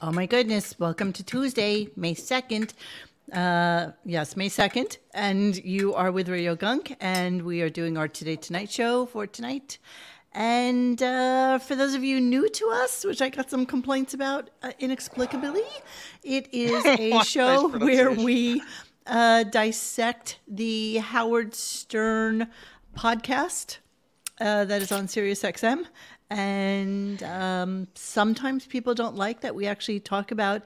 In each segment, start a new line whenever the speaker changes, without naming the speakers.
Oh my goodness. Welcome to Tuesday, May 2nd. Uh, yes, May 2nd. And you are with Radio Gunk, and we are doing our Today Tonight show for tonight. And uh, for those of you new to us, which I got some complaints about uh, inexplicably, it is a
Nice
show where
pronunciation.
we uh, dissect the Howard Stern podcast uh, that is on SiriusXM. And um, sometimes people don't like that we actually talk about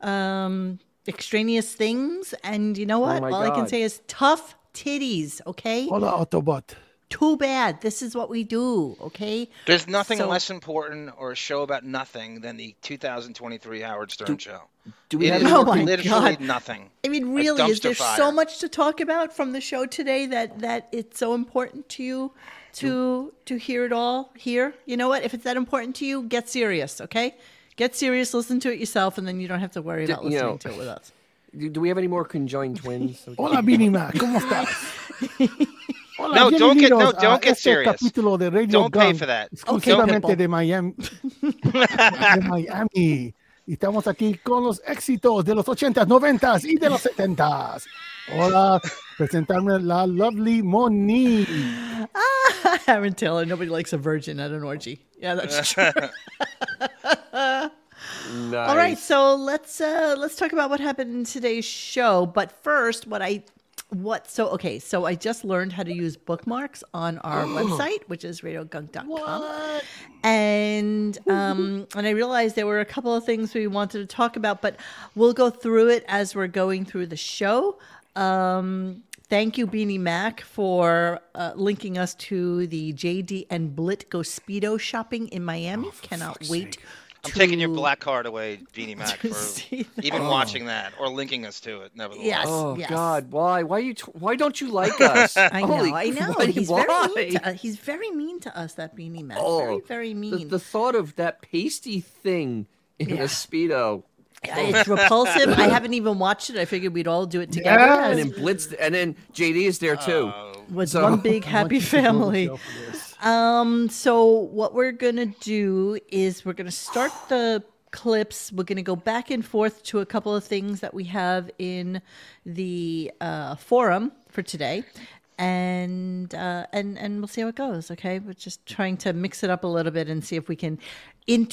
um, extraneous things. And you know what?
Oh my
All I can
God.
say is tough titties, okay?
Hola, Autobot.
Too bad. This is what we do, okay?
There's nothing
So-
less important or a show about nothing than the 2023 Howard Stern show.
Do
It is
have any
Oh
more
my
con-
literally
God.
nothing.
I mean,
A
really, is
dumpster
there
fire.
so much to talk about from the show today that that it's so important to you to to hear it all here? You know what? If it's that important to you, get serious, okay? Get serious, listen to it yourself, and then you don't have to worry about
you know-
listening to it with us.
do, do we have any more conjoined twins? So we can-
Hola, mínima, ¿cómo estás? Hola, Ah,
No, don't get- no,
bienvenidos
don't
a
get
este
serious.
capítulo de Radio
Don't pay
Gunk,
for that.
Exclusivamente
Okay,
de Miami. de Miami. Y Estamos aquí con los éxitos de los 80s, 90s y de los 70s. Hola, presentarme la lovely Moni.
Ah, Aaron Taylor, nobody likes a virgin at an orgy. Yeah, that's true.
Nice.
All right, so let's uh let's talk about what happened in today's show. But first, what I what so okay, so I just learned how to use bookmarks on our website, which is radiogunk.com. And um and I realized there were a couple of things we wanted to talk about, but we'll go through it as we're going through the show. Um Thank you, Beanie Mac, for uh, linking us to the JD and Blit Go Speedo shopping in Miami. Cannot wait.
I'm taking your
to-
black card away, Beanie Mac,
to
for
see that.
even watching that or linking us to it. Nevertheless,
Yes.
Oh
yes.
God, why? Why you? T- why don't you like us?
I know,
Holy
I know.
crud,
He's
why?
very, mean to, us- he's very mean to us, that beanie man. very,
Oh,
very
The,
mean.
the thought of that pasty thing in
Yeah.
a speedo
it's repulsive. I haven't even watched it. I figured we'd all do it together.
Yeah.
and
as-
then blitz, and then JD is there too.
with
so-
one big happy family. Um, so what we're gonna do is we're gonna start the clips. We're gonna go back and forth to a couple of things that we have in the uh, forum for today, and uh, and and we'll see how it goes. Okay, we're just trying to mix it up a little bit and see if we can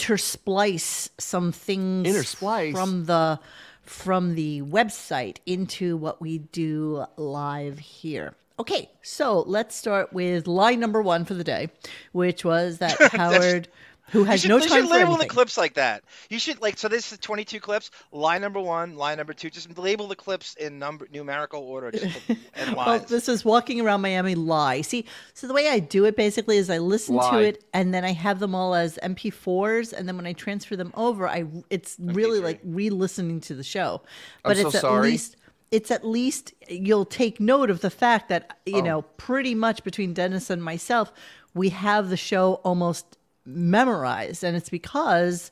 intersplice some things
Intersplice?
from the from the website into what we do live here. Okay, so let's start with line number one for the day, which was that Howard, who
You
has
should,
no
they
time
should
for
label
anything.
the clips like that. You should like so. This is 22 clips. Line number one, line number two. Just label the clips in number numerical order. Just put- and
Oh,
lines.
this is walking around Miami lie. See, so the way I do it basically is I listen to
Lie.
it and then I have them all as MP4s, and then when I transfer them over, I it's really
MP3.
like re-listening to the show. But
so
it's at
sorry.
least it's at least you'll take note of the fact that you
Oh.
know pretty much between Dennis and myself, we have the show almost memorized, and it's because.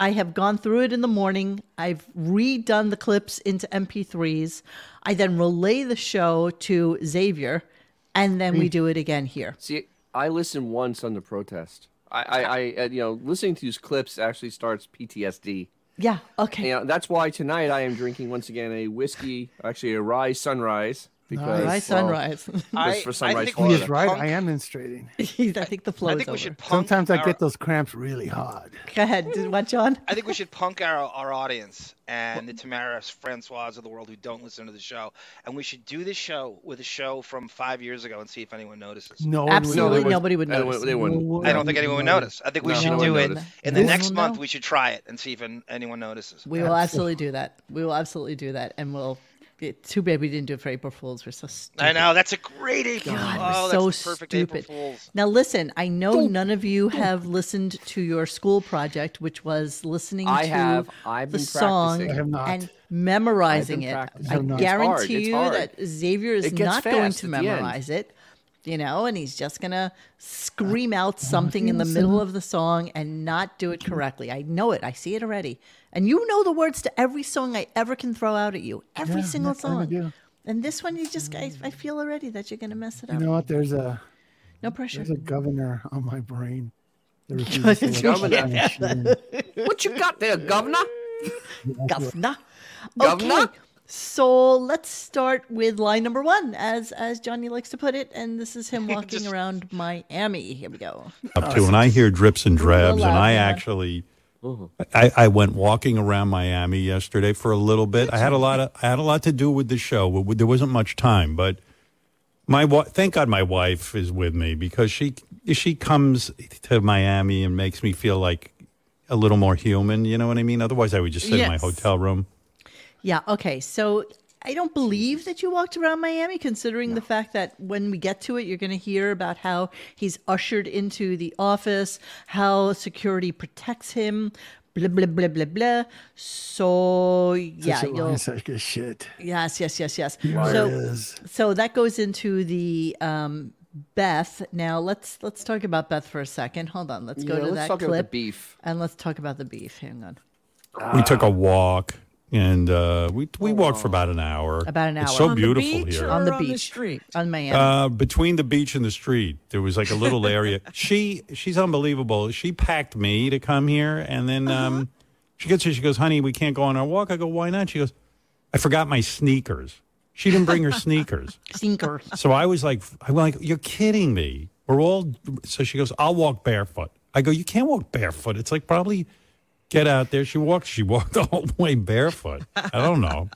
I have gone through it in the morning. I've redone the clips into MP3s. I then relay the show to Xavier, and then
Hmm.
we do it again here.
See, I listened once under protest. I, I, I, uh, you know, listening to these clips actually starts PTSD.
Yeah. Oh, Okay.
You know, that's why tonight I am drinking once again a whiskey, actually a rye sunrise. Because,
Nice.
Rye
well,
sunrise.
I,
for
I
Sunrise
think
He
we
Florida.
is
should
right.
punk-
I am menstruating.
I think the flow
I
is
think
over.
we should punk.
Sometimes I
our-
get those cramps really hard.
Go ahead. Did what, John?
I think we should punk our, our audience and the Tamara Francois of the world who don't listen to the show. And we should do this show with a show from five years ago and see if anyone notices.
No, one would
Absolutely
notice.
nobody would
I don't-
notice.
they wouldn't.
No one
I don't think anyone would notice. I think we
No,
should
no
do
one
it.
noticed.
In the
No
next
one
month,
know.
we should try it and see if an, anyone notices.
We will absolutely do that. We will absolutely do that, and we'll. It, too bad we didn't do it for April Fools. We're so stupid.
I know. That's a great April.
God,
oh,
we're so
that's the perfect
stupid.
April Fool's.
Now listen, I know none of you have listened to your school project, which was listening
I
to
have. I've
the
been
song
practicing. I
have not.
and memorizing it.
practicing.
I
I have
not.
guarantee
It's hard. It's
you
hard.
that Xavier is
It gets
not going
fast
to
at the end.
memorize it. You know, and he's just gonna scream out something in the middle of the song and not do it correctly. I know it. I see it already. And you know the words to every song I ever can throw out at you. Every
Yeah,
single
that's what I
song.
do.
And this one, you just, I, I feel already that you're going to mess it up.
You know what? There's a
no pressure.
there's a governor on my brain. that refuses to let
Governor.
me finish.
What you got there, governor?
Governor.
Governor?
Okay. So let's start with line number one, as as Johnny likes to put it, and this is him walking
Just-
around Miami. Here we go.
up to, and I hear drips and drabs, and
loud,
I
yeah.
actually,
Mm-hmm.
I, I went walking around Miami yesterday for a little bit. I had a lot of, I had a lot to do with the show. W- There wasn't much time, but my wa- thank God my wife is with me because she she comes to Miami and makes me feel like a little more human. You know what I mean? Otherwise, I would just sit in my
Yes.
hotel room.
Yeah. Okay. So I don't believe that you walked around Miami, considering the fact that when we get to it, you're going to hear about how he's ushered into the office, how security protects him, blah blah blah blah blah. So yeah,
Such a
you'll,
line, such good shit.
yes, yes, yes, yes.
There
So
it is.
so that goes into the um, Beth. Now let's let's talk about Beth for a second. Hold on. Let's go
Yeah,
to
let's
that
talk about the
clip
beef.
and let's talk about the beef. Hang on.
we took a walk and uh, we we walked for about an hour.
About an
It's
hour.
so
On the
beautiful
beach
here.
or
On
on
the
the
beach.
street.
On Miami.
Uh, between the beach and the street, there was like a little area. She she's unbelievable. She packed me to come here, and then um, she gets here. She goes, "Honey, we can't go on our walk." I go, "Why not?" She goes, "I forgot my sneakers." She didn't bring her sneakers,
Sneaker.
so I was like, "I'm like, you're kidding me." We're all so she goes, "I'll walk barefoot." I go, "You can't walk barefoot. It's like probably get out there." She walked. She walked the whole way barefoot. I don't know.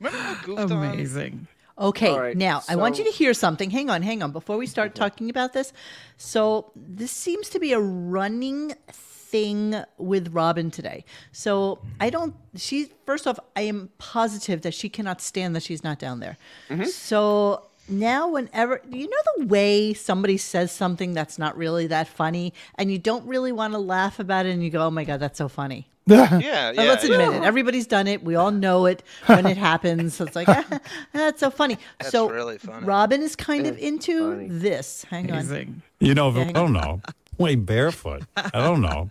Remember how goofed on?
Amazing.
Okay,
All right,
now I want you
so-
to hear something. Hang on, hang on. Before we start talking about this, so this seems to be a running thing with Robin today. So I don't. She first off, I am positive that she cannot stand that she's not down there.
Mm-hmm.
So now, whenever you know the way somebody says something that's not really that funny, and you don't really want to laugh about it, and you go, "Oh my god, that's so funny."
Yeah,
Now,
yeah.
let's admit it. Everybody's done it. We all know it when it happens. So it's like, ah, that's so funny.
That's
so
really funny.
Robin is kind of
It's
into
funny.
this. Hang on.
Amazing.
You know,
Yeah,
I
hang
don't know. Way barefoot. I don't know.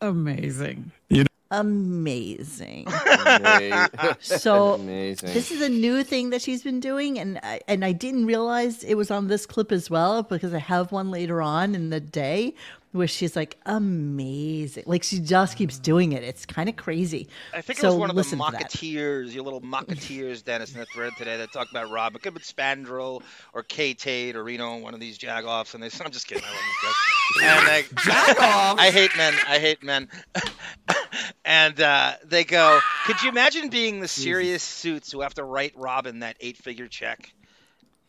Amazing.
Amazing.
Amazing.
So
Amazing.
this is a new thing that she's been doing, and I, and I didn't realize it was on this clip as well because I have one later on in the day where she's like amazing, like she just keeps doing it. It's kind of crazy.
I think
so
it was one of the
listen to that.
mocketeers, your little mocketeers, Dennis, in the thread today that talked about Rob. It could have been Spandrel or K Tate or you know one of these jagoffs. And they, I'm just kidding. I love these guys. And they, I hate men. I hate men. and uh, they go, could you imagine being the serious suits who have to write Robin that eight figure check?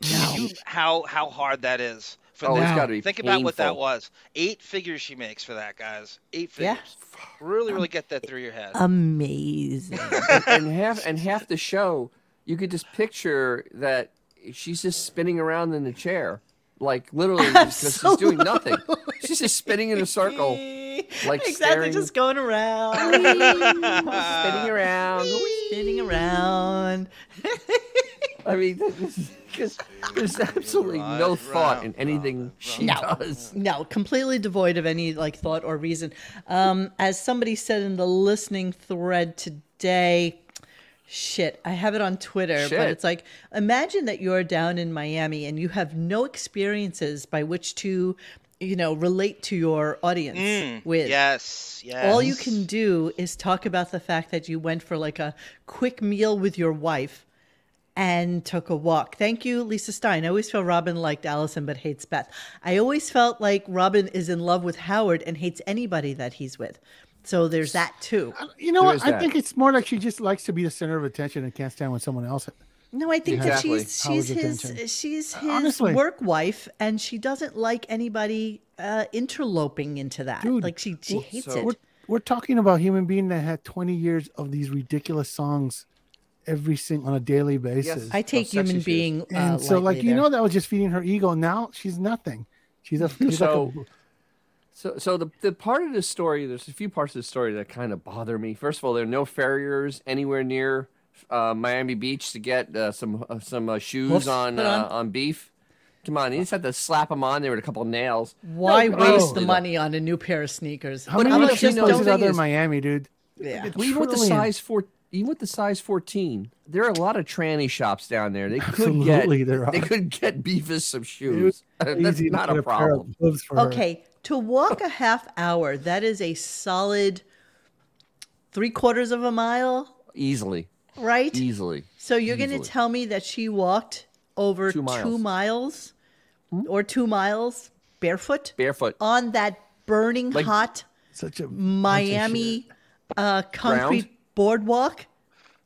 You, how, how hard that is. For
oh,
them.
it's got to be
Think about what that
painful.
was. Eight figures she makes for that, guys. Eight
Yeah.
figures. Really, really get that through your head.
Amazing.
and half and half the show, you could just picture that she's just spinning around in the chair, like literally because she's doing nothing. She's just spinning in a circle, like
exactly,
staring-
just going around,
spinning around.
spinning around.
I mean, because there's absolutely no
Right
thought in
round,
anything she
No.
does.
No, completely devoid of any like thought or reason. Um, as somebody said in the listening thread today, shit, I have it on Twitter, but
Shit.
it's like imagine that you're down in Miami and you have no experiences by which to, you know, relate to your audience with.
Mm, Yes, yes.
All you can do is talk about the fact that you went for like a quick meal with your wife and took a walk. Thank you, Lisa Stein. I always feel Robin liked Allison but hates Beth. I always felt like Robin is in love with Howard and hates anybody that he's with. So there's that too.
Uh, You know
There
what?
is
I
that.
think it's more like she just likes to be the center of attention and can't stand when someone else.
No, I think
Exactly.
that she's she's
Howard's
his
attention.
she's
Uh,
his
Honestly.
work wife and she doesn't like anybody uh, interloping into that.
Dude,
like she, she hates it.
We're, we're talking about human being that had 20 years of these ridiculous songs every single on a daily basis.
I take
Of sex
human
issues.
being uh,
and so, like,
lightly
you
there.
know, that was just feeding her ego. Now she's nothing. She's a, she's
So-
like
So, so the the part of this story, there's a few parts of the story that kind of bother me. First of all, there are no farriers anywhere near uh, Miami Beach to get uh, some uh, some uh, shoes
Whoops,
on,
put
uh,
on.
on beef. Come on, you just had to slap them on there with a couple of nails.
Why
No,
waste the
honestly,
money on a new pair of sneakers?
a, how
But
many
I'm
other
not
shoes
saying
places
no.
out there in
Thing is-
Miami, dude?
Yeah.
Well, even with the
Trillion.
size four, even with the size fourteen, there are a lot of tranny shops down there. They could
Absolutely,
get
there are.
they could get Beavis some
It was
shoes. That's
easy to
not
get pair
a
of
problem.
gloves for her.
Okay, to walk a half hour, that is a solid three quarters of a mile,
easily,
right?
easily.
So you're going to
Easily.
tell me that she walked over
Two
two miles,
miles.
or two miles barefoot
Barefoot.
on that burning
Like-
hot
Such a bunch of shit.
Miami uh, concrete
Ground?
boardwalk.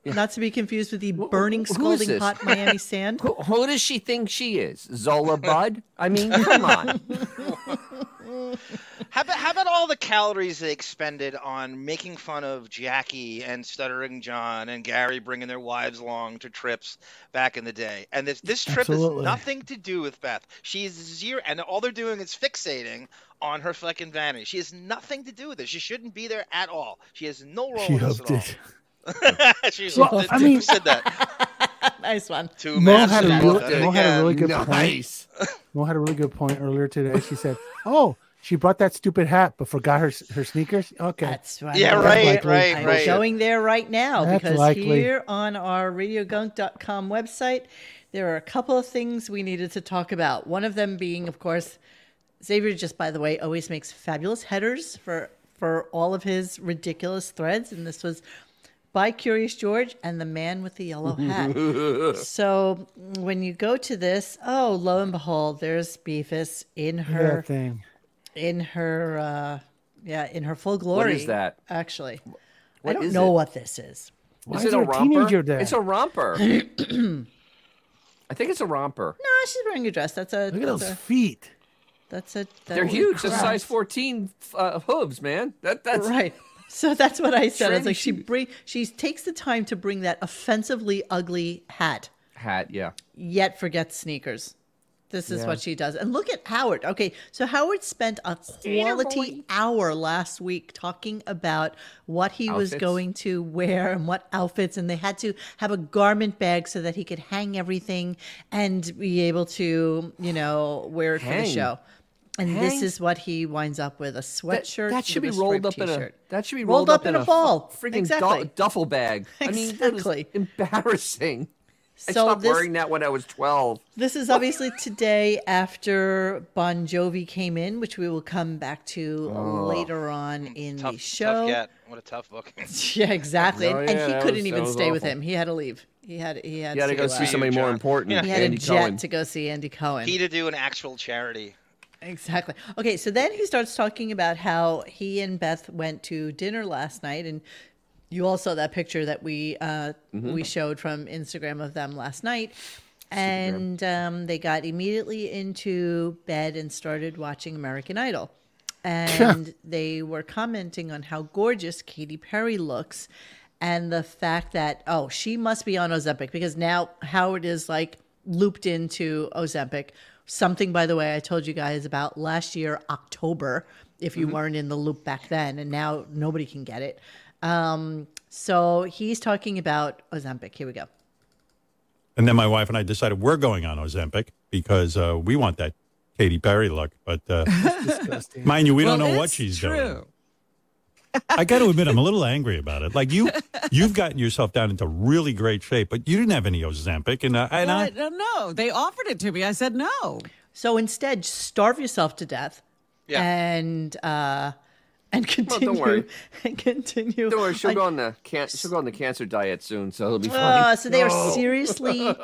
Not to be confused with the burning,
who is
scalding
this?
hot Miami sand.
Who, who does she think she is? Zola Bud? I mean, come on.
How about, how about all the calories they expended on making fun of Jackie and Stuttering John and Gary bringing their wives along to trips back in the day? And this this trip
Absolutely.
has nothing to do with Beth. She's zero, and all they're doing is fixating on her fucking vanity. She has nothing to do with it. She shouldn't be there at all. She has no role
She
in this
helped
at all.
it.
she
Well,
helped it.
I
Who
mean-
said that.
nice one.
Two
Mo had, a
masters
really,
at it
Mo had a
again.
really good point.
nice.
Mo had a really good point earlier today. She said, "Oh, she brought that stupid hat, but forgot her her sneakers." Okay,
That's right.
Yeah,
That's
right,
likely.
right,
I'm
right.
going there right now
That's
because
likely.
here on our radiogunk.com website, there are a couple of things we needed to talk about. One of them being, of course, Xavier, just by the way, always makes fabulous headers for, for all of his ridiculous threads. And this was by Curious George and the man with the yellow hat. so when you go to this, oh, lo and behold, there's Beefus in her
that thing.
in her uh yeah in her full glory
is that?
actually i
What
don't
is
know
it?
what this is
Why
is
is
it a
there a teenager
romper?
there?
It's a romper. I think it's a romper.
no she's wearing a dress that's a
Look at
that's
those
a,
feet.
that's a that's
They're huge. They're
crap.
size 14 uh, hooves, man. That that's
right so that's what i said i was
Trim
like she
shoes.
bring she takes the time to bring that offensively ugly hat
hat. Yeah.
yet forgets sneakers this is
Yeah.
what she does and look at howard okay so howard spent a quality hour last week talking about what he was
Outfits.
going to wear and what outfits and they had to have a garment bag so that he could hang everything and be able to you know wear it for the
Hang.
show and this
Hang.
is what he winds up with a
That,
sweatshirt
that should be
with
rolled up
striped
in a
t-shirt.
that should be
Rolled
rolled,
up in a
fu-
ball.
Freaking du-
Exactly.
duffel bag. I mean, that is
Exactly.
embarrassing. I
so
stopped
this
wearing that when I was 12.
This is obviously today after Bon Jovi came in, which we will come back to
Oh.
later on in
Tough,
the
tough
show.
get. What a tough book.
yeah, exactly.
Oh,
and, and
yeah,
he
that
couldn't
was-
even
that was
stay with
awful.
him. He had to leave. He had he had
You got to go
uh,
see somebody more
John.
important.
Yeah.
He had
Andy
a jet
Cohen.
to go see Andy Cohen.
He to do an actual charity.
Exactly. Okay, so then he starts talking about how he and Beth went to dinner last night, and you all saw that picture that we uh, we showed from Instagram of them last night. And um, they got immediately into bed and started watching American Idol. And they were commenting on how gorgeous Katy Perry looks and the fact that, oh, she must be on Ozempic because now Howard is like looped into Ozempic. Something, by the way, I told you guys about last year, October, if you weren't in the loop back then, and now nobody can get it. Um, so he's talking about Ozempic. Here we go.
And then my wife and I decided we're going on Ozempic because uh, we want that Katy Perry look. But uh,
Disgusting.
mind you, we don't
Well,
know what
it's
she's doing.
true.
I got to admit, I'm a little angry about it. Like you, you've gotten yourself down into really great shape, but you didn't have any Ozempic, and I, and
Well, I
I
don't know. They offered it to me. I said no.
So instead, starve yourself to death
Yeah.
and uh, and continue
worry.
and continue.
Don't worry, she'll
on-
go on the can- she'll go on the cancer diet soon, so it'll be
Uh,
fine.
so they are seriously,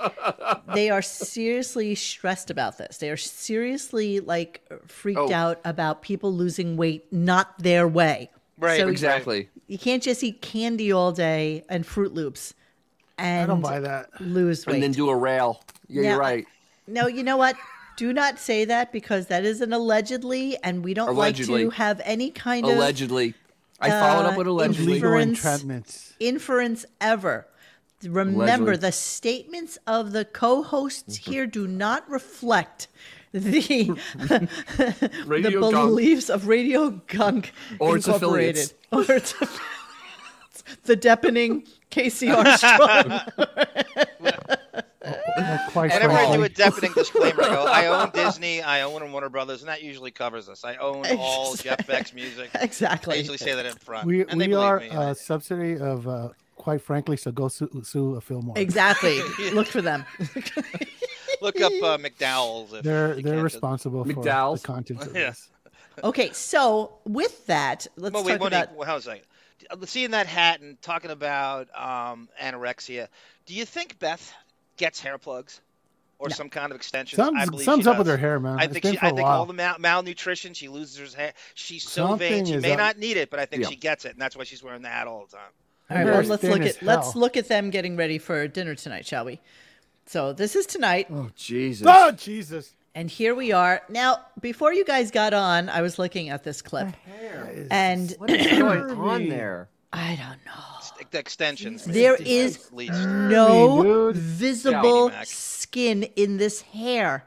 they are seriously stressed about this. They are seriously like freaked
Oh.
out about people losing weight not their way.
Right.
So
exactly.
You can't just eat candy all day and Fruit Loops, and
I don't buy that.
lose weight.
And then do a rail. Yeah,
Now,
you're right.
No, you know what? Do not say that because that is an allegedly, and we don't
Allegedly.
like to have any kind of
Allegedly. I followed up with
uh,
allegedly.
infer-
Legal
Inference.
entrapment.
inference ever. Remember,
Allegedly. Mm-hmm.
the statements of the co-hosts here do not reflect the the
Radio gunk.
beliefs of Radio Gunk
Or its
Incorporated or its affiliates. the deepening Casey Armstrong.
Like, quite
Whenever I do
frankly,
a deafening disclaimer, I go, I own Disney, I own Warner Brothers, and that usually covers us. I own all Jeff Beck's music. I
exactly.
usually say that up front.
we,
and they
we
believe
are
me.
a subsidiary of, uh, quite frankly, so go sue, sue a Fillmore.
Exactly. Look for them.
Look up uh, McDowell's. If
They're
you
they're
can't-
responsible for the
McDowell's.
contents of
Yeah.
this.
Okay, so with that, let's
Well,
talk
wait, Monique,
about.
well, hold on a second. seeing that hat and talking about um, anorexia, do you think Beth gets hair plugs or some kind of extension? I
Something's,
believe
something's
she
up with
does.
her hair, man.
I
It's
think
been
she,
for
I
a
think
while.
all the mal- malnutrition, she loses her hair. She's so vain.
Something
She
is
may
up.
not need it, but I think
Yeah.
she gets it, and that's why she's wearing the hat all the time.
All right,
Her
well,
hair's
let's
thin
look
as
at let's
hell.
look at them getting ready for dinner tonight, shall we? So this is tonight,
Oh Jesus!
Oh Jesus!
and here we are. Now, before you guys got on, I was looking at this clip, and
What is going on there?
I don't know.
It's like The extensions.
There
maybe,
is-
at least.
No
dude.
visible
Mac.
skin in this hair.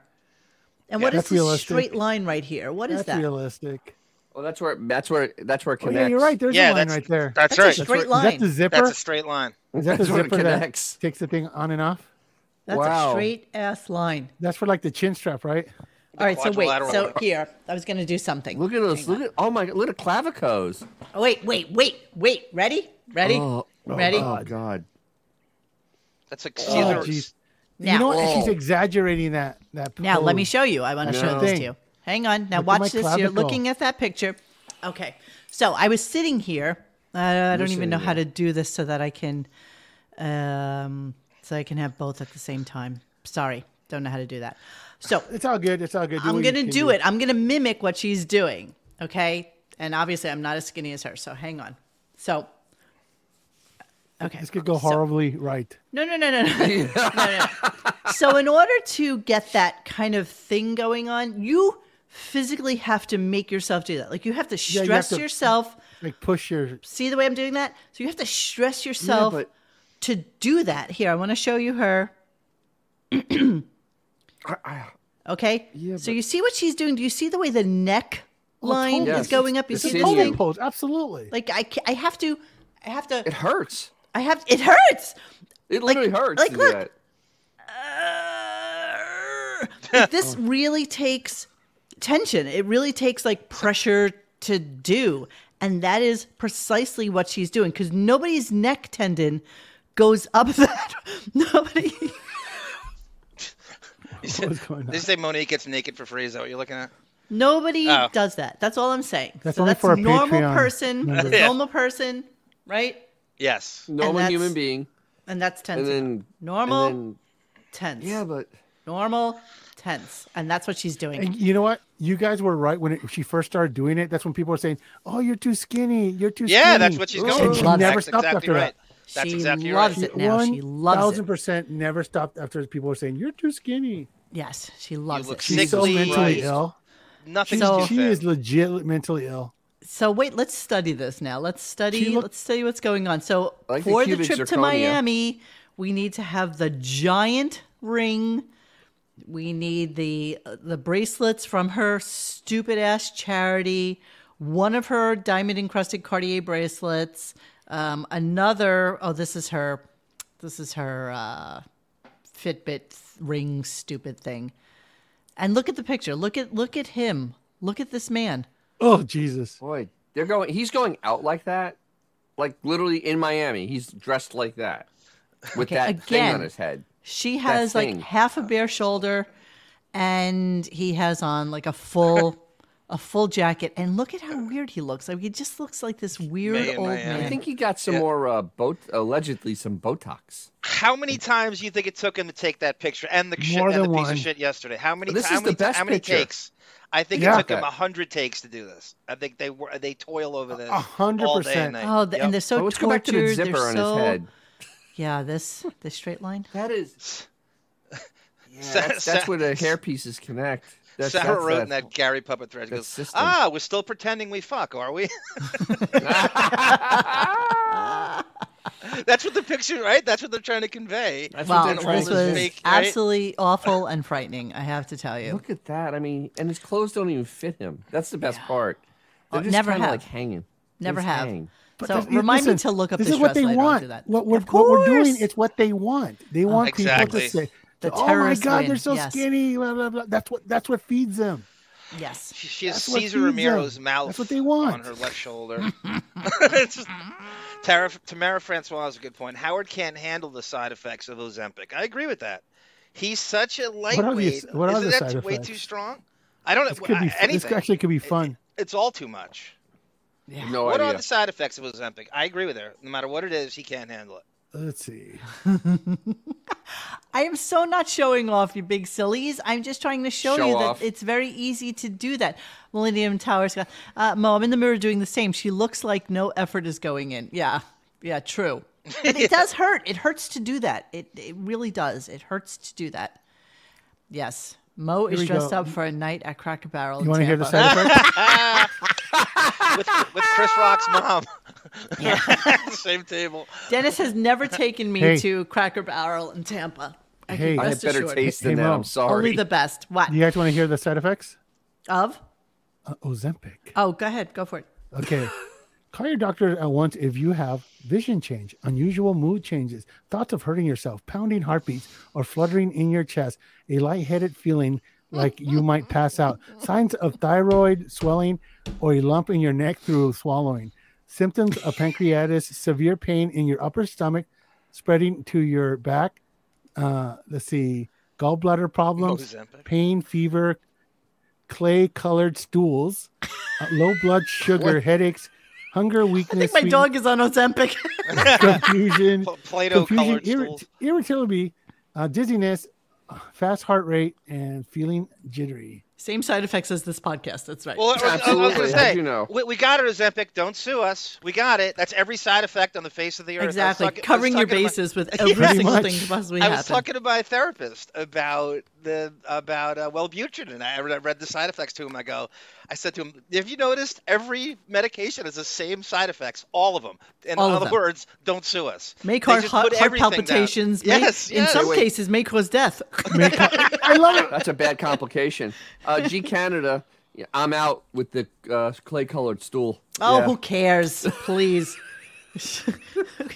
And what
Yeah.
is
That's
this
realistic.
straight line right here? What is
That's
that?
realistic.
Well, Oh, that's where that's where that's where it
Oh,
connects.
yeah, you're right. There's a
yeah,
line
that's
right there.
That's,
That's a
right.
straight
Is that
line.
the zipper?
That's a straight line.
Is that the
That's where it
zipper that
connects.
takes the thing on and off?
That's a
Wow.
straight ass line.
That's for like the chin strap, right?
All right, so wait.
quadrilateral
So
line.
here, I was going to do something.
Look at those. Look at oh my! Look at clavicos.
Oh, wait, wait, wait, wait. Ready? Ready?
Oh,
Ready?
Oh God!
That's like
Oh,
scissors.
jeez.
now,
You know what?
Whoa.
She's exaggerating that. That
now let me
pose.
show you. I want to
That's the
show this
thing.
to you. Hang on.
Look
Now
at my
watch this. You're
clavicle.
looking at that picture. Okay. So I was sitting here. Uh, I don't even know how to do this so that I can, um, so I can have both at the same time. Sorry, don't know how to do that. So
It's all good. It's all good. Do
I'm
what you
gonna
can
do it. I'm gonna mimic what she's doing. Okay. And obviously, I'm not as skinny as her. So hang on. So. Okay.
This could go
so-
horribly right.
No, no, no, no, no. no, no. So, in order to get that kind of thing going on, you physically have to make yourself do that. Like, you have to
you have
stress
to-
yourself.
Like push your.
See the way I'm doing that? So, you have to stress yourself
but-
to do that. Here, I want to show you her.
I- I-
Okay.
Yeah,
so,
but- Oh,
you see what she's doing? Do you see the way the neck line
totally.
is going up? You
Yes.
see
It's
this
Total
thing?
Continue.
pose. Absolutely.
Like, I, ca- I have to, I have
it
to,
hurts.
I have, it hurts.
It literally hurts.
like,
to
look. Uh,
do that.
Like, this really takes tension. It really takes like pressure to do. And that is precisely what she's doing because nobody's neck tendon goes up that. Nobody.
What's going
They
on?
say Monique gets naked for free. Is that what you're looking at?
Nobody
Oh.
does that. That's all I'm saying.
That's
so
only
that's
for our
normal
Patreon
person,
members.
Yeah.
normal person, right?
Yes.
Normal
that's-
human being,
And that's tense.
and then
normal
and
tense.
then, yeah, but
Normal tense. And that's what she's doing.
And you know what? You guys were right when it, she first started doing it. That's when people were saying, "Oh, you're too skinny. You're too skinny."
Yeah, that's what she's going
And
for.
she
Loves
never
That's
stopped
exactly
after
right.
that.
That's
she
exactly
loves
right.
it now. She loves
thousand
it.
percent never stopped after people were saying, "You're too skinny."
Yes, she loves
look
it.
She's
Sick
so
leave.
mentally
Christ.
ill.
Nothing's
So-
too
she
thin.
is legit mentally ill.
So wait, let's study this now. Let's study.
She look-
let's study what's going on. So
I like the
for the,
cubic
trip to
zirconia.
Miami, we need to have the giant ring. We need the the bracelets from her stupid ass charity. One of her diamond encrusted Cartier bracelets. Um, another. Oh, this is her. This is her uh, Fitbit ring. Stupid thing. And look at the picture. Look at look at him. Look at this man.
Oh Jesus!
boy, they're going. He's going out like that, like literally in Miami. He's dressed like that, with that thing
again.
on his head.
She has like
thing.
half a bare shoulder, and he has on like a full, a full jacket. And look at how weird he looks. Like he just looks like this weird
Man,
old
man. I
man.
I think he got some
Yeah.
more uh, bot allegedly some Botox.
How many times do you think it took him to take that picture and the, sh-
More
and the
than
piece
one.
of shit yesterday? How many?
This
ti- how
is the
many, ti-
best
How many
picture.
takes? I think
Yeah.
it took him
Okay.
a hundred takes to do this. I think they were they toil over this.
A hundred
all day
percent.
and night.
oh, the, and they're
Yep.
so
Oh, let's
tortured.
go back to the zipper
they're
on
so,
his head.
Yeah, this this straight line.
That is. Yeah, that's,
Sa-
that's where the hair pieces connect. That's,
Sarah
that's uh,
wrote in that Gary puppet thread. she
that
Goes,
system.
ah, we're still pretending we fuck, are we? That's what the picture, right? That's what they're trying to convey.
That's what
Wow,
they're
all
trying
this
this
to
was
do.
fake, right?
absolutely awful and frightening. I have to tell you.
Look at that. I mean, and his clothes don't even fit him. That's the best part. They're
Oh,
just
never
kinda,
have.
like hanging. They
Never
just
have.
hang.
But
so
th-
remind me
listen,
to look up
This
the
is what
dress
they
later. I'll
want.
do that.
What we're
Of
what we're doing
course.
is what they want. They want
Exactly.
people to say,
The
"Oh my
terrorists
God,
win,
they're so
yes.
skinny." Blah, blah, blah. That's what that's what feeds them.
Yes.
She- She has
That's what
Caesar
feeds
Ramiro's
them.
mouth
That's what they want.
on her left shoulder. it's just, Tara, Tamara Francois is a good point. Howard can't handle the side effects of Ozempic. I agree with that. He's such a
are the-
lightweight.
what are
Isn't
the
that
side
way
effects?
too strong? I don't
This
know.
could be.
I-
This
Anything.
actually could be fun.
It's all too much.
No
what are
idea.
the side effects of Ozempic? I agree with her. No matter what it is, he can't handle it.
Let's see.
I am so not showing off, you big sillies. I'm just trying to show,
Show
you
off.
that it's very easy to do that. Millennium Towers got uh, Mo. I'm in the mirror doing the same. She looks like no effort is going in. Yeah, yeah, true. But it does hurt. It hurts to do that. It it really does. It hurts to do that. Yes, Mo
we
is dressed
go.
up for a night at Cracker Barrel.
You want to hear the
this?
side effect?
With, with Chris Rock's mom. Same table.
Dennis has never taken me
Hey.
to Cracker Barrel in Tampa. I
Hey.
can
I
I have
rest
better
assured.
taste
Hey,
than that.
Mo.
I'm sorry.
Only the best. What
You guys want to hear the side effects?
of?
Uh, Ozempic.
Oh, go ahead. Go for it.
Okay. Call your doctor at once if you have vision change, unusual mood changes, thoughts of hurting yourself, pounding heartbeats, or fluttering in your chest, a lightheaded feeling like you might pass out, signs of thyroid swelling, or a lump in your neck through swallowing, symptoms of pancreatitis, severe pain in your upper stomach, spreading to your back. Uh, let's see, gallbladder problems,
Ozempic.
pain, fever, clay colored stools, uh, low blood sugar, headaches, hunger,
I
weakness,
think my
sweet-
dog is on Ozempic.
confusion,
Pl- Play-Doh
confusion
colored
irrit-
stools.
irritability, uh, dizziness, uh, fast heart rate, and feeling jittery.
Same side effects as this podcast. That's right.
Well, I was- I was going
Absolutely.
to
How'd
say,
you know?
we, we got it, Ozempic. Don't sue us. We got it. That's every side effect on the face of the earth. I was
exactly.
talking- I was
Covering your
talking to my-
bases with every
Pretty
single
much.
thing that possibly
I
happen.
was talking to my therapist about the about uh, Wellbutrin, and I read, I read the side effects to him. I go, I said to him, "Have you noticed every medication has the same side effects? All of them. In
All of
other
them.
words, don't sue us.
Make
They
heart,
just
heart,
put
heart
everything down.
palpitations. may-
Yes,
In
yes.
some
Wait.
cases, may cause death.
I love it.
That's a bad complication. Uh, G Canada, yeah, I'm out with the uh, clay colored stool.
oh,
Yeah.
who cares? Please.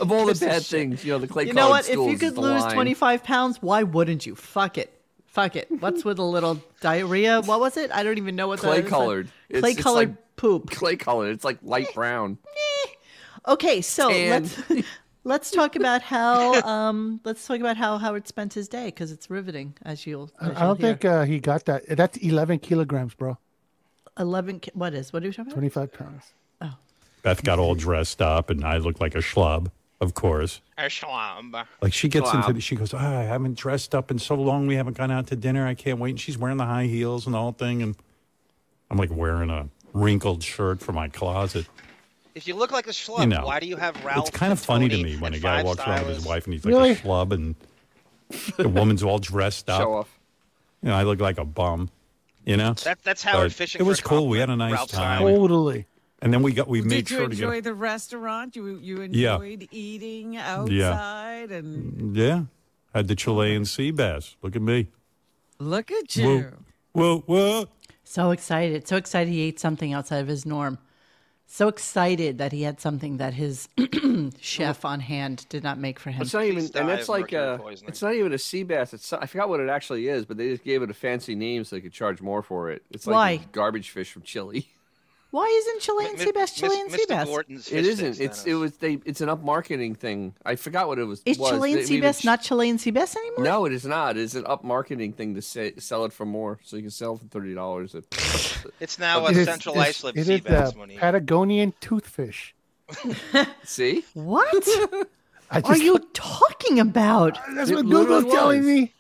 of all the bad things, you know, the clay
You
colored
know what? If
stool
you
is
could
the
lose
line.
25 pounds, why wouldn't you? Fuck it. Fuck it. What's with a little diarrhea? What was it? I don't even know what the-
Clay-colored. It's-
Clay
it's
colored
like-
poop.
clay colored, it's like light brown.
Okay, so
Tan.
let's let's talk about how um let's talk about how Howard spent his day because it's riveting as you'll. As
I don't
you'll hear.
think uh, he got that. That's 11 kilograms, bro.
eleven. ki- What is? What are you talking about?
25 pounds.
Beth got all dressed up, and I looked like a schlub, of course.
A schlump.
Like she gets
Wow.
into the, she goes, "Ah, I haven't dressed up in so long. We haven't gone out to dinner. I can't wait. And she's wearing the high heels and the whole thing. And I'm like wearing a wrinkled shirt from my closet.
If you look like a schlub,
You know,
why do you have Ralph?
it's kind of
and
funny to
Tony
me when
and
a guy
Five
walks around with his
Stylists?
wife and he's like
Really?
a schlub and the woman's all dressed up.
Show off.
You know, I look like a bum. You know,
That, that's Howard
But
fishing.
It
for
was
a
cool. We had a
compliment.
nice
Ralph
time.
Simon.
Totally.
And then we got we made
Did you
sure to
enjoy
get
the restaurant? You you
Yeah.
enjoyed eating outside and
yeah. Had the Chilean sea bass. Look at me.
look at you.
Whoa. Whoa, whoa.
So excited. So excited he ate something outside of his norm. So excited that he had something that his chef on hand did not make for him.
It's not even,
die
and that's
of
like
mercury
a,
poisoning.
it's not even a sea bass. It's I forgot what it actually is, but they just gave it a fancy name so they could charge more for it. It's like
Why?
a garbage fish from Chile.
Why isn't Chilean
Mi-
sea bass
Mis-
Chilean sea
Mr.
bass?
Gorton's
It
fish
isn't.
sticks,
It's
Dennis.
it was they. It's an up marketing thing. I forgot what it was.
Is
was.
Chilean
They-
sea
we would
bass
sh-
not Chilean sea bass anymore?
No, it is not. It's an up marketing thing to say, sell it for more, so you can sell it for thirty dollars.
It's now a
It is-
central
it's-
isolate
It
sea
is
bass
the
money.
Patagonian toothfish.
See,
What
I just,
are you talking about?
That's
It
what
literally
Google's telling
was.
me.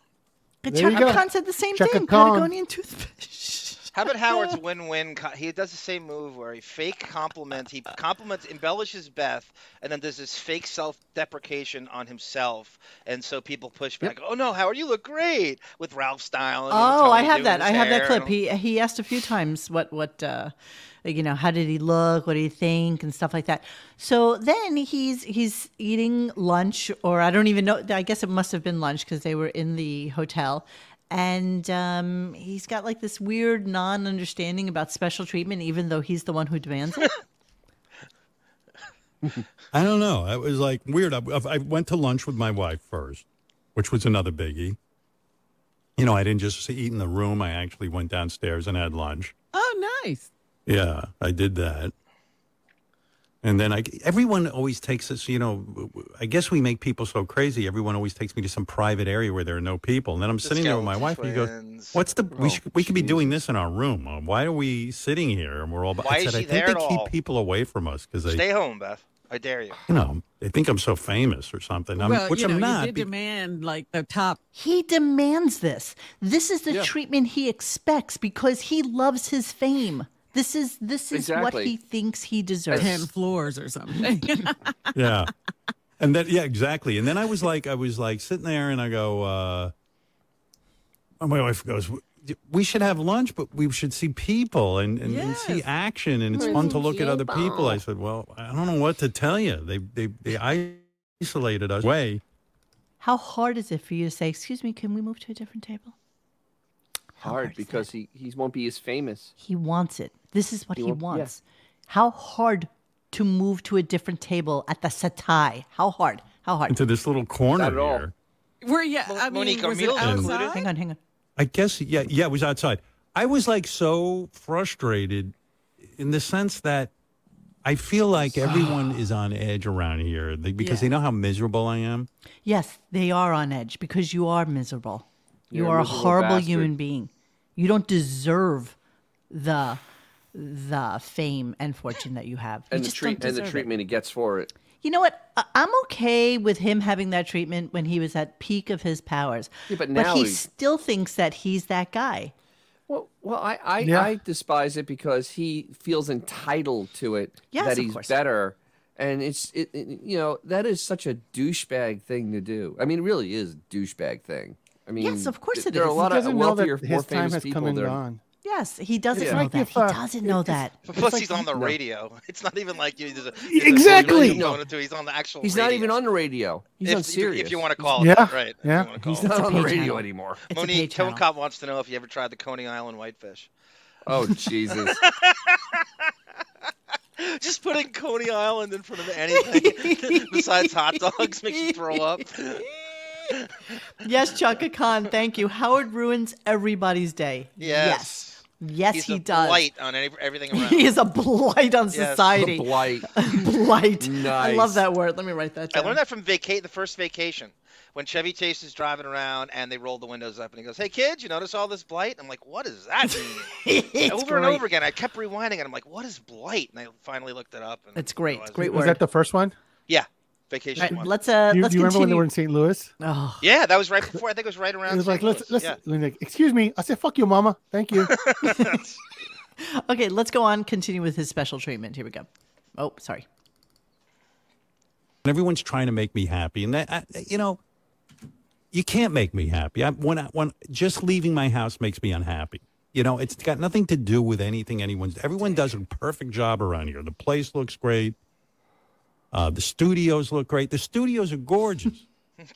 you
Chaka
go.
Khan said the same
Chaka
thing.
Khan.
Patagonian toothfish.
How about Howard's win-win? Co- he does the same move where he fake compliments, he compliments, embellishes Beth, and then does this fake self-deprecation on himself, and so people push back. Oh no, Howard, you look great with Ralph Style. and
Oh,
Tony
I have
doing
that.
his
I have that
hair
clip.
and-
He he asked a few times what what uh, you know, how did he look? What do you think? And stuff like that. So then he's he's eating lunch, or I don't even know. I guess it must have been lunch because they were in the hotel. And um, he's got like this weird non-understanding about special treatment, even though he's the one who demands it.
I don't know. It was like weird. I, I went to lunch with my wife first, which was another biggie. You know, I didn't just eat in the room. I actually went downstairs and had lunch.
Oh, nice.
Yeah, I did that. And then I, everyone always takes us, you know, I guess we make people so crazy. Everyone always takes me to some private area where there are no people. And then I'm
The
sitting there with my wife
skeleton
and he
twins.
goes, what's the,
Oh,
we, should, we could be doing this in our room. Uh, Why are we sitting here? And we're all,
Why
I
is
said, I
she
think
there
they
at
keep
all?"
people away from us because they,
Stay home, Beth. I dare you.
you know, they think I'm so famous or something, I'm,
well,
which
you know,
I'm not.
you did
be-
demand like the top.
He demands this. This is the
Yeah.
treatment he expects because he loves his fame. This is this is what
Exactly.
he thinks he deserves.
Ten floors or something.
yeah. And then, yeah, exactly. And then I was like, I was like sitting there and I go, uh, and my wife goes, we should have lunch, but we should see people and, and, and see
Yes.
action. And it's fun to look at other people. I said, well, I don't know what to tell you. They, they, they isolated us way.
How hard is it for you to say, "Excuse me, can we move to a different table?"
Hard because he, he won't be as famous.
He wants it. This is what he,
won't- yeah.
wants. How hard to move to a different table at the Satai? How hard? How hard?
into this little corner
Not at all.
here.
Were you? I mean,
Monique, are
was it
meals included?
outside?
Hang on, hang on.
I guess yeah, yeah, it was outside. I was like so frustrated in the sense that I feel like everyone is on edge around here they- because they know how miserable I am.
Yes, they are on edge because you are miserable. You're
You're a
a
miserable
horrible
bastard.
human being. You don't deserve the the fame and fortune that you have. You
And the
just
treat
don't
and the
deserve it.
treatment he gets for it.
You know what? I- I'm okay with him having that treatment when he was at peak of his powers.
Yeah, but now
he
he-
still thinks that he's that guy.
Well, well, I I,
Yeah.
I despise it because he feels entitled to it
Yes, of
that he's
course.
better, and it's it, it- you know that is such a douchebag thing to do. I mean, it really is a douchebag thing. I mean,
Yes, of course
th-
it
there
is.
are a
He
lot
He
of
doesn't know
wealthier,
that
more
his time
famous
has
people
come and
that are-
gone.
Yes, he doesn't
It's
know
like
that.
if,
He
uh,
doesn't know that.
Plus,
like
he's on the
Hitler.
radio. It's not even like you. There's a, there's
Exactly.
A radio component to it. he's on the actual.
He's
radio.
not even on the radio. He's
if,
on
if you-
serious.
If you want to call it,
Yeah.
that, right? if you
Yeah.
wanna
he's
call it
not
It's a
on the
pay
radio
channel.
anymore.
It's a pay
Monique, Tone
channel.
Cop wants to know if you ever tried the Coney Island whitefish.
Oh Jesus!
Just putting Coney Island in front of anything besides hot dogs makes you throw up.
Yes, Chaka Khan, thank you. Howard ruins everybody's day.
Yes.
Yes, yes
He's
he
a
does.
blight on any, everything around.
He is a blight on society.
Blight.
blight. I
Nice.
love that word. Let me write that
I
down.
learned that from vaca- the first vacation when Chevy Chase is driving around and they roll the windows up and he goes, "Hey kids, you notice all this blight?" I'm like, "What does that mean?"
It's
over and
great.
over again, I kept rewinding and I'm like, "What is blight?" And I finally looked it up. And
It's great. It's
realized-
great
Was
word.
that the first one?
Yeah, vacation.
All right,
one.
let's uh,
Do you,
let's
do you remember when they
continue.
were in St. Louis?
oh,
Yeah, that was right before. I think it was right around.
It was like,
St.
let's,
Louis.
let's, like, excuse me. I said, fuck you, mama. Thank you.
Yeah.
okay, let's go on. Continue with his special treatment. Here we go. Oh, sorry.
and everyone's trying to make me happy. And that, I, you know, you can't make me happy. I, when I, when just leaving my house makes me unhappy. You know, it's got nothing to do with anything anyone's. Everyone does a perfect job around here. The place looks great. Uh, the studios look great. The studios are gorgeous.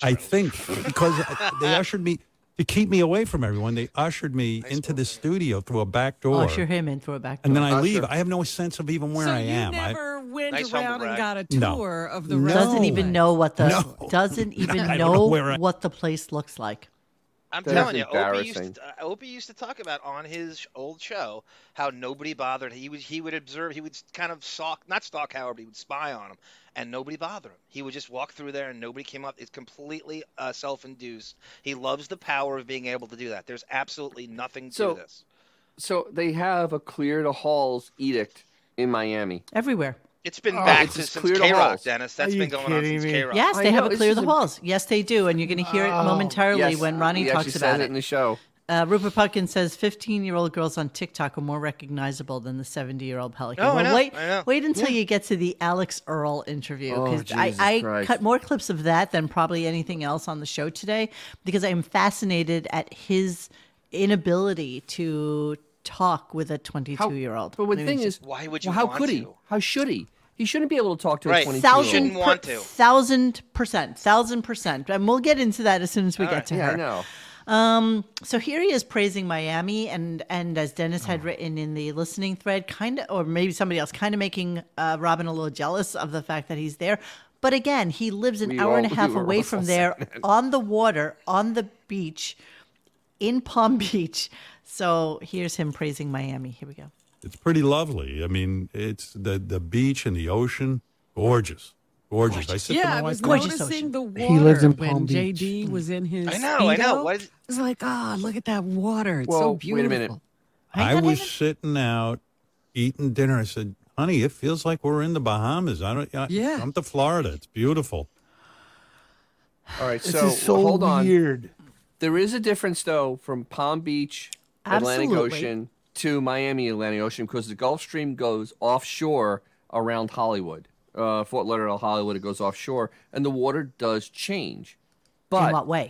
I think because they ushered me to keep me away from everyone. They ushered me into the studio through a back door,
Usher him in through a back door.
and then I leave. I have no sense of even where
so
I
you
am. I-
never went
Nice humble
around and
brag.
got a
No.
tour of the
No.
restaurant.
doesn't even know what the
No.
doesn't even
I
know,
don't know where I-
what the place looks like.
I'm
That's
telling you, Opie used,
embarrassing.
to, uh, Opie used to talk about on his old show how nobody bothered. He was he would observe. He would kind of stalk, not stalk Howard, but he would spy on him, and nobody bothered him. He would just walk through there, and nobody came up. It's completely uh, self-induced. He loves the power of being able to do that. There's absolutely nothing
So-
to this.
so they have a clear the halls edict in Miami.
Everywhere.
It's been
Oh,
back
it's
to
just
since
clear to
K Rock,
halls.
Dennis. That's
you
been going on
kidding
since
me?
K Rock.
Yes,
I
they have
know,
a
it's
clear
just
the
a-
halls. Yes, they do, and you're going to hear it
Wow.
momentarily
Yes,
when Ronnie
he actually
talks about
says it
it.
in the show.
Uh, Rupert Putkin says 15 year old girls on TikTok are more recognizable than the 70 year old Pelican.
Oh, I
well,
know,
wait,
I know.
wait until you get to the Alex Earl interview
Oh,
because I,
Jesus
I
Christ.
cut more clips of that than probably anything else on the show today because I am fascinated at his inability to talk with a 22 year old.
But the thing is,
Why would you
well, How
want
could he?
to?
How should he? He shouldn't be able to talk to
Right.
a twenty-two-year-old.
thousand
shouldn't
per,
want to.
thousand percent, thousand percent, and we'll get into that as soon as we get
right.
to
Yeah,
her. Um,
I know.
So here he is praising Miami, and and as Dennis
Oh.
had written in the listening thread, kind of, or maybe somebody else, kind of making uh, Robin a little jealous of the fact that he's there. But again, he lives an
We
hour
all-
and a half
we were
away
all
from
saying
there, on the water, on the beach, in Palm Beach. So here's him praising Miami. Here we go.
It's pretty lovely. I mean, it's the the beach and the ocean, gorgeous, gorgeous. I said
yeah,
to
I
my
was
wife,
gorgeous
noticing
ocean.
the water
He lives in Palm
when JD was in his.
I know, I know.
Speedo.
What is-
It's like, ah, look at that water. It's so
Well,
beautiful.
wait a minute.
I was sitting out eating dinner. I said, "Honey, it feels like we're in the Bahamas. I don't. I,
Yeah.
I'm to Florida. It's beautiful.
All right,
This
so,
is so
hold on.
weird.
There is a difference though from Palm Beach, Atlantic
Absolutely.
Ocean to Miami, Atlantic Ocean, because the Gulf Stream goes offshore around Hollywood, uh, Fort Lauderdale, Hollywood. It goes offshore, and the water does change,
in
but
what way?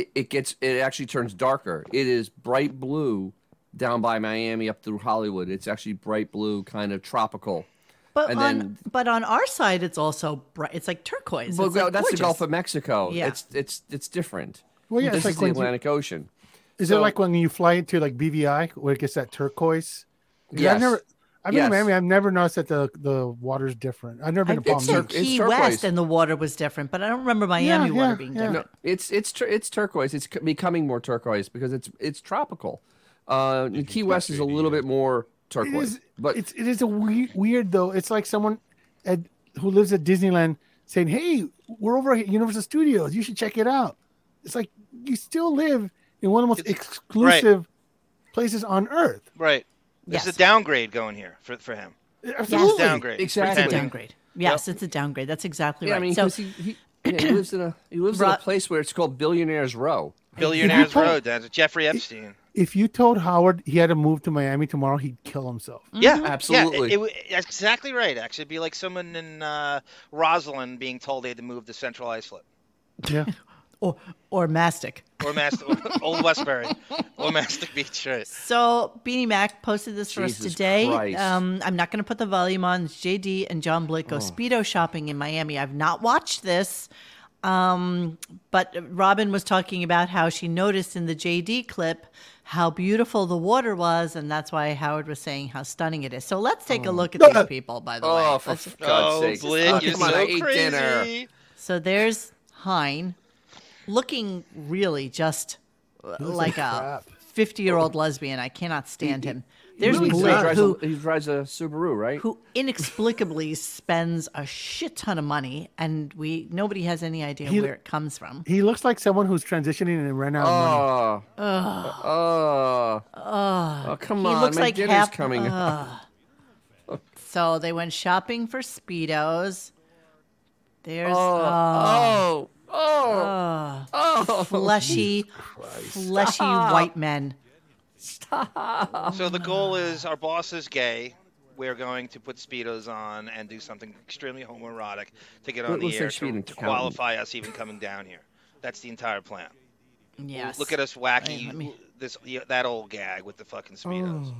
it, it gets it actually turns darker. It is bright blue down by Miami up through Hollywood. It's actually bright blue, kind of tropical.
But
And
on
then-
but on our side, it's also bright. It's like turquoise.
Well,
it's like
that's
gorgeous.
the Gulf of Mexico.
Yeah.
It's it's it's different.
Well, yeah,
this
it's like
is
when
the
you-
Atlantic Ocean.
Is it
So-
like when you fly into like BVI where it gets that turquoise? 'Cause
Yes.
I've never, I've been
Yes.
to Miami. I've never noticed that the the water's different. I've never
I
been to
did
Palm
say
Beach.
Turk- it's
Key
turquoise.
West and the water was different, but I don't remember Miami
Yeah,
water
yeah,
being
yeah.
different.
No, it's it's tur- it's turquoise. It's c- becoming more turquoise because it's it's tropical. Uh, Key West is a little bit more
It
turquoise,
is,
but
it's it is a weird, weird though. It's like someone at, who lives at Disneyland saying, "Hey, we're over at Universal Studios. You should check it out." It's like you still live in one of the most exclusive places on earth.
Right. There's
Yes.
a downgrade going here for, for him. It's a
Absolutely.
downgrade.
Exactly.
It's a
Pretending.
downgrade. Yes, it's a downgrade. That's exactly
yeah, I
right.
mean,
so
'cause he, he, yeah, he lives in a he lives in
Ro-
a place where it's called Billionaires Row.
Billionaires
told-
Road. That's Jeffrey Epstein.
If you told Howard he had to move to Miami tomorrow, he'd kill himself.
Yeah,
Mm-hmm.
Absolutely.
Mm-hmm. Yeah, it, it, that's exactly right. Actually, it'd be like someone in uh, Roslyn being told they had to move to Central Islip
Yeah.
or or mastic.
or Mast- Old Westbury or Mastic Beach. Right.
So Beanie Mac posted this for us
Jesus
today.
Christ.
Um, I'm not going to put the volume on. It's JD and John Blake
Oh.
go speedo shopping in Miami. I've not watched this, um, but Robin was talking about how she noticed in the JD clip how beautiful the water was, and that's why Howard was saying how stunning it is. So let's take a look at these people, by the way.
Oh, for
Let's-
f- God's
Oh,
sake!
Blake,
Oh,
you're
come on,
so
I ate
crazy.
dinner.
So there's Hein looking really just uh, like a 50 year old lesbian. I cannot stand him. There's
He
Blake
drives, a,
who,
he drives a Subaru, right?
who inexplicably spends a shit ton of money and we nobody has any idea where it comes from.
He looks like someone who's transitioning and ran out of money.
Oh, oh, oh, come
he
on!
looks
my
like
dinner's
half-
coming. up.
So they went shopping for Speedos. There's
oh, oh,
uh, fleshy, fleshy white men.
So the goal is our boss is gay. We're going to put speedos on and do something extremely homoerotic to get on
Looks
the air
like she's
to,
an
to
accountant.
qualify us even coming down here. That's the entire plan.
Yes.
Look at us wacky
Hey, let me- Oh,
this yeah, that old gag with the fucking
Oh.
speedos.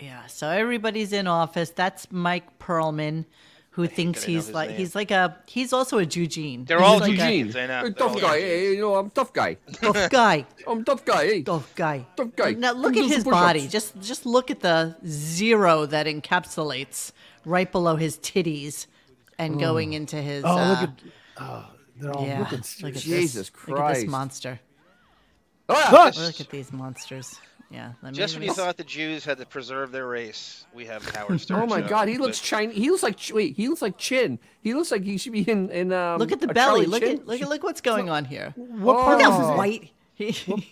Yeah, so everybody's in office. That's Mike Perlman, who thinks
that I know
he's
his
like
name.
he's like a he's also a Eugene.
They're all
like a
Eugenes. I know.
Hey,
They're
tough
all
guy.
Eugenes.
Hey, you know I'm tough guy.
tough guy,
I'm tough guy. Hey.
tough guy,
Tough guy.
Now look
Come
at
do some
his
push-ups.
body. Just just look at the zero that encapsulates right below his titties and going into his.
Oh,
uh,
look at. Oh, they're all
yeah,
looking
look at
stupid.
Jesus
this. Look at this
Christ.
monster.
Ah!
Look at these monsters. Yeah, let me.
Just when you
let me-
thought the Jews had to preserve their race, we have Howard Stern.
Oh my
show.
God, he
But
looks Chinese. He looks like Ch- wait, he looks like Chin. He looks like he should be in in um.
Look at the
a
belly.
Charlie
Look
Chin.
at look at look what's going on here.
What part
Look
of this
how
is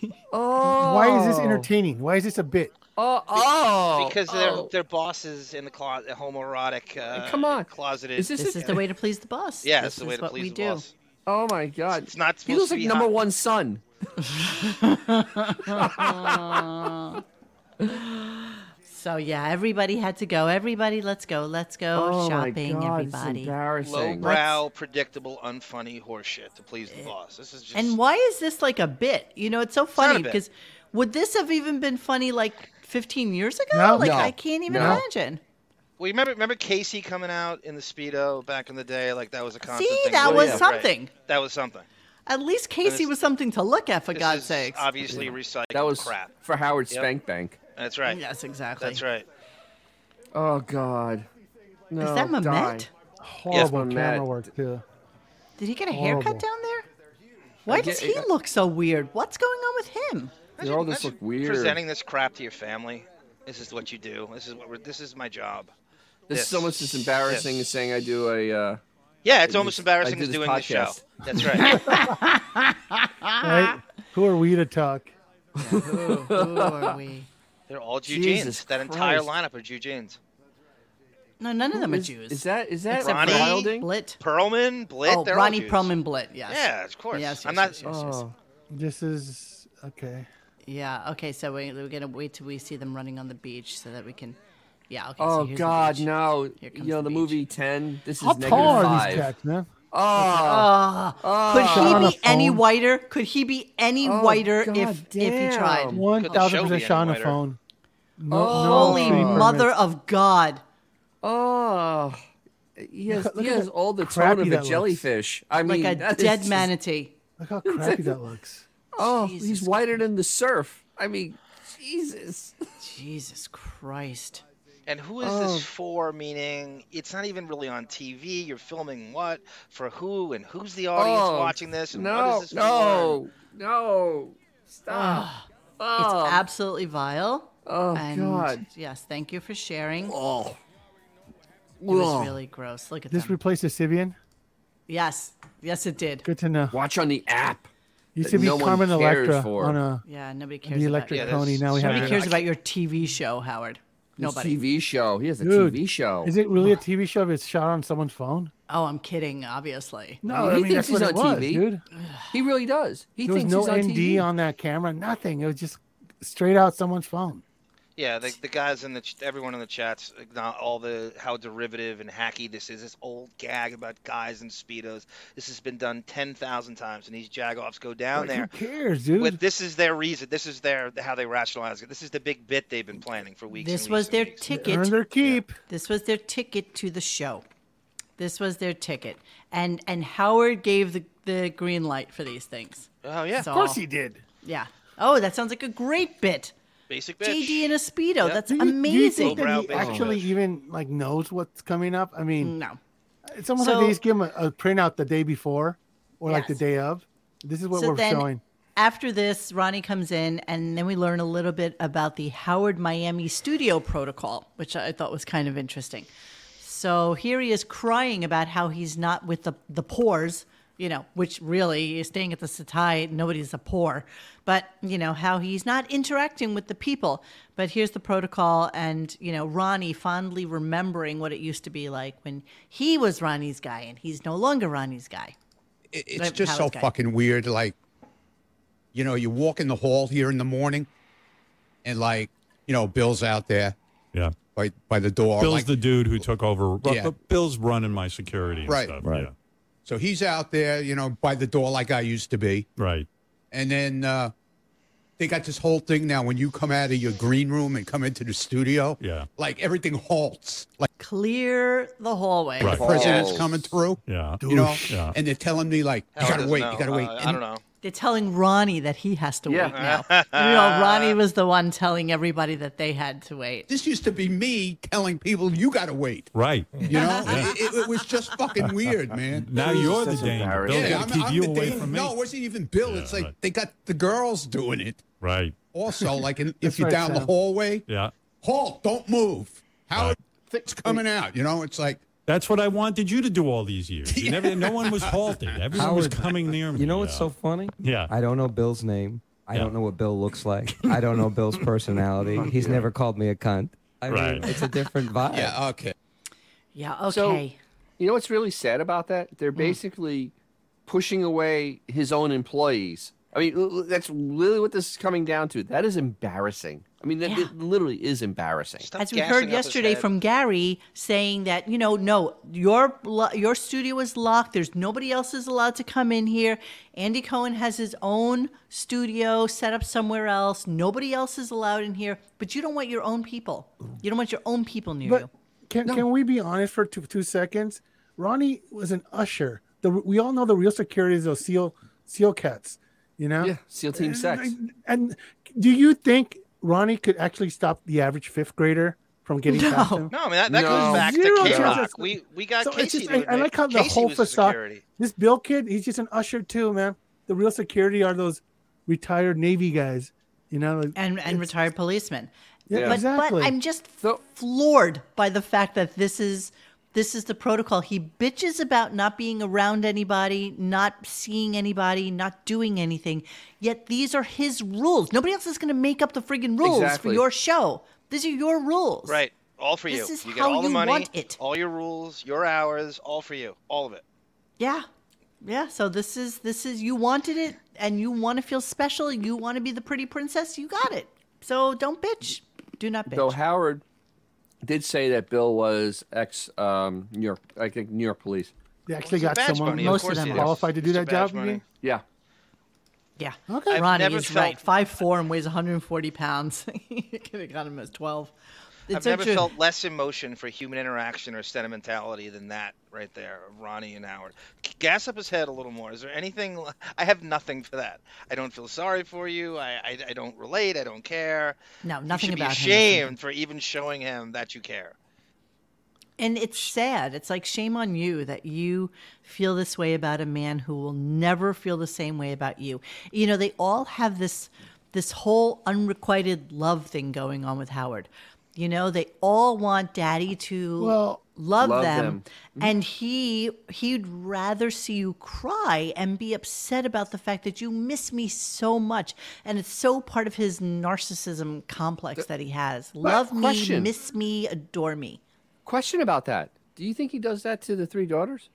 white.
Oh,
Why is this entertaining? Why is this a bit?
Oh, oh,
Because
oh.
they're, they're bosses in the closet, homoerotic. Uh,
Come on.
closeted.
Is this
This is the way to please the boss.
Yeah,
this
it's the way
is
to
what
please
we
the
do.
boss.
Oh my God,
It's not
He
supposed
looks
to
like
be
number
hot.
one son.
So yeah, everybody had to go. Everybody, let's go. Let's go
Oh
shopping.
my God, It's
everybody.
embarrassing.
Lowbrow, predictable, unfunny horseshit to please the boss. This is just.
Eh, And why is this like a bit? You know, it's so
not a
funny
bit.
because would this have even been funny like 15 years ago?
No.
like
No.
I can't even
No.
imagine.
well, you remember remember Casey coming out in the speedo back in the day? Like that was a constant
See,
thing.
that
Oh,
was
yeah. Right.
something.
That was something.
At least Casey
it's-
was something to look at, for
This
God's
is
sakes.
Obviously recycled
That was
crap.
for Howard Spank Bank.
That's right.
yes, exactly.
That's right.
Oh God. No,
Is that
die.
Mamet?
Horrible
Matt.
camera work too.
Did he get a haircut
Horrible.
down there? Why
get-
does he
I-
look so weird? What's going on with him?
They all just
uh, Imagine
look weird.
Presenting this crap to your family. This is what you do. This is what we're. This is my job.
This, is almost as embarrassing
This.
as saying I do a. Uh,
Yeah, it's
I do
almost
this-
embarrassing
I do
as
this
doing the show.
podcast.
That's right.
right? Who are we to talk?
Who, who are we?
They're all Jew
Jesus
Janes. That entire
Christ.
lineup are Jew Janes.
No, none of them are
is,
Jews.
is that is that
Except
Ronnie?
Wilding?
Blit?
Perlman, Blit.
oh,
they're
Ronnie
all Jews.
Perlman Blit. Yes.
Yeah, of course.
Yes, yes,
I'm not.
yes, yes, yes.
Oh.
This is okay.
Yeah. Okay. So we, we're gonna wait till we see them running on the beach so that we can. Yeah. Okay. so
Oh
here's the
God,
beach.
no!
Here
You
comes
know
the
the
beach.
movie Ten. This is
How
negative
tall are
five.
these cats, man?
Oh,
Ah,
Shot on
could
a
he be any
phone.
whiter? Could he be any
Oh,
whiter
God
if if he
damn.
tried?
One thousand
show be
percent
any
shot on a
whiter?
phone. No,
Oh.
no
Holy
shooting permits.
mother of God!
oh! He has,
Look
he
at
has
how
all the tone
crappy
of
that
a
looks.
jellyfish. I
Like
mean,
a
that is
dead
just-
manatee.
Look how crappy that looks.
Oh, he's
Jesus
whiter than the surf. I mean, Jesus.
Jesus Christ!
And who is
Oh.
this for? Meaning, it's not even really on TV. You're filming what for who, and who's the audience
Oh,
watching this? And what is this
No, no, no! Stop!
Ah.
Oh,
It's absolutely vile.
oh
and
God!
yes, thank you for sharing. It
Oh,
was really gross. Look at
This
this.
replaced a Sibian.
yes, yes, it did.
Good to know.
watch on the app.
Used
that
to be
no one
Carmen
cares
Electra
for.
on a
Yeah, nobody cares.
the
about
electric
your,
Yeah,
pony.
that's
Now we have
nobody
sweet.
an
cares about your TV show, Howard.
His
Nobody.
TV show. He has a
Dude,
TV show.
Is it really a TV show if it's shot on someone's phone?
Oh, I'm kidding. Obviously.
No,
He thinks he's on TV.
dude.
He really does. He
There was
thinks
no
he's on
ND
TV.
on that camera. Nothing. It was just straight out someone's phone.
Yeah, the, the guys in the ch- everyone in the chats acknow- all the how derivative and hacky this is. This old gag about guys and speedos. This has been done ten thousand times, and these jagoffs go down
Like,
there.
Who cares, dude?
With this is their reason. This is their how they rationalize it. This is the big bit they've been planning for weeks.
This
and
was
weeks and
their
weeks.
Earn
ticket.
their keep.
This was their ticket to the show. This was their ticket, and and Howard gave the the green light for these things.
Oh yeah,
So,
Of course he did.
Yeah. Oh, that sounds like a great bit.
basic bitch.
JD in a speedo.
Yep.
That's
Do you- Do you think
amazing.
that
Lowbrow
he
bitch.
actually even like knows what's coming up? I mean,
no.
it's almost like
So-
they just give him a, a printout the day before or like the
Yes.
day of. This is what
So
we're
then-
showing.
After this, Ronnie comes in, and then we learn a little bit about the Howard Miami studio protocol, which I thought was kind of interesting. So here he is crying about how he's not with the, the poors, you know, which really is staying at the Satai, nobody's a poor, but, you know, how he's not interacting with the people. But here's the protocol, and, you know, Ronnie fondly remembering what it used to be like when he was Ronnie's guy and he's no longer Ronnie's guy.
it- it's
Like
just
how
so
it's going.
fucking weird. Like, you know, you walk in the hall here in the morning, and like, you know, Bill's out there
Yeah.
by by the door.
Bill's
like-
the dude who took over. Ru-
Yeah.
Bill's running my security. And
Right.
Stuff.
Right.
Yeah.
so he's out there, you know, by the door like I used to be.
Right.
And then uh, they got this whole thing now. When you come out of your green room and come into the studio,
Yeah.
like everything halts. Like
Clear the hallway.
Right.
the president's
Halts.
coming through.
Yeah.
You know,
Douche. Yeah.
and they're telling me like,
Howard
you gotta
doesn't
wait,
know.
you gotta wait.
Uh, I
And-
don't know.
They're telling Ronnie that he has to
Yeah.
wait now. you know, Ronnie was the one telling everybody that they had to wait.
This used to be me telling people, you gotta wait.
Right.
You know, it, it, it was just fucking weird, man.
Now
Jesus,
you're the
that's
danger. Bill's
embarrassing.
going to keep you
the
away
Dave-
from me.
No, it wasn't even Bill. it's like
right.
they got the girls doing it.
Right.
Also, like in, if you're
right,
down the
Sam.
hallway,
Yeah.
halt, don't move. How it's coming out, you know? It's like
That's what I wanted you to do all these years. You never, no one was halted. Everyone was
Howard,
coming near me.
You know what's
yeah.
so funny?
Yeah.
I don't know Bill's name. I
Yeah.
don't know what Bill looks like. I don't know Bill's personality. He's never called me a cunt. I
Right.
mean, it's a different vibe.
uh,
yeah, okay.
Yeah, okay.
So- You know what's really sad about that? They're basically pushing away his own employees. I mean, l- l- that's really what this is coming down to. That is embarrassing. I mean, that
Yeah.
it literally is embarrassing.
Stop
As we
gassing up
heard
his
yesterday
head.
from Gary saying that, you know, no, your lo- your studio is locked. There's nobody else is allowed to come in here. Andy Cohen has his own studio set up somewhere else. Nobody else is allowed in here, but you don't want your own people. You don't want your own people near
But
you.
can can we be honest for two, two seconds? Ronnie was an usher. The, we all know the real security is those seal seal cats, you know.
Yeah, SEAL Team Sex.
And do you think Ronnie could actually stop the average fifth grader from getting
No.
past him?
No, I mean that, that
No.
goes back
Zero
to K Rock.
chances.
We we got
So it's
Casey.
just,
to
I, I
admit-
like how the
Casey
whole
was the
facade.
security.
This Bill kid, he's just an usher too, man. The real security are those retired Navy guys, you know. Like,
and and retired policemen.
Yeah,
but,
exactly.
but I'm just floored by the fact that this is this is the protocol. He bitches about not being around anybody, not seeing anybody, not doing anything. Yet these are his rules. Nobody else is going to make up the friggin' rules for
Exactly.
your show. These are your rules.
Right. All for
This
you.
is
you get
how
all the
you
money,
want it.
all your rules, your hours, all for you. All of it.
Yeah. Yeah. So this is this is you wanted it and you want to feel special. You want to be the pretty princess. You got it. So don't bitch. Do not bitch.
Though Howard did say that Bill was ex um, New York, I think New York police.
They actually
Well, it's
got
a badge
someone
money, of course it is.
qualified to do
It's a
that job.
badge
you
money.
mean?
Yeah.
Yeah.
Okay.
I've
Ronnie
never
is
felt-
right. Five four and weighs 140 pounds. you could have got him as 12. It's
I've
so
never
true.
felt less emotion for human interaction or sentimentality than that right there, of Ronnie and Howard. Gas up his head a little more. Is there anything? l- I have nothing for that. I don't feel sorry for you. I, I, I don't relate. I don't care.
No,
You
nothing
should
about him
be
is
ashamed for even showing him that you care.
And it's sad. It's like shame on you that you feel this way about a man who will never feel the same way about you. You know, they all have this this whole unrequited love thing going on with Howard. You know, they all want daddy to
Well,
love,
Love
them,
them. Mm-hmm.
and he he'd rather see you cry and be upset about the fact that you miss me so much and it's so part of his narcissism complex that he has. Love me,
question.
miss me, adore me.
Question about that. Do you think he does that to the three daughters?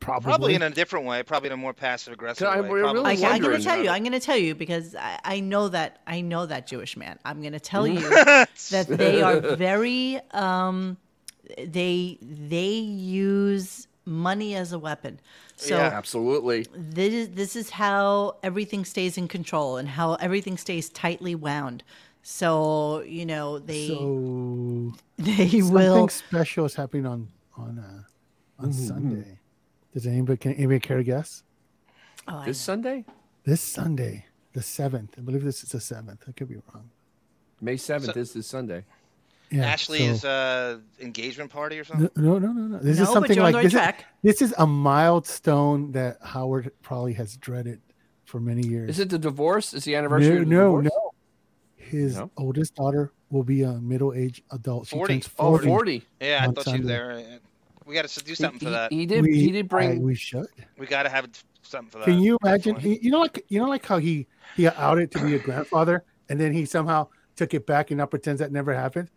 Probably.
Probably in a different way. Probably in a more passive aggressive
Yeah, I-
way.
we're
probably
I,
really
more
I'm going
wondering
to tell
aggressive.
uh,
you. I'm going to tell you because I, I know that I know that Jewish man. I'm going to tell you that they are very. Um, they they use money as a weapon. So
yeah, absolutely.
this is this is how everything stays in control and how everything stays tightly wound. So you know they
So
they
something
will.
special is happening on on uh,
Mm-hmm,
on Sunday. Does anybody can anybody care to guess?
Oh, I
This Sunday,
This Sunday, the seventh. I believe this is the seventh. I could be wrong.
May seventh is this Sunday.
Yeah, so-
Ashley's uh, engagement party or something.
No, no, no, no. no. This
No,
is
but
something
you're
like
on the right
this,
track.
Is, this is a milestone that Howard probably has dreaded for many years.
Is it the divorce? Is the
no,
anniversary? of the
no,
divorce?
no. His
No?
oldest daughter will be a middle-aged adult. She
40.
turns
Oh,
40.
40.
Yeah, I
On
thought she was
Sunday.
there. We got to do something
he,
for
he-
that.
He, did.
We,
he did
I-
bring.
we should.
We got to have something for that.
Can you imagine?
definitely.
He, you know, like you know, like how he he got outed to be a grandfather, and then he somehow took it back and now pretends that never happened.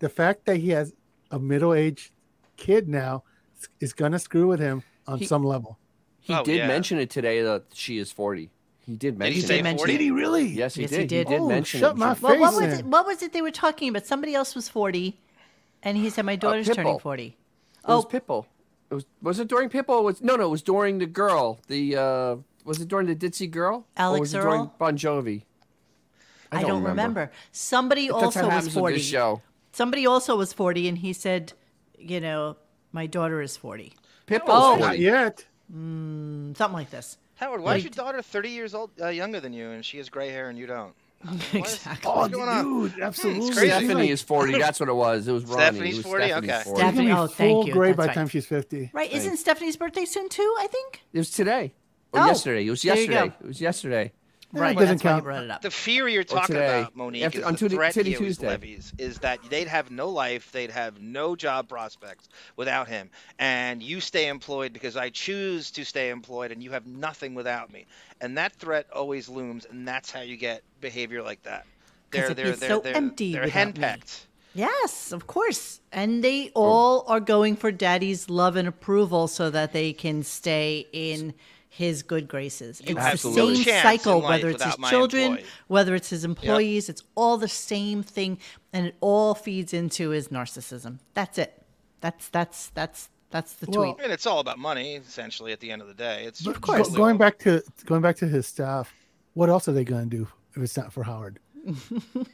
The fact that he has a middle-aged kid now s- is gonna screw with him on
He-
some level.
he
Oh,
did
yeah.
mention it today that she is forty. He did mention
say
it.
mention
Did he
really?
Yes, he
Yes, he
did.
did.
Oh,
mention
shut
it.
my
Well, what
face
was
in.
it? What was it they were talking about? Somebody else was 40, and he said, "My daughter's turning
Uh,
Oh.
Pitbull.
40."
It was Pitbull. It was was it during Pitbull? It was no, no. It was during the girl. The uh, was it during the ditzy girl?
Alex
or was it during
Earl?
Bon Jovi?
I don't, remember. Somebody
That's
also
what
was
happens with
40.
this show.
Somebody also was 40, and he said, you know, my daughter is 40.
Pitbull's
Oh.
Not
40.
yet.
Something like this.
Howard, why is your daughter 30 years old, uh, younger than you, and she has gray hair and you don't?
exactly.
Oh,
going on?
dude, absolutely.
crazy.
Stephanie is forty. That's what it was. It was Ronnie.
Stephanie's
it was
40?
Stephanie's
Okay.
40.
She's gonna
Stephanie-
be
oh, thank
full
you.
grade
That's
by the
right.
time she's fifty.
Right. Isn't Stephanie's birthday soon, too? I think.
It was today. Or
Oh,
yesterday. It was
there you go.
yesterday. It was yesterday.
right.
doesn't
That's why you
count.
brought it up.
The fear you're talking
today,
about, Monique,
after-
is
on
the
Tuesday-
threat
Titty
he always
Tuesday.
levies is that they'd have no life, they'd have no job prospects without him, and you stay employed because I choose to stay employed, and you have nothing without me, and that threat always looms, and that's how you get behavior like that.
'Cause
They're
it
they're
is
they're
so
they're,
empty
they're
without me.
henpecked.
Yes, of course. And they all are going for daddy's love and approval so that they can stay in his good graces. It's
Absolutely.
the
Chance
same
in
cycle,
life
whether it's his
without my
children,
employee.
whether it's his employees, it's all the same thing and it all feeds into his narcissism. That's it. That's that's that's that's the tweet.
Well,
I mean, it's all about money, essentially. At the end of the day, it's
But
totally
go- going
all-
back to going back to his staff, what else are they going to do if it's not for Howard?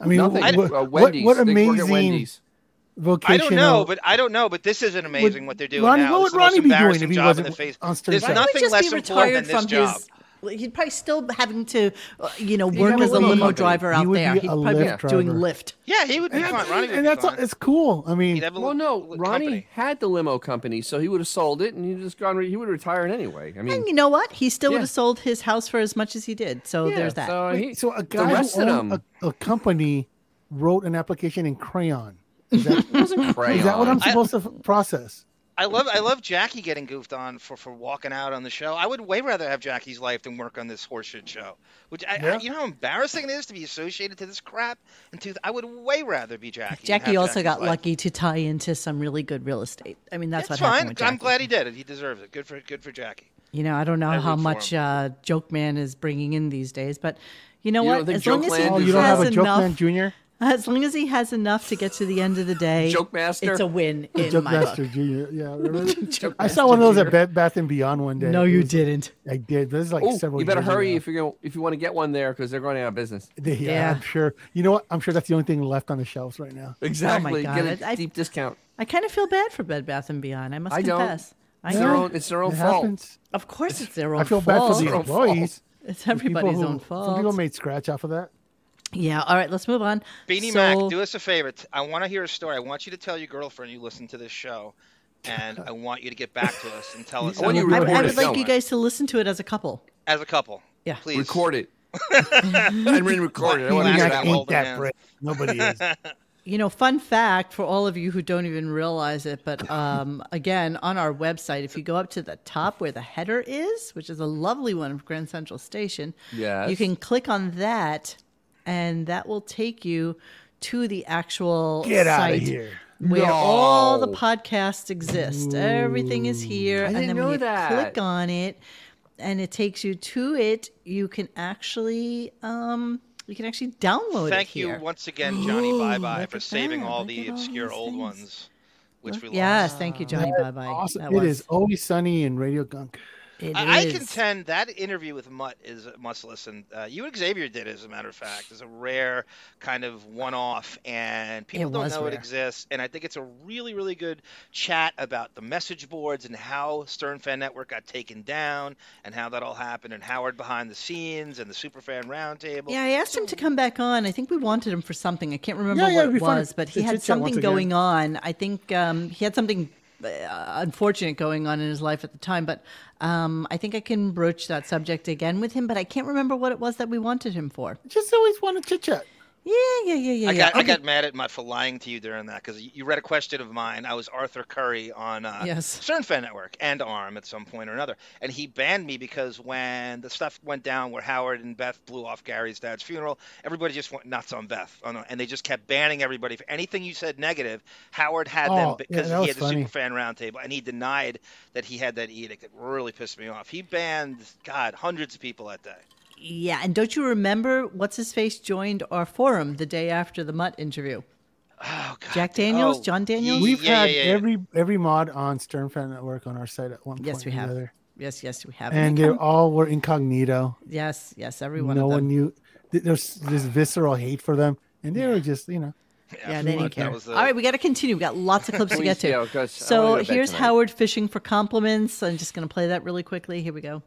I mean,
Nothing.
wh-
uh,
what, what,
Wendy's. They work at
amazing
Wendy's.
vocational.
I don't know, but I don't know, but this isn't amazing what they're doing
Ronnie-
now.
what
It's
would
the most
Ronnie be doing
embarrassing
if he
job in
wasn't
the face.
on stage?
There's
Why would
Why would he
nothing
just
less
be
important than
retired
this
from
job.
his. well, He'd probably still be having to, uh, you know,
have
work
a
as a
limo
limo
company.
driver
He
out
would be
there. He'd
a
probably be
Lyft
doing
driver.
Lift.
Yeah, he would be
and
fine.
that's,
Ronnie would
and
be
that's
fine.
it's cool. I mean,
He'd have a
Well, no,
little- little
Ronnie
company.
had the limo company, so he would have sold it, and he just gone. Re- he would have retired anyway. I mean,
And you know what? He still would
Yeah.
have sold his house for as much as he did. So
yeah,
there's that.
So, Uh, he,
so a guy
the rest
who
of
owned
them.
a, a company wrote an application in crayon.
Crayon.
Is that what I'm
I-
supposed to f- process?
I love I love Jackie getting goofed on for, for walking out on the show. I would way rather have Jackie's life than work on this horseshit show. Which I, I
Yeah.
you know how embarrassing it is to be associated to this crap. And to I would way rather be Jackie. than
Jackie
have
also
Jackie's
got
life.
lucky to tie into some really good real estate. I mean, that's
It's
what
fine.
happened with
I'm
Jackie.
glad he did it. He deserves it. Good for good for Jackie.
You know, I don't know
I
how
root for
much
him.
uh, Joke Man is bringing in these days, but you know
You don't
what?
think
As long
Joke
as he
Land
Oh,
is
you don't have a
has
joke
enough,
man, Junior?
as long as he has enough to get to the end of the day,
Joke Master?
it's a win
A
in
joke
my
master,
book.
Junior. Yeah, remember?
Joke
I
Master
saw one of those at
here.
Bed Bath and Beyond one day.
No,
It
you
was-
didn't.
I did. This is like
Oh,
several.
you better
years
hurry
ago.
if you're gonna, if you want to get one there because they're going out of business.
Yeah,
Yeah. Oh
I'm sure. You know what? I'm sure that's the only thing left on the shelves right now.
Exactly.
God,
Get a
I- I-
deep discount.
I kind of feel bad for Bed Bath and Beyond. I must
I don't.
confess. I
It's
know.
their own. It's their own
It
fault.
happens.
Of course, it's their own
I feel bad
fault.
for the
Their own fault.
employees.
It's
The people
everybody's
who-
own
Some people
fault.
made scratch off of that.
yeah. All right, let's move on.
Beanie Mac, do us a favor. T- I want to hear a story. I want you to tell your girlfriend you listened to this show, and I want you to get back to us and tell us.
I want
how-
you to
I,
record
I
it
would like you
somewhere.
guys to listen to it as a couple.
as a couple.
Yeah.
please
Record it. I mean, record it. I
Well,
want
that's
to hear
what
that
I
one.
want. old man.
brick. Nobody is.
You know, fun fact for all of you who don't even realize it, but um, again, on our website, if you go up to the top where the header is, which is a lovely one of Grand Central Station,
Yes.
you can click on that, and that will take you to the actual
Get out of
site
here.
where all the
No.
podcasts exist. Everything is here, and
didn't
then when
know
you
that.
click on it, and it takes you to it, you can actually um, you can actually download it
Thank you
here.
once again, Johnny Bye Bye,
look
for
at
saving
that.
all
Look
the
at all
obscure
these
old
things.
ones, which we
Yes,
lost.
thank you, Johnny. Bye bye.
Awesome. It is always sunny in Radio Gunk.
It
I, I
is.
contend that interview with Mutt is a must listen. Uh, you and Xavier did, as a matter of fact, is a rare kind of one off, and people
It
don't
was
know it
rare.
exists. And I think it's a really, really good chat about the message boards and how Stern Fan Network got taken down, and how that all happened, and Howard behind the scenes, and the Superfan Roundtable.
Yeah, I asked him to come back on. I think we wanted him for something. I can't remember
Yeah, yeah,
what
it'd be
it
fun
was,
to-
but
to
he had
chit-chat once
something
again.
going on. I think um, he had something uh, unfortunate going on in his life at the time, but um, I think I can broach that subject again with him. But I can't remember what it was that we wanted him for.
Just always want to chit chat.
Yeah, yeah, yeah, yeah.
I
yeah.
got I
Okay.
got mad at Mutt for lying to you during that because you read a question of mine. I was Arthur Curry on uh,
Yes.
Stern Fan Network and ARM at some point or another, and he banned me because when the stuff went down where Howard and Beth blew off Gary's dad's funeral, everybody just went nuts on Beth, on, and they just kept banning everybody for anything you said negative. Howard had them
Oh, yeah,
because
that
he
was
had the
funny.
Superfan Roundtable, and he denied that he had that edict. It really pissed me off. He banned God hundreds of people that day.
Yeah, and don't you remember what's his face joined our forum the day after the Mutt interview?
Oh God!
Jack
dude.
Daniels,
Oh,
John Daniels?
ye-
We've
yeah, yeah,
had
yeah, yeah.
every every mod on Stern Fan Network on our site at one
Yes,
point
we
or
have.
another.
Yes, yes, we have.
And
They
they
come-
all were incognito.
yes, yes, every one
no
of them.
one knew. th- There's this visceral hate for them, and they were just, you know,
Yeah,
Yeah,
they
but
didn't
that
care.
was the-
All right, we got to continue. We got lots of clips to get
Please, yeah,
to.
'cause I wanna
so
go to bed
here's
tonight.
Howard fishing for compliments. I'm just going to play that really quickly. Here we go.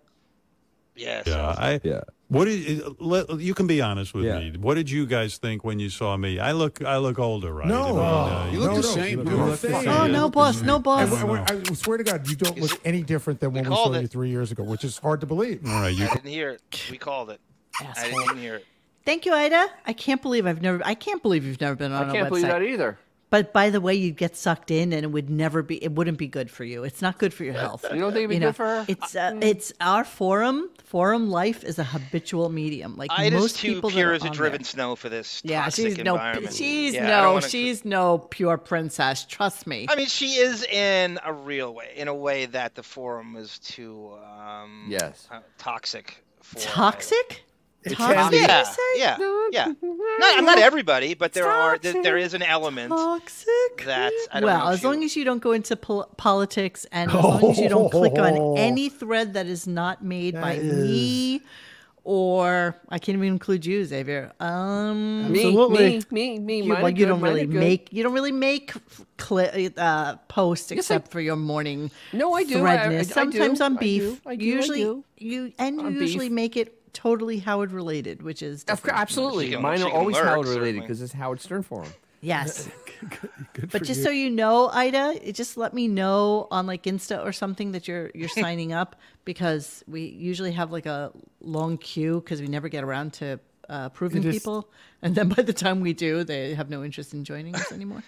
Yes.
Yeah, I,
Yeah.
What is, let, you can be honest with
Yeah.
me. What did you guys think when you saw me? I look I look older, right?
No.
I mean, uh,
You look
No, no,
the same,
you
dude.
look
Look
the
fucking
same.
Oh
Yeah.
no, boss! No
I,
boss!
don't know.
I- I swear to God, you don't look any different than when we
called
saw
it.
you three years ago, which is hard to believe.
all right, you
I didn't hear it. We called it. I didn't even hear it.
Thank you, Ida. I can't believe I've never. I can't believe you've never been on
I
our
can't believe that
website.
either.
But by the way, you'd get sucked in, and it would never be. It wouldn't be good for you. It's not good for your health.
You don't think it'd be
You
good
know,
for her? Mm.
It's uh, it's our forum. Forum life is a habitual medium. Like
Ida's
most
too
people that
pure
are
as a
on
driven
there.
snow for this.
Yeah,
toxic
she's no.
environment.
She's
Yeah, I don't
no.
wanna-
She's no pure princess. Trust me.
I mean, she is in a real way, in a way that the forum is too. Um,
Yes.
uh, toxic. For
Toxic?
Yeah,
Toxic?
yeah,
you say?
yeah, Not, not everybody, but there are there, there is an element.
Toxic?
That- I don't
well,
know if
as long
you-
as you don't go into pol- politics and as long as you don't click on any thread that is not made by
That
me or I can't even include you, Xavier. Um,
Me,
Absolutely.
me, me, me.
you,
mine are
well, you
good,
don't
mine are
really
good.
make you don't really make cli uh, posts
Yes, I-
except for your morning.
No, I do. I- I-
threadness.
I- I do.
Sometimes on
I
beef.
do. I do. I
usually
do.
you and you
On beef.
usually make it totally Howard related, which is
Of course,
different.
absolutely.
Chicken-
Mine are
chicken
always
lurks,
Howard related
certainly.
because it's Howard Stern for him.
yes.
good
But
for
just
you.
so you know, Ida, it- just let me know on like Insta or something that you're you're signing up because we usually have like a long queue because we never get around to uh, proven
It is-
people, and then by the time we do, they have no interest in joining us anymore,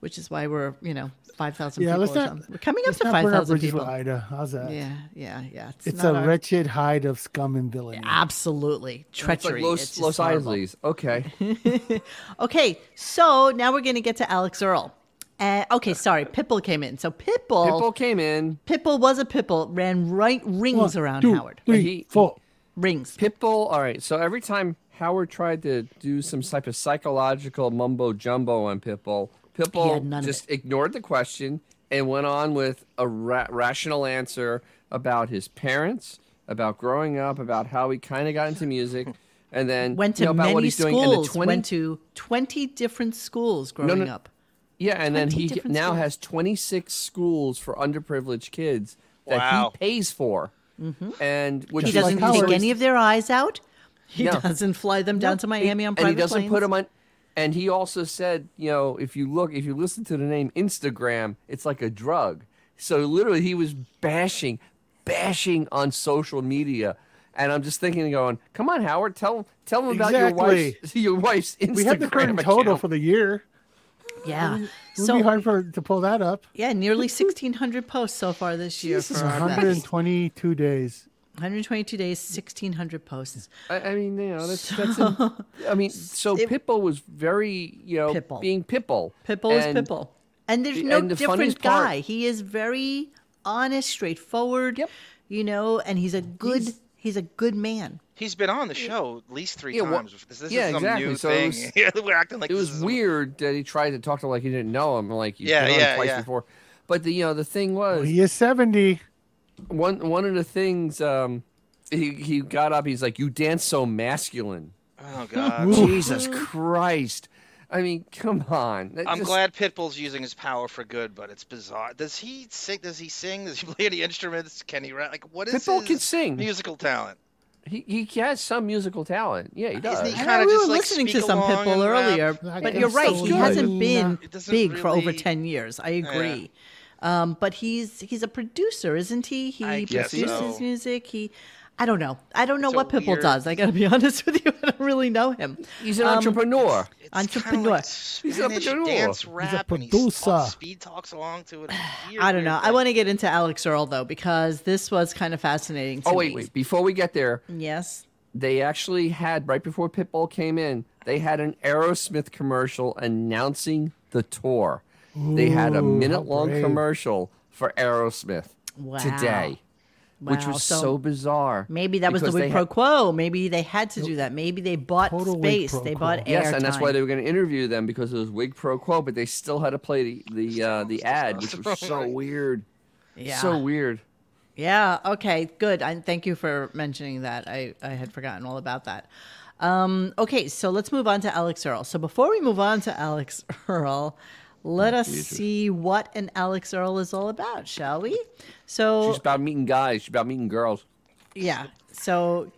which is why we're you know five thousand.
Yeah,
people
let's
or
not.
something. We're coming up
let's
to
not
five
burn our
thousand
bridges
people.
with Ida. How's that?
Yeah, yeah, yeah. It's,
It's, a
not our-
wretched hide of scum and villainy.
Absolutely treachery.
It's like Los,
It's just
Los
horrible.
Angeles. Okay.
Okay, so now we're going to get to Alex Earl. Uh, okay, sorry, Pipple came in. So Pipple,
Pitbull
Pipple,
came in.
was a Pipple, ran right rings
One,
around
two,
Howard.
Three,
He-
four.
Rings.
Pitbull. All right. So every time Howard tried to do some type of psychological mumbo jumbo on Pitbull,
had none
Pitbull
of
just ignored the question and went on with a ra- rational answer about his parents, about growing up, about how he kind of got into music, and then
Went to
you know, about what
many
he's doing in the
schools.
20
Went to twenty different schools growing
no.
up.
Yeah, and then
20
he
different
now
schools.
has 26 schools for underprivileged kids that
Wow.
he pays for. And
Mm-hmm.
which
He
is
doesn't
like
take
Howard.
any of their eyes out. He
No.
doesn't fly them down to Miami on
and
private
he doesn't
planes.
put them on and he also said you know if you look if you listen to the name instagram it's like a drug so literally he was bashing bashing on social media and i'm just thinking going come on howard tell tell him about your wife's your wife's instagram
We have the current
account.
total for the year.
Yeah.
It would be
So
hard for to pull that up.
yeah, nearly sixteen hundred posts so far this year
This is
for our best.
122 days.
122 days, 1600 posts.
I, I mean, you know, that's, that's a, I mean, so
it-
Pitbull was very, you know,
Pitbull.
being Pitbull.
Pitbull
And-
is Pitbull. And there's
the-
no
and the funniest
different
part-
guy. He is very honest, straightforward,
Yep.
you know, and he's a good he's, a good man.
He's been on the show at least three
Yeah, well-
times. This, this
yeah,
is some
exactly.
new
So it
thing.
was-
Yeah, We're acting like
it
this
was
is-
weird that he tried to talk to him like he didn't know him, like he's
Yeah,
been on
yeah,
twice
yeah.
before. But the you know the thing was
He is 70.
one one of the things um, he he got up. He's like, "You dance so masculine."
Oh God.
Jesus Christ! I mean, come on. That
I'm
just-
glad Pitbull's using his power for good, but it's bizarre. Does he sing? Does he sing? Does he play any instruments? Can he rap? Like, what is
Pitbull
his
can sing.
musical talent?
he he has some musical talent. Yeah, he does.
Isn't he
And
kinda
I, we
just,
were
like,
listening to
speak
some
along
Pitbull
and rap.
earlier,
Like,
but
it's
you're right.
so
he
good.
hasn't been
It doesn't
big for over
really-
10 years. I agree. Um, but he's he's a producer, isn't he? He
I guess
produces
so.
music. He I don't know. I don't know
It's a
what Pitbull
weird-
does. I got to be honest with you. I don't really know him.
He's an
Um,
entrepreneur.
It's kinda
Entrepreneur.
Like
He's an
Spanish
entrepreneur.
dance
He's
rap, and he
producer.
talks- speed talks along to it. It's weird,
I don't
weird
know. I
thing.
want to get into Alex Earl though because this was kind of fascinating. To
Oh wait,
me.
wait. Before we get there,
Yes.
they actually had right before Pitbull came in, they had an Aerosmith commercial announcing the tour. they had a minute long
brave.
commercial for Aerosmith today, which
Wow,
was
so
so, bizarre.
Maybe that was the
because they
quid pro
had-
quo. Maybe they had to do that. Maybe they bought
Total quid
space.
pro
They
quo.
bought air.
Yes, and that's why they were going to interview them because it was wig pro quo, but they still had to play the the, uh, the ad, which was so weird,
Yeah.
so weird.
Yeah. Okay. Good. I thank you for mentioning that. I, I had forgotten all about that. Um, okay. So let's move on to Alex Earl. So before we move on to Alex Earl, let us see what an Alex Earl is all about, shall we? So
She's about meeting guys. She's about meeting girls.
Yeah. So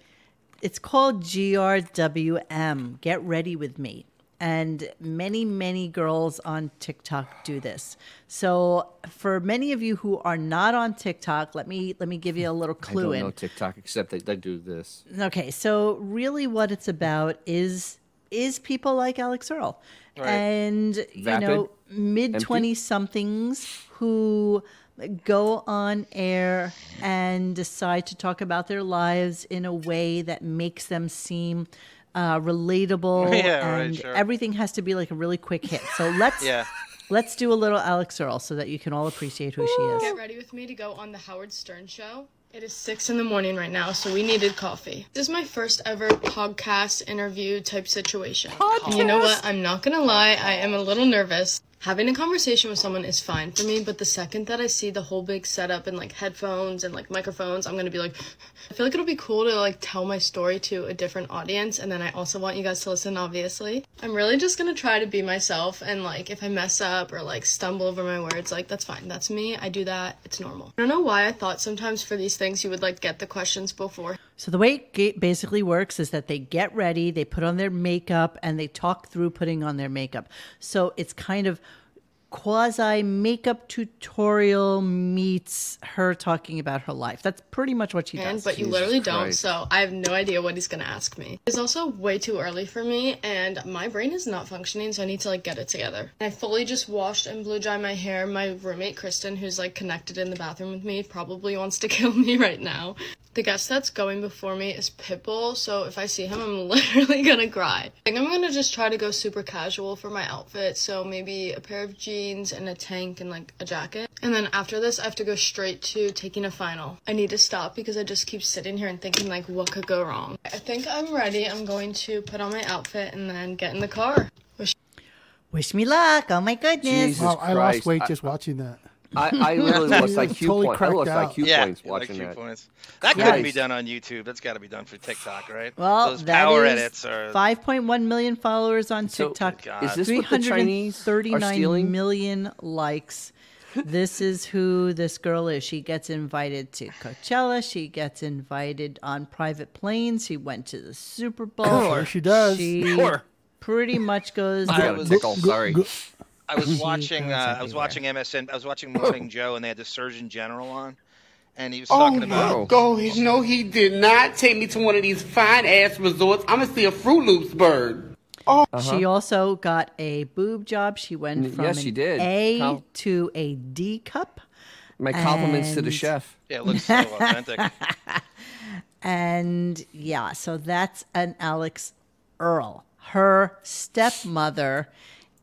it's called GRWM. Get ready with me. And many, many girls on TikTok do this. So for many of you who are not on TikTok, let me let me give you a little
I
clue
don't
in.
know TikTok except they, they do this.
Okay, so really, what it's about is is people like Alex Earl and you
Vapid,
know mid twenty somethings who go on air and decide to talk about their lives in a way that makes them seem uh, relatable,
Yeah, right,
and
sure.
everything has to be like a really quick hit. So let's
Yeah.
let's do a little Alex Earl so that you can all appreciate who she
Get
is.
ready with me to go on the Howard Stern show. It is six in the morning right now, so we needed coffee. This is my first ever podcast interview type situation. And You know what? I'm not gonna lie, I am a little nervous. Having a conversation with someone is fine for me, but the second that I see the whole big setup and like headphones and like microphones, I'm gonna be like, I feel like it'll be cool to like tell my story to a different audience, and then I also want you guys to listen, obviously. I'm really just gonna try to be myself, and like if I mess up or like stumble over my words, like that's fine. That's me. I do that. It's normal. I don't know why I thought sometimes for these things you would like get the questions before.
So the way it ga- basically works is that they get ready, they put on their makeup, and they talk through putting on their makeup. So it's kind of quasi makeup tutorial meets her talking about her life. That's pretty much what she
man,
does.
but you literally don't, so I have no idea what he's gonna ask me. It's also way too early for me, and my brain is not functioning, so I need to like get it together. I fully just washed and blow dry my hair. My roommate Kristen, who's like connected in the bathroom with me, probably wants to kill me right now. The guest that's going before me is Pitbull, so if I see him, I'm literally gonna cry. I think I'm gonna just try to go super casual for my outfit, so maybe a pair of jeans and a tank and like a jacket. And then after this, I have to go straight to taking a final. I need to stop because I just keep sitting here and thinking, like, what could go wrong? I think I'm ready. I'm going to put on my outfit and then get in the car.
Wish me luck. Oh my goodness.
Jesus
Wow, I lost
Christ.
weight
I-
just watching that.
I, I literally lost IQ
Totally
points. I
cracked
lost
out.
IQ
yeah,
points
yeah,
watching
IQ
that.
points. That couldn't be
Christ.
done on YouTube. That's got to be done for TikTok, right?
Well,
those
that
power
is
edits are.
5.1 million followers on TikTok.
God. is this
what the Chinese are
339
stealing?
million likes. this is who this girl is. She gets invited to Coachella. She gets invited on private planes. She went to the Super Bowl.
Sure she does.
She
Sure.
pretty much goes.
I
down.
was-
Tickle, sorry.
I was watching. Uh, I was watching MSN. I was watching
Oh.
Morning Joe, and they had the Surgeon General on, and he was talking about.
Oh gosh, no, he did not take me to one of these fine ass resorts. I'm gonna see a Fruit Loops bird. Oh,
She also got a boob job. She
N-
went from
Uh-huh. Mm, yes,
an
she did.
A
Com-
to a D cup.
My compliments to the
And-
chef.
Yeah, it looks so authentic.
And yeah, so that's an Alex Earl. Her stepmother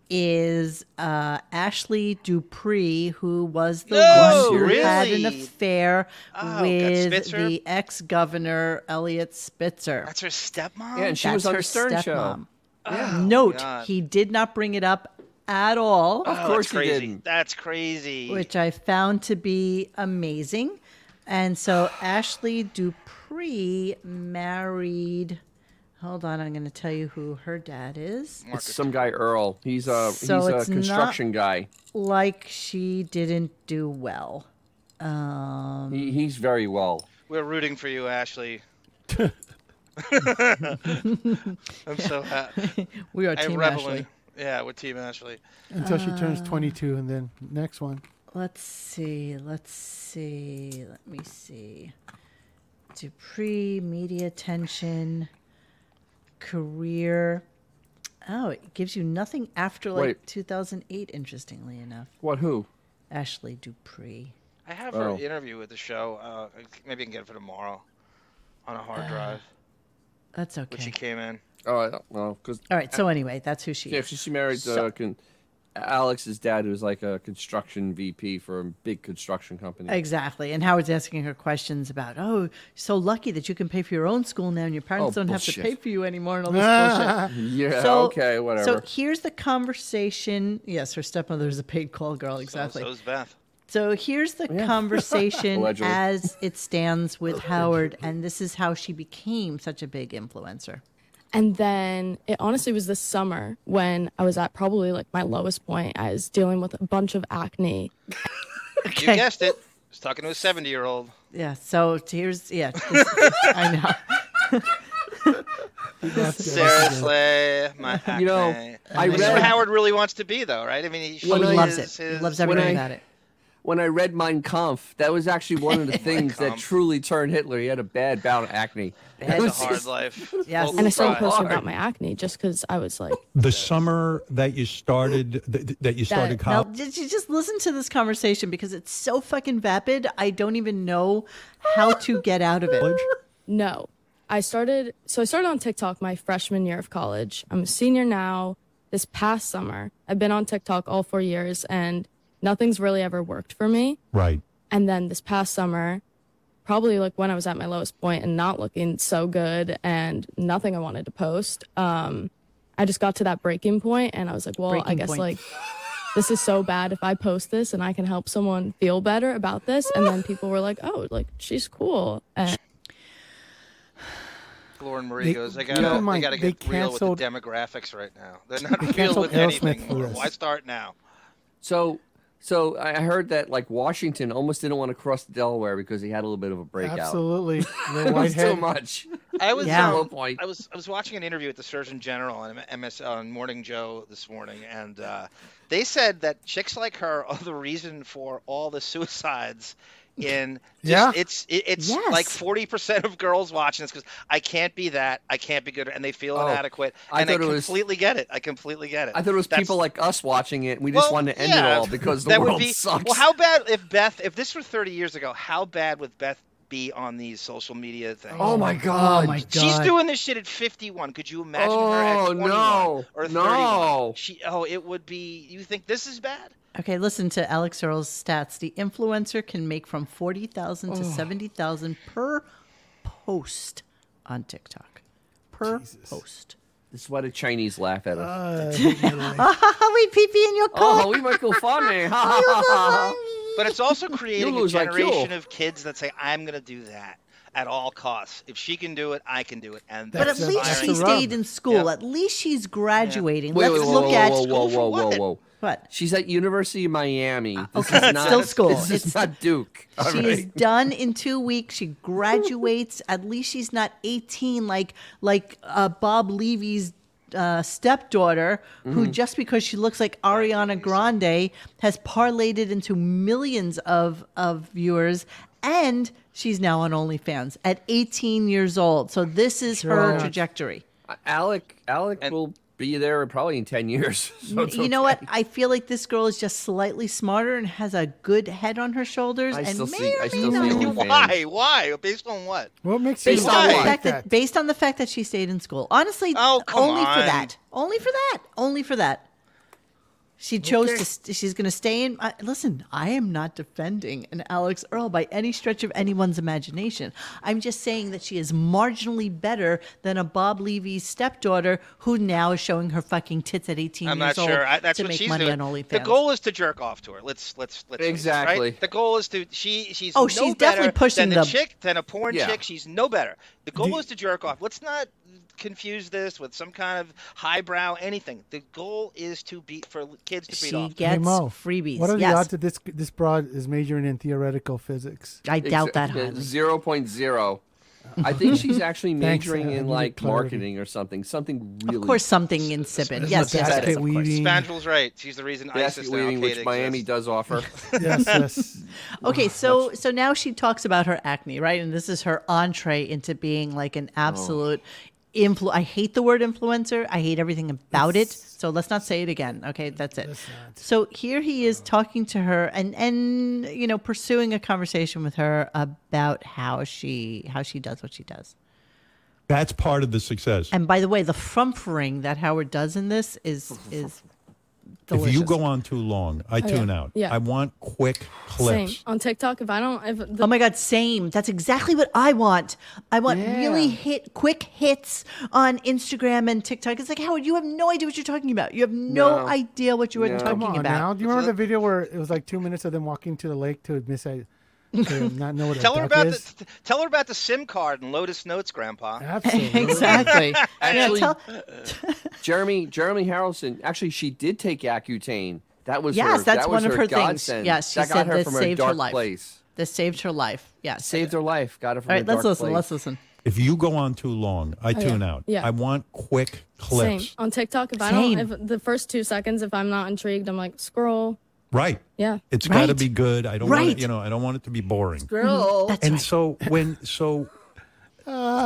is uh, Ashley Dupree, who was the
No,
one who had an
really?
affair
Oh, got
with
Spitzer?
the ex governor, Elliot Spitzer.
That's her stepmom.
Yeah, and she was
That's
on
her
the Stern
stepmom.
show.
Note,
Oh, God.
he did not bring it up at all
Of
Oh,
course
that's
he
crazy.
didn't.
That's crazy.
which I found to be amazing. And so Ashley Dupree married. Hold on, I'm going to tell you who her dad is.
It's some guy Earl. He's a
So
he's
it's
a
not-
construction guy.
Like she didn't do well. Um,
He, he's very well.
We're rooting for you, Ashley. I'm so happy.
we are
I
team
revel in-
Ashley.
Yeah, with Team Ashley.
Until she
Uh.
turns 22, and then next one.
Let's see. Let's see. Let me see. Dupree media attention career. Oh, it gives you nothing after like
Wait.
2008. Interestingly enough,
What? Who?
Ashley Dupree.
I have her
Oh.
interview with the show. Uh, maybe I can get it for tomorrow on a hard drive
That's
when she
okay.
came in.
Oh, I don't know. Because
All right. So anyway, that's who she
yeah,
is.
'cause she married uh, con- Alex's dad, who's like a construction VP for a big construction company.
Exactly. And Howard's asking her questions about, oh, you're so lucky that you can pay for your own school now, and your parents
Oh,
don't have
bullshit.
to pay for you anymore, and all this bullshit.
yeah.
So-
okay. Whatever.
So here's the conversation. Yes, her stepmother is a paid call girl. Exactly.
So is Beth.
So here's the conversation
Oh, Allegedly.
as it stands with Howard, and this is how she became such a big influencer.
And then it honestly was this summer when I was at probably like my lowest point. I was dealing with a bunch of acne.
You guessed it. I was talking to a 70 year old.
Yeah. So here's yeah. this- I know.
Seriously, my acne.
You know, I
this is what
read-
Howard really wants to be, though, right? I mean, he
He
When
shows
I-
loves it.
his-
He
his-
loves
when
everything
I-
about it.
when I read Mein Kampf, that was actually one of the things that
Kampf.
truly turned Hitler. He had a bad bout of acne. That
It's
was
a hard
just-
life.
Yes.
Full
And I started
throttle.
posting about my acne just because I was like,
The summer that you started th- that you started
Now,
college.
did you just listen to this conversation because it's so fucking vapid? I don't even know how to get out of it.
no. I started, so I started on TikTok my freshman year of college. I'm a senior now. This past summer, I've been on TikTok all four years and nothing's really ever worked for me.
Right.
And then this past summer, probably like when I was at my lowest point and not looking so good and nothing I wanted to post, um, I just got to that breaking point and I was like, well, I
Breaking
guess
point.
like this is so bad. If I post this and I can help someone feel better about this, and then people were like, oh, like she's cool. And
Lauren Marie
They-
goes, I
keep
gotta,
in
they
mind,
gotta
they
get real with the
canceled-
demographics right now. They're not real
canceled
with anything.
Aerosmith for
Lauren.
this.
Why start now?
So, so I I heard that like Washington almost didn't want to cross the Delaware because he had a little bit of a breakout.
Absolutely.
It
Little
was too
whitehead.
much.
I was
Yeah.
um,
Low point.
I was I was watching an interview with the Surgeon General on MS on Morning Joe this morning, and uh, They said that chicks like her are the reason for all the suicides. In just,
Yeah.
it's it, it's
Yes.
like forty percent of girls watching this because I can't be that, I can't be good, and they feel
Oh,
inadequate.
I
And I,
thought it was-
completely get it. I completely get it.
I thought it was
That's-
people like us watching it. and We just
Well,
wanted to end
yeah,
it all because the
that
world
would be,
sucks.
Well, how bad if Beth, if this were 30 years ago, how bad would Beth be on these social media things?
Oh my God. Oh my
She's
God.
doing this shit at 51. Could you imagine her at
Oh,
21
no.
or 31?
No.
She, oh, it would be. You think this is bad?
Okay, listen to Alex Earl's stats. The influencer can make from 40,000 to
Oh.
70,000 per post on TikTok. Per post.
This is why the Chinese laugh at us.
we pee pee in your
oh,
coat.
we might go funny.
But it's also creating a
lose IQ.
generation of kids that say, "I'm going to do that." At all costs. If she can do it, I can do it. And
but at
that's
least she
inspiring.
stayed in school.
Yeah.
At least she's graduating.
Wait,
Let's
wait, whoa,
look
whoa,
at
whoa, whoa, whoa, whoa, whoa.
What? Uh,
She's at University of Miami. This
okay,
is
it's
not,
still school.
This is
It's-
not Duke. All
She's
right.
done in two weeks. She graduates. At least she's not 18 like like uh, Bob Levy's uh, stepdaughter, who
Mm-hmm.
Mhm.
just because she looks like Ariana Grande has parlayed it into millions of of viewers, and she's now on OnlyFans at 18 years old. So this is her
Sure.
trajectory.
Alec, Alec will be there probably in ten years. So
you
it's
know what?
okay.
I feel like this girl is just slightly smarter and has a good head on her shoulders.
I
and
still
may
see-
or
I
may
still see
not
OnlyFans.
Why? Why? Based on what?
What makes
based on the
Why?
fact that, based on the fact that she stayed in school. Honestly,
Oh, come
only for
on.
that. Only for that. Only for that. She chose to. St- she's going to stay in. I listen, I am not defending an Alex Earl by any stretch of anyone's imagination. I'm just saying that she is marginally better than a Bob Levy's stepdaughter who now is showing her fucking tits at 18
I'm
years
not
old
sure. I, that's
to
what
make
she's
money
doing.
on OnlyFans.
The goal is to jerk off to her. Let's let's let's face it, right?
Exactly.
The goal is to she she's
Oh,
no
she's
better
definitely pushing
than the
the-
chick than a porn
Yeah.
chick. She's no better. The goal
The-
is to jerk off. Let's not confuse this with some kind of highbrow anything. The goal is to beat for kids to beat
She
off.
gets
Hey, Mo,
freebies.
What are
Yes.
the odds that this this broad is majoring in theoretical physics?
I
Zero point zero. I think she's actually
Thanks,
majoring
Adam.
in
You
like
clarity.
marketing or something. Something really.
Of course, something insipid. Yes, yes, yes.
basket weaving.
Spandrel's right. She's the reason
Basket
ISIS now
weaving,
paid
which
exists.
Miami does offer.
yes, yes.
Okay, so so now she talks about her acne, right? And this is her entree into being like an
Oh.
absolute influ. I hate the word influencer. I hate everything about it. So let's not say it again. Okay, that's it. So here he
Oh.
is talking to her and and you know pursuing a conversation with her about how she how she does what she does.
That's part of the success.
And by the way, the frumfering that Howard does in this is is delicious.
If you go on too long, I
Oh, yeah.
tune out.
Yeah.
I want quick clips.
on TikTok. If I don't, if oh my god, same. That's exactly what I want. I want really hit quick hits on Instagram and TikTok. It's like Howard, you have no idea what you're talking about. You have no,
No.
idea what you were
Come on
talking about.
now. Do you remember the video where it was like two minutes of them walking to the lake to miss a, to not know what a
Tell her
duck
about
is?
the tell her about the SIM card and Lotus Notes, Grandpa.
Absolutely.
Exactly.
Actually, Jeremy Jeremy Harrelson. Actually, she did take Accutane. That was
yes, that's
her, that was
one of her
godsend.
things. Yes, she
that
said
got her
this
from a
saved her
dark
life.
place.
This saved her life. Yes,
Saved her life. Got her from
All
a
right,
dark
let's listen.
place.
Let's listen.
If you go on too long, I
Oh, yeah.
tune out.
Yeah.
I want quick clips.
Same. On TikTok, if
Same.
I don't, if the first two seconds, if I'm not intrigued, I'm like, scroll.
Right.
Yeah.
It's got to be good. I don't want it, you know, I don't want it to be boring.
Girl. That's
and so when so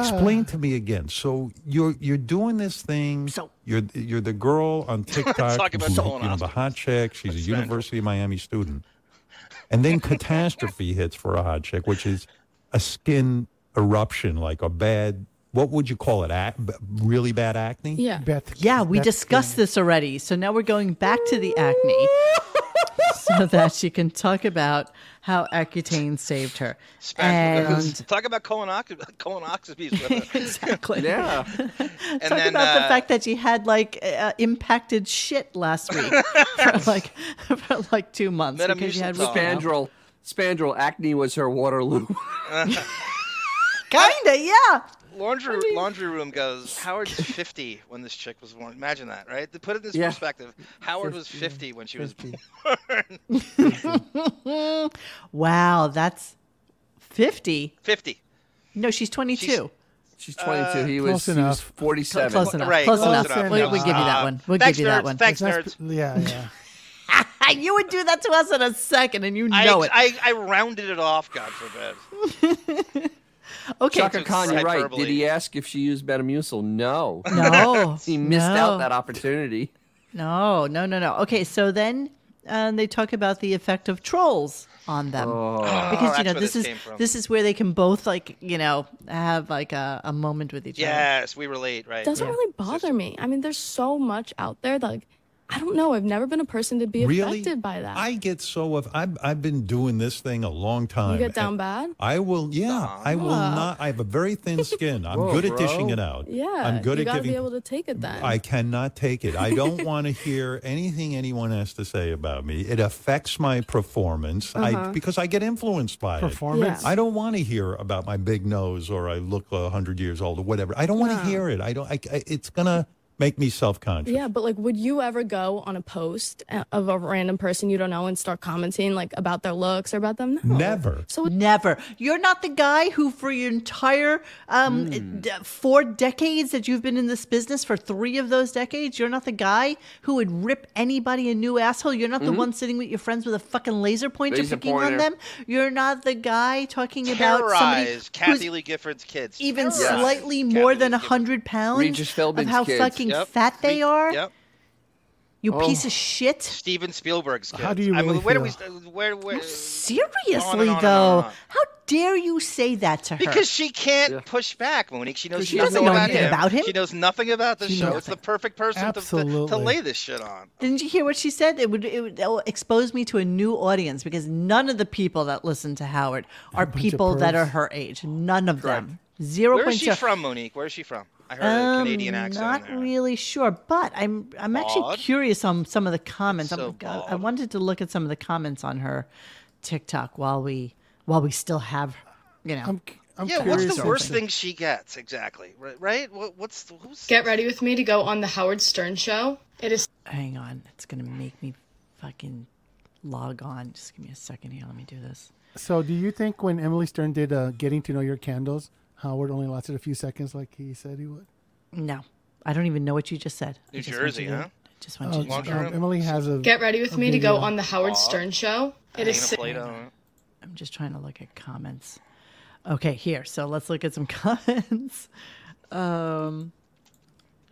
explain to me again. So you're you're doing this thing. So you're you're the girl on TikTok,
Talk about
who's,
someone
you know,
else.
the hot chick. She's a University of Miami student, and then catastrophe hits for a hot chick, which is a skin eruption, like a bad. What would you call it? Ac- b- really bad acne.
Yeah.
yeah, we
Beth
discussed this already. So now we're going back to the acne so that she can talk about how Accutane saved her. And
Talk about colonoc- colonoscopies with her.
exactly.
Yeah.
Talk
then,
about the
uh,
fact that she had like uh, impacted shit last week for like for like two months because she had
Spandrel. Spandrel. Acne was her Waterloo.
Kinda, yeah.
Laundry laundry room goes. Howard was 50 when this chick was born. Imagine that, right? To put it in this
Yeah.
perspective, Howard was
50,
50 when she was
50.
born.
wow, that's fifty.
50.
No, she's twenty-two.
She's
22.
uh,
He was- Close he was enough. 47.
Close Uh, enough.
Right,
close
close
enough.
enough.
We, we give you that
Uh,
one. We'll
thanks,
give you that
Uh,
nerds.
one.
Thanks,
It's not sp- Yeah, yeah.
you would do that to us in a second, and you know
I,
it.
I, I rounded it off, God forbid.
okay.
Chaka Khan, you're right.
hyperbole.
Did he ask if she used Metamucil? No.
No,
he missed out
no.
that opportunity.
No, no, no, no. Okay, so then um, they talk about the effect of trolls on them
Oh,
Oh,
because
Ah, that's
you know
where
this
this
is
came from.
this is where they can both like you know have like a, a moment with each other.
Yes, we relate, right?
doesn't really bother me. I mean, there's so much out there. Like, I don't know. I've never been a person to be
Really?
affected by that.
I get so of I've I've been doing this thing a long time.
you get down
and
bad.
I will yeah, I will
Aw.
not I have a very thin skin. I'm
Whoa,
good at dishing
bro.
it out.
Yeah,
I'm good
you
at
gotta
giving
be able to take it then.
I cannot take it. I don't want to hear anything anyone has to say about me. It affects my performance I,
Uh-huh.
because I get influenced by
Performance?
it.
Yeah.
I don't want to hear about my big nose or I look a 100 years old or whatever. I don't want to
No.
hear it. I don't I, I- it's going to make me self-conscious.
Yeah, but like, would you ever go on a post uh, of a random person you don't know and start commenting like about their looks or about them? No.
Never.
So
never. You're not the guy who, for your entire um, d- four decades that you've been in this business, for three of those decades, you're not the guy who would rip anybody a new asshole. You're not the
Mhm.
one sitting with your friends with a fucking laser pointer
Laser
picking
pointer.
on them. You're not the guy talking about somebody
Terrorize Kathy Lee Gifford's kids.
even
Terrorize.
slightly more than a hundred pounds
Regis
of
Philbin's
how
kids.
fucking
Yep.
fat they are.
Yep.
You
Oh.
piece of shit.
Steven Spielberg's kids.
How do you
I mean,
really
where do we?
feel?
st- Where? where
Seriously,
On and on and
though,
on and on.
how dare you say that to her?
Because she can't push back, Monique. She knows
She
nothing
doesn't know
about
anything
him.
about him.
She knows nothing about the
She
show.
knows
It's the perfect person to, to, to
Absolutely.
lay this shit on.
Didn't you hear what she said? It would it would it would expose me to a new audience because none of the people that listen to Howard are
bunch of
people that
pervs.
are her age. None of them. Zero
Where
point
is she
zero.
from, Monique? Where is she from? I heard a
Um,
Canadian accent.
not
there.
really sure, but I'm I'm actually
Maud?
curious on some of the comments. I'm-
So
I, I wanted to look at some of the comments on her TikTok while we while we still have you know.
yeah, what's the worst thing she gets exactly? Right? right? What, what's the, who's
Get ready with me to go on the Howard Stern show. It is
Hang on, it's gonna make me fucking log on. Just give me a second here. Let me do this.
So, do you think when Emily Stern did uh, "Getting to Know Your Candles," Howard only lasted a few seconds, like he said he would?
No, I don't even know what you just said. I
New
just want
Jersey,
you to-
huh?
I just want you to
um, Emily has a.
Get ready with
a
me to go
video.
on the Howard Stern show. It is si-
I'm just trying to look at comments. Okay, here. So let's look at some comments. Um,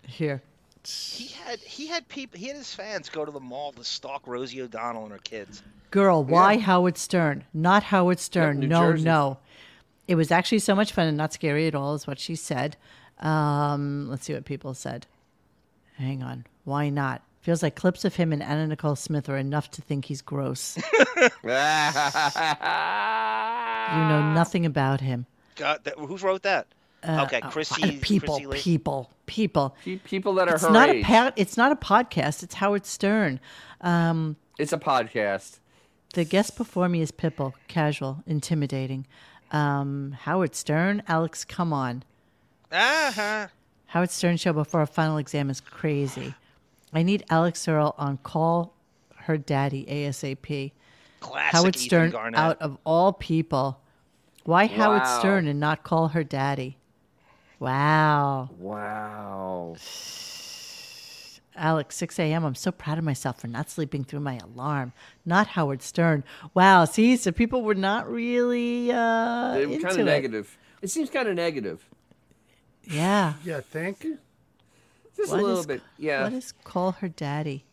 here.
he had? He had people. He had his fans go to the mall to stalk Rosie O'Donnell and her kids.
Girl, why Howard Stern? Not Howard Stern.
New
no,
Jersey.
no. It was actually so much fun and not scary at all, is what she said. Um, let's see what people said. Hang on. Why not? Feels like clips of him and Anna Nicole Smith are enough to think he's gross. you know nothing about him.
God, that, who wrote that?
Uh,
okay,
uh,
Chrissy.
people,
Chrissy Lee.
people, people,
People that are
It's
her
not
age.
a pa- it's not a podcast. It's Howard Stern. Um,
it's a podcast.
the guest before me is Pipple, casual, intimidating. Um, Howard Stern, Alex, come on.
Uh-huh.
Howard Stern show before a final exam is crazy. I need Alex Earl on call. Her daddy ASAP.
Classic
Howard
Ethan
Stern
Garnett.
out of all people. Why Howard
Wow.
Stern and not call her daddy? Wow.
Wow.
Alex, 6 a.m. I'm so proud of myself for not sleeping through my alarm. Not Howard Stern. Wow. See, so people were not really uh,
They were
into
kind
it.
of negative. It seems kind of negative.
Yeah.
Yeah, thank you.
Just
What
a little
is-
bit. Yeah. Uh,
What is call her daddy?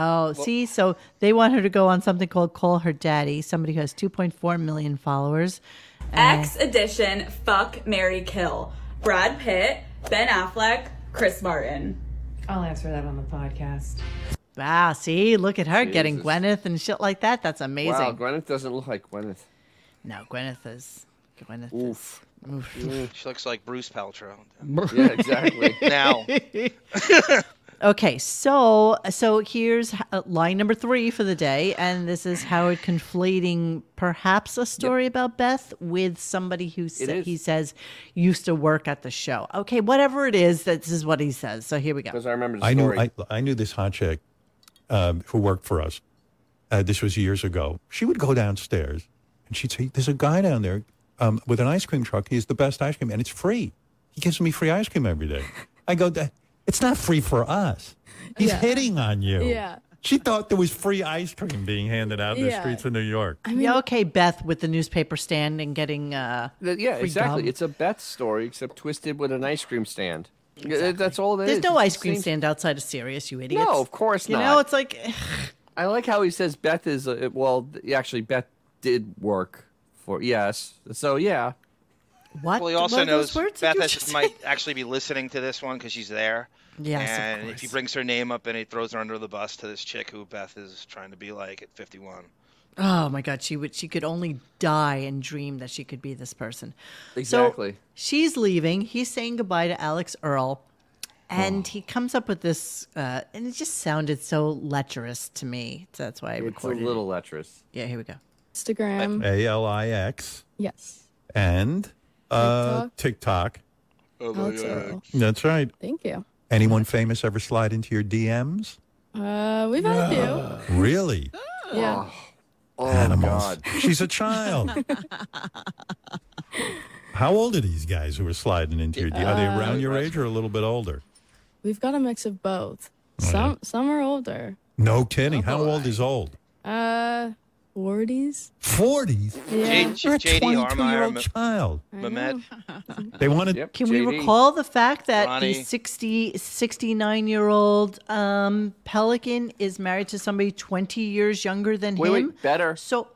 Oh, see, so they want her to go on something called Call Her Daddy, somebody who has 2.4 million followers. And-
X edition fuck Mary Kill. Brad Pitt, Ben Affleck, Chris Martin. I'll answer that on the podcast.
Wow, see, look at her getting
Jesus.
Gwyneth and shit like that. That's amazing.
Wow, Gwyneth doesn't look like Gwyneth.
No, Gwyneth is. Gwyneth
Oof. Mm.
is. Oof.
She looks like Bruce Paltrow.
Yeah, exactly.
now,
okay, so so here's h- uh, line number three for the day, and this is Howard conflating perhaps a story about Beth with somebody who sa-
is.
he says used to work at the show. Okay, whatever it is, this is what he says. So here we go.
Because I remember the
I knew
story.
I, I knew this hot chick um, who worked for us. Uh, this was years ago. She would go downstairs and she'd say, "There's a guy down there um, with an ice cream truck. He has the best ice cream, and it's free. He gives me free ice cream every day." I go, "That- "It's not free for us. He's
Yeah.
hitting on you."
Yeah.
She thought there was free ice cream being handed out in the
Yeah.
streets of New York.
I mean, yeah, okay, Beth with the newspaper stand and getting uh,
Th- yeah,
free
exactly.
gum.
It's a Beth story, except twisted with an ice cream stand. Yeah, That's all that
There's
is.
no ice
It's the
cream
same-
stand outside of Sirius, you idiots.
No, of course
you
not.
You know, it's like
I like how he says Beth is a, well. th- Actually, Beth did work for yes. So yeah.
What?
Well, he also knows Beth has- might actually be listening to this one because she's there.
Yes, of
and if he
course.
brings her name up and he throws her under the bus to this chick who Beth is trying to be like at 51.
Oh my God, she would. She could only die and dream that she could be this person. So
Exactly.
she's leaving. He's saying goodbye to Alex Earl, and he comes up with this, uh, and it just sounded so lecherous to me. So that's why I
It's a
recorded.
little lecherous.
Yeah, here we go.
Instagram.
A L I X
Yes.
and uh, TikTok.
Alex Earl.
That's right.
Thank you.
Anyone famous ever slide into your DMs?
Uh, we've had a
Really?
few. Yeah.
Oh, Animals. She's a child. How old are these guys who are sliding into your DMs? Are they
Uh,
around your age or a little bit older?
We've got a mix of both. Some some are older.
No kidding. How old is old?
Uh, 40s.
40s?
Yeah.
J- JD Armire, Ma-
child.
Mm-hmm.
Mehmet.
They wanted.
Can we recall the fact that the
Ronnie.
60, 69 year old um, Pelican is married to somebody 20 years younger than
Wait,
him?
wait, better.
So hmm.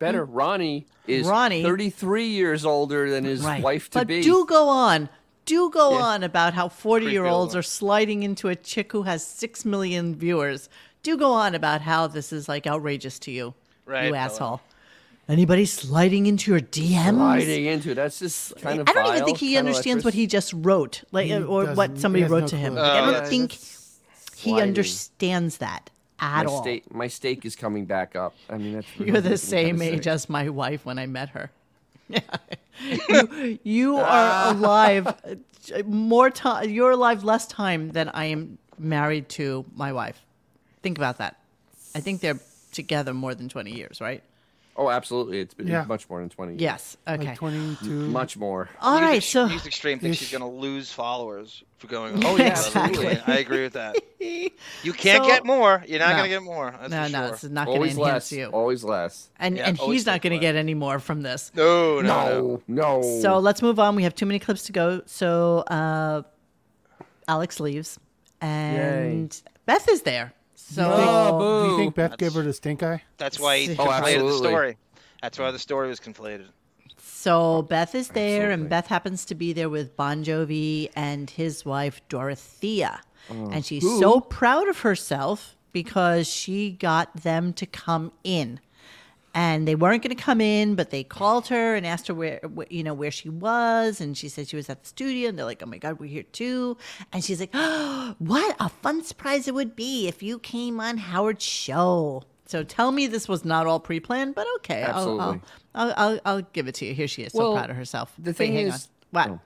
better. Ronnie is
Ronnie-
33 years older than his
Right.
wife to
but
be.
do go on. Do go
Yeah.
on about how 40 year olds
Creepy.
are sliding into a chick who has 6 million viewers. Do go on about how this is like outrageous to you.
Right,
You
Ellen.
asshole. Anybody sliding into your DMs?
Sliding into it. That's just kind of.
I don't even
vile,
think he
kind of
understands
lecherous.
what he just wrote, like
He
uh, or what
doesn't-
somebody
he has
wrote
no
to him.
clue.
Like, I
Uh,
don't
that's-
think he
sliding.
understands that at
my
all.
Steak, my steak is coming back up. I mean, that's
You're
really
the same
kinda
age
sick.
as my wife when I met her. you, you are alive uh, more time. You're alive less time than I am married to my wife. Think about that. I think they're together more than 20 years, right?
Oh, absolutely. It's been
Yeah.
much more than 20 years.
Yes. Okay.
Much more.
All right.
These
So
ex- these extreme things. She's going to lose followers for going.
Oh,
on.
yeah, Exactly.
I agree with that. You can't
So-
get more. You're not
No.
going to get more. That's
No,
for
no,
sure.
this is not gonna Always enhance less, you.
Always less.
and and he's not going to get any more from this.
No,
no, no.
So let's move on. We have too many clips to go. So uh, Alex leaves, and Beth is there. So
do you think Beth gave her the stink eye?
That's why he
Oh,
conflated the
absolutely.
story. That's why the story was conflated.
So Beth is there, and Beth happens to be there with Bon Jovi and his wife Dorothea,
Oh.
and she's
Who?
so proud of herself because she got them to come in, and they weren't going to come in, but they called her and asked her where, wh- you know, where she was, and she said she was at the studio, and they're like, "Oh my God, we're here too," and she's like, oh, "What a fun surprise it would be if you came on Howard's show." So tell me this was not all pre-planned, but okay, I'll- I'll-
Absolutely.
I'll, I'll, I'll give it to you. Here she is, so
Well,
proud of herself.
The
Wait,
thing
hang on.
is,
what?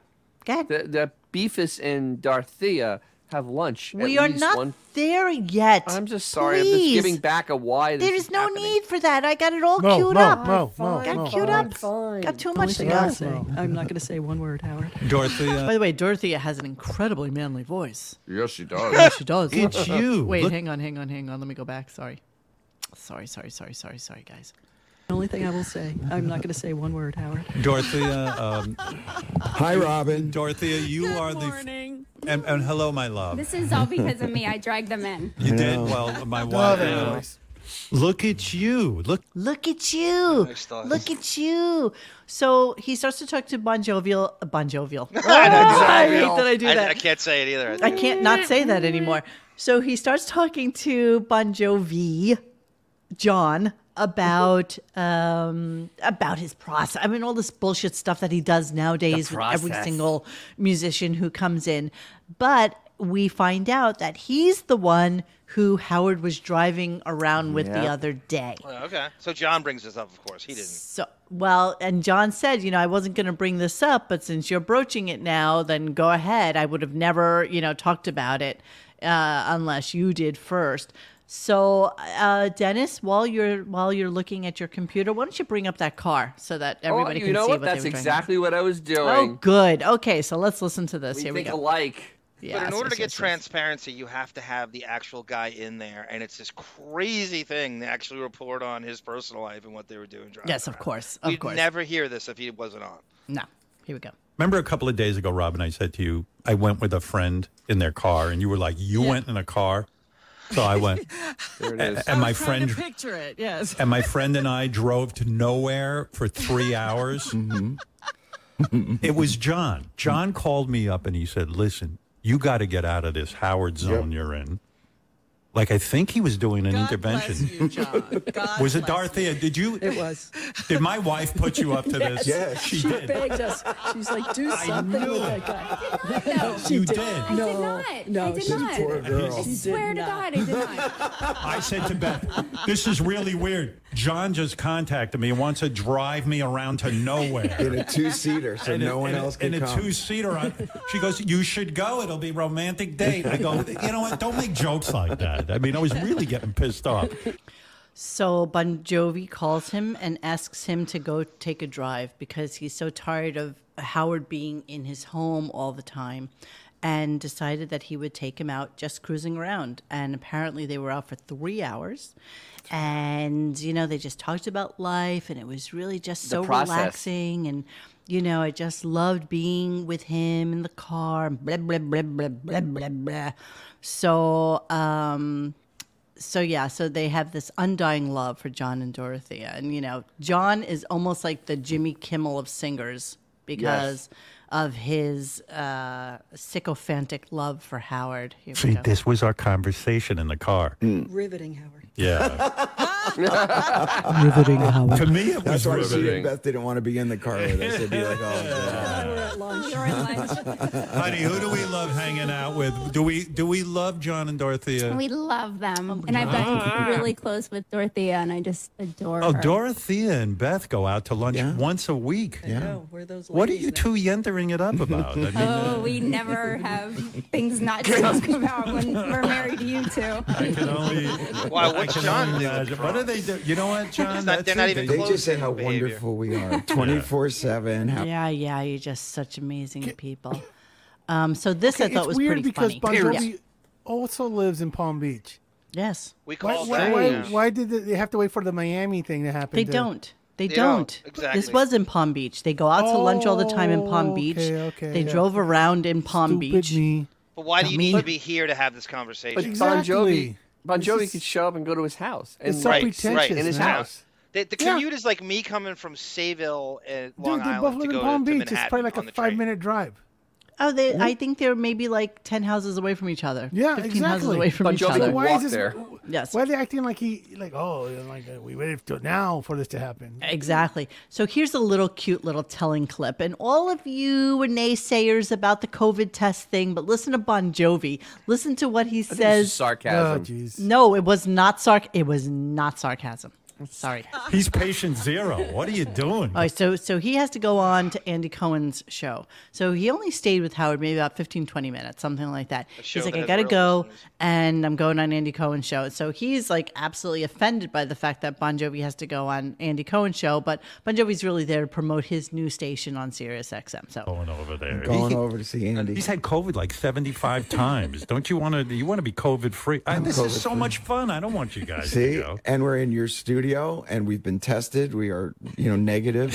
The, the Beefus and Dorothea have lunch.
we
at
are
least
not
one.
there yet.
I'm just sorry. I'm just
Please.
giving back a why. This
There is no need for that. I got it all
No,
queued
no,
up.
no, no,
got
no.
queued
Fine,
up.
fine.
Got too
Don't
much to
say
go.
that. I'm not going to say one word, Howard.
Dorothea.
By the way, Dorothea has an incredibly manly voice.
Yes, she
Yes, she does.
It's you.
Wait,
Look-
hang on, hang on, hang on. Let me go back. Sorry. Sorry, sorry, sorry, sorry, sorry, guys.
The only thing I will say, I'm not going to say one word, Howard.
Dorothea. Um, Hi, Robin. Dorothea, you are the. And, and hello, my love.
This is all because of me. I dragged them in.
You did well, my
Love
wife.
it.
you know. Look at you. Look.
Look at you. Look at you. So he starts to talk to Bon Jovial. Bon Jovial. I hate that I do that.
I can't say it either.
I can't not say that anymore. So he starts talking to Bon Jovi, John, about um, about his process. I mean, all this bullshit stuff that he does nowadays with every
process.
single musician who comes in. But we find out that he's the one who Howard was driving around with the
Yep.
other day.
Oh, okay. So John brings this up, of course. He didn't.
So, well, and John said, you know, I wasn't going to bring this up, but since you're broaching it now, then go ahead. I would have never, you know, talked about it uh, unless you did first. So, uh, Dennis, while you're while you're looking at your computer, why don't you bring up that car so that everybody
oh, you
can
know
see
what?
what
That's
Oh,
they were doing?
exactly what I was doing.
Oh, good. Okay, so let's listen to this.
we
Here we
think
go.
alike.
but in
Yes,
order to get
yes, yes, yes.
transparency, you have to have the actual guy in there, and it's this crazy thing to actually report on his personal life and what they were doing. driving
Yes, of
around.
course, of
We'd
course.
never hear this if he wasn't on.
No, here we go.
Remember a couple of days ago, Robin, I said to you, I went with a friend in their car, and you were like, You went in a car? So I went.
There it
A-
is.
And
I
my
was trying
friend
to picture it. Yes.
and my friend and I drove to nowhere for three hours. it was John. John called me up and he said, "Listen, you got to get out of this Howard zone you're in." Like I think he was doing an intervention. was it Dorothea? Did you? It
was.
Did my wife put you up to this?
Yes.
she
she
did.
begged us. She's like, do
I
something
knew
with
it.
that guy.
You did. I did
No,
not.
no,
I did
she
not.
didn't.
Poor girl.
I
She did
swear to God, I did not.
I said to Beth, "This is really weird." John just contacted me and wants to drive me around to nowhere
In a two-seater, so
And
no one
and
else can
In
come.
a two-seater, I- she goes, "You should go. It'll be romantic date." I go, "You know what? Don't make jokes like that." I mean, I was really getting pissed off.
So Bon Jovi calls him and asks him to go take a drive because he's so tired of Howard being in his home all the time and decided that he would take him out just cruising around. And apparently they were out for three hours. And, you know, they just talked about life and it was really just
The
so
process.
relaxing. And, you know, I just loved being with him in the car, blah, blah, blah, blah, blah, blah, blah. So, um, so yeah, so they have this undying love for John and Dorothea, and you know, John is almost like the Jimmy Kimmel of singers because of his uh, sycophantic love for Howard. Here we
See,
go.
this was our conversation in the car.
Hmm.
Riveting Howard.
Yeah.
Riveting Howard.
To me, it was
That's why she
riveting.
and Beth didn't want to be in the car with us. They'd be like, oh,
Honey, who do we love hanging out with? Do we do we love John and Dorothea?
We love them.
Oh,
and I've gotten really close with Dorothea, and I just adore
Oh,
her.
Dorothea and Beth go out to lunch once a week. Yeah. what are you two yentering it up about? I mean, uh,
Oh, we never have things not to talk about when we're married to you two.
I can only.
Why,
I
what's
can
John
only
doing
imagine. What are they doing? You know what, John?
not- they're not even
They
close
just say
in
how
behavior.
wonderful we are 24 7. How
yeah, yeah, you're just such amazing people. Um, so this
Okay,
I thought
it's
was
weird
pretty
because
funny.
Bon
Yeah.
Jovi also lives in Palm Beach.
Yes,
We
Why,
call
why,
that.
why,
yeah.
why did they have to wait for the Miami thing to happen?
They
to-
don't. They,
They
don't.
don't,
This
exactly.
was in Palm Beach. They go out to lunch all the time in Palm
Oh,
Beach.
okay, okay,
they
yeah.
drove around in Palm Beach.
But why do you need
Dummy.
to be here to have this conversation?
But Bon Jovi, bon Jovi could show up and go to his house. And
It's so
like,
pretentious, Right,
In his
man.
house.
The, the commute is like me coming from Sayville and Long
Dude, they both
Island
live
to
in
go
Palm
to, to
Beach. It's probably
Manhattan
like a
on the
five
train.
minute drive.
Oh, they. I think they're maybe like ten houses away from each other.
Yeah,
fifteen
exactly.
houses away from
Bon
each
Jovi
other.
would Why is walk this- there.
Yes.
Why are they acting like he, like, oh, you know, like uh, we waited till now for this to happen?
Exactly. So here's a little cute little telling clip. And all of you were naysayers about the COVID test thing, but listen to Bon Jovi. Listen to what he
was
says.
just sarcasm. Oh, jeez.
no, it was not sarc. It was not sarcasm. Sorry.
He's patient zero. What are you doing?
All right, so so he has to go on to Andy Cohen's show. So he only stayed with Howard maybe about 15, 20 minutes, something like that.
show
He's like,
that
I
has
gotta
real
go, and I'm going on Andy Cohen's show. So he's like absolutely offended by the fact that Bon Jovi has to go on Andy Cohen's show, but Bon Jovi's really there to promote his new station on Sirius XM. So
going over there.
Going over to see Andy.
He's had COVID like 75 times. Don't you want to? You want to be COVID free? I,
I'm
this is so
COVID-free.
much fun. I don't want you guys to
See,
go.
and we're in your studio, and we've been tested. We are, you know, negative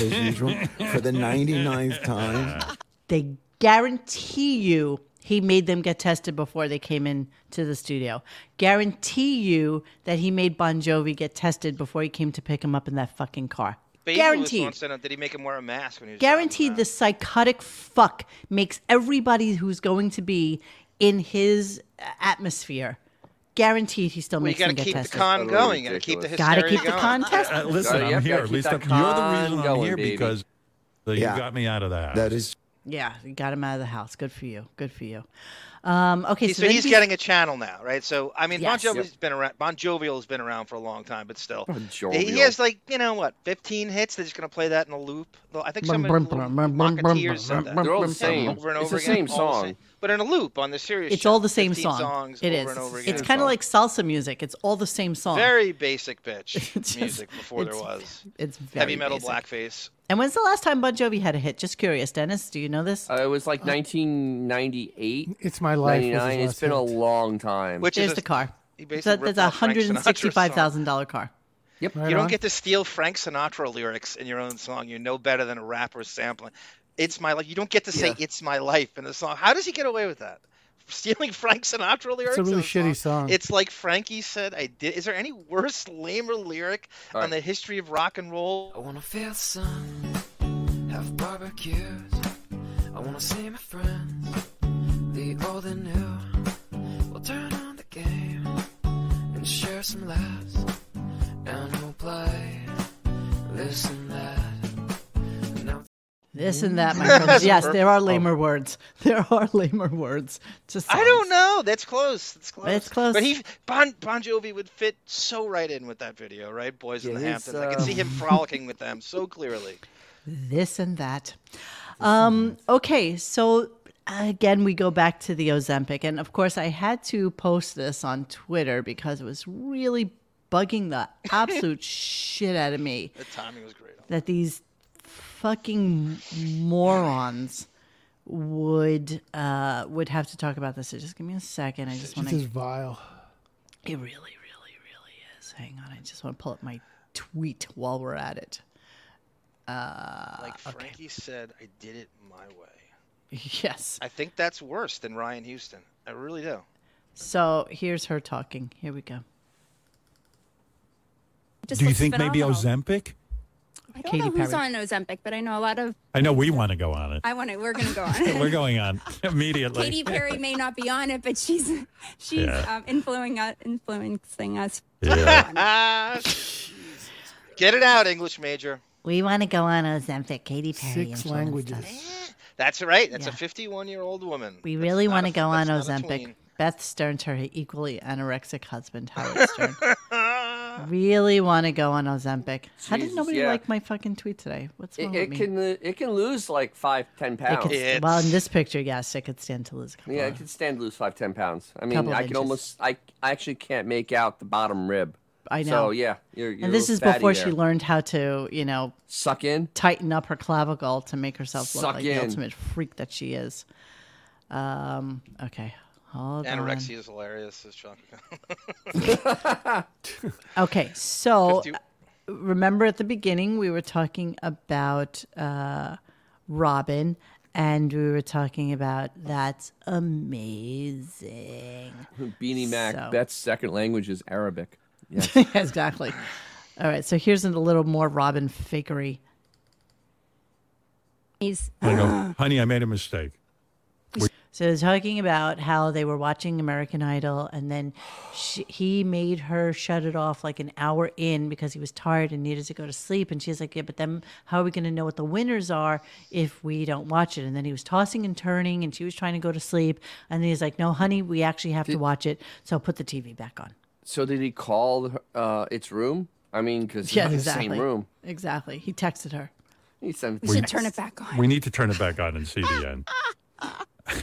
as usual for the 99th time.
they guarantee you he made them get tested before they came in to the studio. Guarantee you that he made Bon Jovi get tested before he came to pick him up in that fucking car.
Babe Ruth
Guaranteed.
once said, Did he make him wear a mask when he was
Guaranteed, this psychotic fuck makes everybody who's going to be in his uh, atmosphere. Guaranteed, he still
Well, you
makes them
gotta
get
keep the
tested.
con Totally going. You gotta keep the
Gotta
hysteria
keep the
going.
con tested.
Uh, listen,
Gotta-
I'm
yep,
here.
gotta
At
keep
least
that
I'm, you're the
con
reason I'm
going,
here
baby.
because uh,
Yeah.
you got me out of that.
That is
Yeah, you got him out of the house. Good for you. Good for you. Um, okay,
He's-
so,
so
then
he's
he-
getting a channel now, right? So I mean,
Yes.
Bon Jovi's
Yep.
been around. Bon Jovial has been around for a long time, but still,
Jovial.
he has like you know what, 15 hits. They're just gonna play that in a loop. Though I think
Brum,
some
brum,
of the
brum, brum, brum,
Rocketeers
brum,
said
brum,
that.
They're all the
Yeah,
same.
over and
It's
over
the
again,
same
all the
song.
same- but in a loop on the series.
it's all the same song.
Songs
it
over
is.
And over again.
It's kind of like salsa music. It's all the same song.
Very basic bitch
It's just-
music before there
it's-
was
it's
heavy
very
metal
basic.
blackface.
And when's the last time Bon Jovi had a hit? Just curious, Dennis. Do you know this?
Uh, it was like 1998.
It's my life was his
99. It's
last
been a
hit.
long time.
Which is the car. It's a,
ripped
it's a
off Frank
hundred and sixty-five thousand dollar car.
Yep.
you don't get to steal Frank Sinatra lyrics in your own song. You know better than a rapper sampling. It's my life. You don't get to say
Yeah.
"It's my life" in the song. How does he get away with that? Stealing Frank Sinatra lyrics.
It's a really
in
shitty song.
It's like Frankie said. I did. Is there any worse, lamer lyric
All right.
on the history of rock and roll? I want to feel sun, have barbecue.
I wanna see my friends, the old and new. We'll turn on the game and share some laughs, and we'll play this and that.
This and that, my friends. Yes, there are
Oh.
lamer words. There are lamer words. to
I
songs.
don't know. That's close. That's close.
It's close.
But he Bon Bon Jovi would fit so right in with that video, right? Boys in
Yeah,
the
he's,
Hamptons. I could see him
um,
frolicking with them so clearly.
this and that. Um, okay, so again, we go back to the Ozempic. And of course, I had to post this on Twitter because it was really bugging the absolute shit out of me
The timing was great.
that these fucking morons would uh would have to talk about this. So just give me a second. I just want
This
to
is vile.
It really, really, really is. Hang on, I just want to pull up my tweet while we're at it. Uh,
Like Frankie said, I did it my way.
yes.
I think that's worse than Ryan Houston. I really do.
So here's her talking. Here we go.
Just
Do you
looks
think maybe
phenomenal.
Ozempic?
I don't
Katy
know who's
Perry.
on Ozempic, but I know a lot of.
I know we want to go on it.
I want to. We're gonna go on. it.
We're going on immediately.
Katy Perry may not be on it, but she's she's
Yeah.
um, influencing us, influencing us.
Get it out, English major.
We want to go on Ozempic, Katy Perry.
Six
influenced
languages.
us.
That's right. That's a 51 year old woman.
We really
not
want
a-
to go on
that's not a
Ozempic.
tween.
Beth Stern to her equally anorexic husband, Howard Stern. really want to go on Ozempic. How did
Jesus,
nobody
yeah.
like my fucking tweet today? What's wrong
It,
with
it
me?
can lo- it can lose like five ten
It
pounds.
could- well, in this picture, yes, it could stand to lose a couple.
yeah, I could stand to lose five ten pounds. I mean,
Couple
I
inches.
can almost I I actually can't make out the bottom rib.
I know.
So yeah, you're, you're
and this
a
is
fatty
before
there.
she learned how to, you know,
suck in,
tighten up her clavicle to make herself look
Suck
like
in.
the ultimate freak that she is. Um, okay, hold
Anorexia is hilarious, says Chunk.
on. Okay, so uh,
50
remember at the beginning we were talking about uh, Robin, and we were talking about that's amazing.
Beanie Mac.
So-
That's second language is Arabic. Yeah.
exactly. All right, so here's a little more Robin fakery.
He's
I go, honey, I made a mistake.
So it was talking about how they were watching American Idol, and then she, he made her shut it off like an hour in because he was tired and needed to go to sleep. And she's like, "Yeah, but then how are we going to know what the winners are if we don't watch it?" And then he was tossing and turning, and she was trying to go to sleep. And then he's like, "No, honey, we actually have to watch it. So put the TV back on."
So did he call her- uh, its room? I mean, because
Yeah,
it's
exactly.
the same room.
Exactly. He texted her.
He sent.
We should turn it
back
We need to turn it back on and see the end.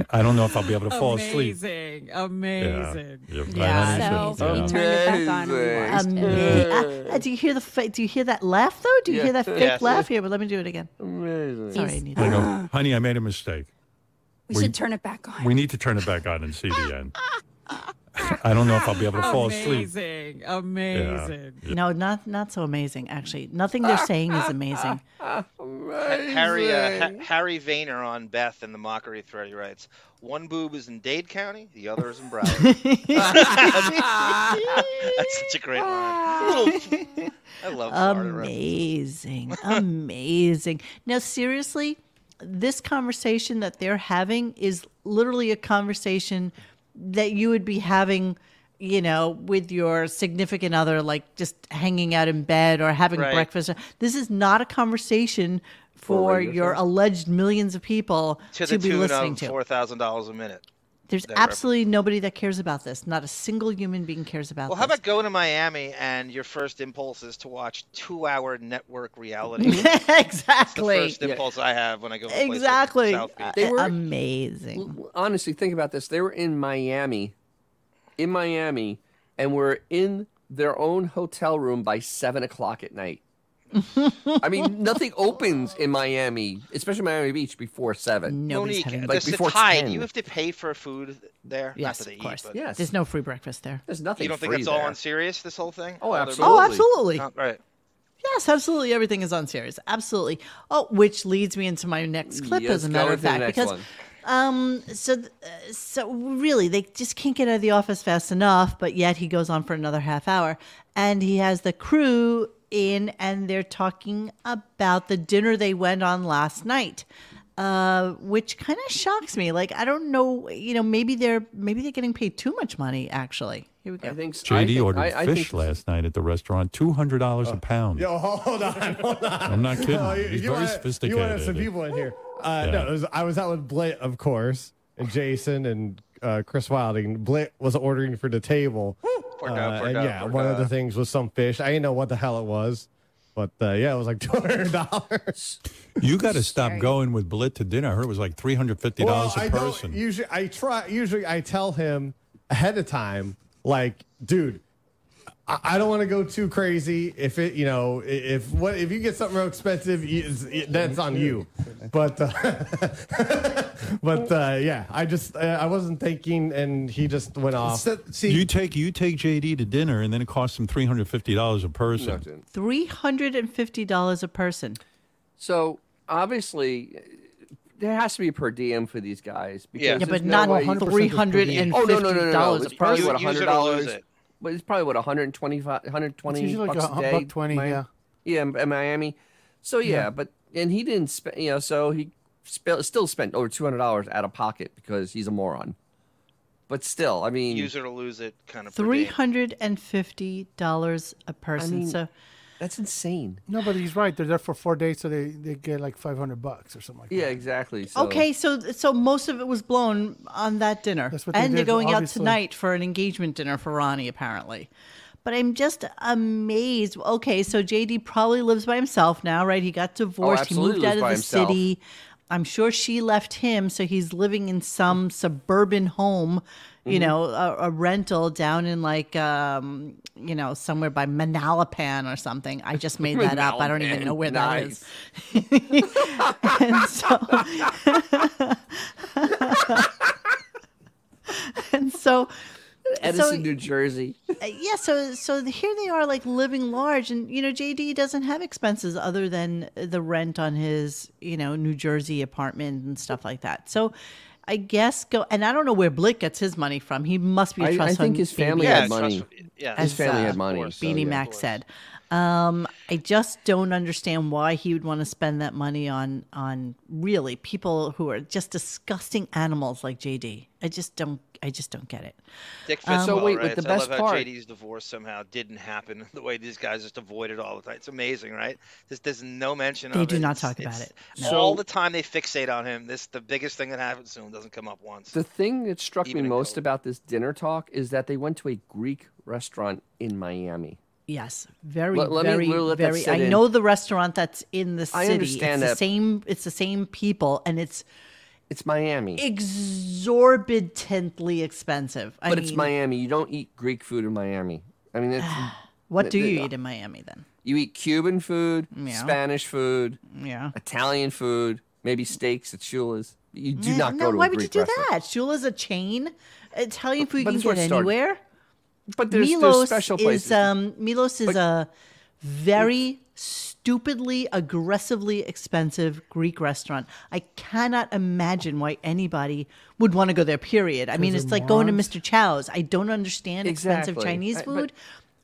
I don't know if I'll be able to fall asleep.
Amazing. Amazing.
Yeah. Yeah, I don't
So
think
we
so.
turned it back on.
Amazing.
and we watched it.
Ama- uh, do you hear the fa- do you hear that laugh though? Do you
Yeah.
hear that fake
Yes.
laugh here? But let me do it again.
Amazing.
Sorry, I need
I go, honey, I made a mistake.
We should turn it back on.
We need to turn it back on and see the end. I don't know if I'll be able to fall asleep.
Amazing. Amazing.
No, not not so amazing. Actually, nothing they're saying is amazing.
Harry, uh, Ha- Harry Vayner on Beth in the mockery thread, he writes One boob is in Dade County, the other is in Broward. That's such a great line. I love Florida references.
amazing, amazing. Now, seriously, this conversation that they're having is literally a conversation that you would be having, you know, with your significant other, like just hanging out in bed or having
Right.
breakfast. This is not a conversation
For
for
radio
your
show?
alleged millions of people
To
to,
the
be
tune
listening
of
to.
$4,000 a minute.
There's
that rep-
absolutely nobody that cares about this. Not a single human being cares about
Well,
this.
how about going to Miami and your first impulse is to watch two-hour network reality?
exactly.
First impulse I have when I go to a place like
Exactly.
South Beach.
They were-
amazing.
honestly think about this they were in miami in miami and were in their own hotel room by seven o'clock at night I mean, nothing opens in Miami, especially Miami Beach, before seven.
Monique,
like
does
before
the tide,
10.
you have to pay for food there? Not
Yes,
that they
of course.
Eat, but-
There's no free breakfast there.
There's nothing
You don't think
free
it's all
there.
on serious? This whole thing?
Oh,
All the-
absolutely. Oh, absolutely.
Not- right.
Yes, absolutely. Everything is on series. Absolutely. Oh, which leads me into my next clip,
Yes,
as a
go
matter of
into the
fact,
next
because
one.
um, so th- uh, so really they just can't get out of the office fast enough. But yet he goes on for another half hour, and he has the crew in, and they're talking about the dinner they went on last night. Uh, which kind of shocks me. Like I don't know, you know, maybe they're maybe they're getting paid too much money. Actually, here we go.
I think so. I
JD
think-
ordered
I- I
fish
think- Oh,
last night at the restaurant, two hundred dollars a pound.
Yo, hold on, hold on.
I'm not kidding.
No,
He's very
wanna- You want to have some
sophisticated.
people in here. Uh,
Yeah.
No, it was, I was out with Blit, of course, and Jason and uh, Chris Wilding. Blit was ordering for the table.
Poor
Uh,
guy, poor
and
guy,
yeah,
poor
one of the
guy.
things was some fish. I didn't know what the hell it was, but uh, yeah, it was like two hundred dollars.
You got to stop going with Blit to dinner. I heard it was like three hundred fifty
Well,
dollars
I
a person.
don't usually. I try. Usually, I tell him ahead of time, like, dude, I, I don't want to go too crazy. If it, you know, i- if what if you get something real expensive, you- it's- it- that's on you. But, uh, but uh, yeah, I just uh, I wasn't thinking, and he just went off.
you take you take JD to dinner, and then it costs him three hundred fifty dollars a person.
Three hundred and fifty dollars a person.
So obviously, there has to be per diem for these guys. Because
Yeah, but
there's
not
no way-
100% per diem.
Oh no, no, no, no, no!
$350
It's probably
a
what
person. Use
hundred
it or lose
dollars.
it.
But it's probably what 125, 120
It's usually like
bucks
a
day.
buck 20,
Miami-
yeah.
yeah, in, in Miami. So yeah,
Yeah.
but and he didn't spend. You know, so he sp- still spent over two hundred dollars out of pocket because he's a moron. But still, I mean,
Use it or lose it kind of per
Three
diem.
hundred and fifty dollars a person.
mean,
so
that's insane.
No, but he's right. They're there for four days, so they, they get like 500 bucks or something like that.
yeah, exactly. So.
okay, so so most of it was blown on that dinner,
That's what they
and they're
did,
going
obviously.
out tonight for an engagement dinner for Ronnie apparently. But I'm just amazed. Okay, so JD probably lives by himself now, right? He got divorced. he
absolutely
moved out of
lives
the
by himself.
city. I'm sure she left him, so he's living in some suburban home, you
Mhm.
Mm-hmm.
know, a, a rental down in like, um, you know, somewhere by Manalapan or something. I just made that up. I don't even know where that is. and so and so
Edison, New Jersey.
uh, yeah so so here they are like living large and you know jd doesn't have expenses other than the rent on his you know new jersey apartment and stuff like that so i guess go and i don't know where blick gets his money from he must be
I-
a
I
trust
think
fund
his family
baby.
had Yeah, money. trust- yeah. His
As,
family had
uh,
money, so,
beanie
yeah.
mac said um, i just don't understand why he would want to spend that money on on really people who are just disgusting animals like jd i just don't i just don't get it
Dick
Um,
Fisbell, right? So I love how JD's divorce somehow didn't happen. The way these guys just avoid it all the time. It's amazing, right? This there's no mention
They
of
do
it.
not
It's-
talk about
it's-
it. No.
All
So-
the time they fixate on him. This the biggest thing that happens to him doesn't come up once.
The thing that struck me most about this dinner talk is that they went to a Greek restaurant in Miami.
Yes, very,
Let- let me-
very,
let- let that
very.
sit
I
in.
know the restaurant that's in the city.
I understand
it's
that.
the same. It's the same people, and it's
It's Miami.
exorbitantly expensive. I
but
mean,
it's Miami. You don't eat Greek food in Miami. I mean, it's,
What do
the-
you eat in Miami then?
You eat Cuban food,
Yeah.
Spanish food,
yeah.
Italian food, maybe steaks at Shula's. You do
Eh,
not
no,
go to
why
a
would you
Greek
do
restaurant.
that? Shula's a chain. Italian food you
But
can
it's where
get
it started.
anywhere.
But there's- there's
Milos
special
is
places.
um, Milos is a very stupidly aggressively expensive Greek restaurant. I cannot imagine why anybody would want to go there. Period. I mean,
Because
it's
they're
like going to
morons.
Mr. Chow's. I don't understand expensive
Exactly.
Chinese
I- but-
food.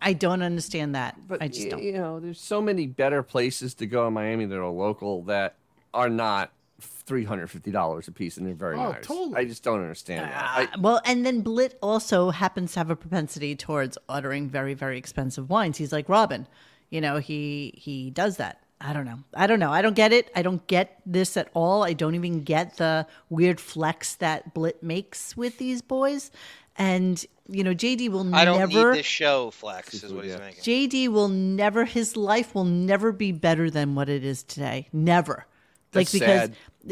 I don't understand that. I just
y-
don't.
You know, there's so many better places to go in Miami that are local that are not three hundred fifty dollars a piece, and they're very
Oh,
nice.
totally. Ah.
I just don't understand that. I,
Uh, Well, and then Blit also happens to have a propensity towards ordering very, very expensive wines. He's like Robin, you know. He he does that. I don't know. I don't know. I don't get it. I don't get this at all. I don't even get the weird flex that Blit makes with these boys. And you know, JD will
I don't
never.
need this show, Flex, is what he's making.
JD will never. His life will never be better than what it is today. Never.
That's
like because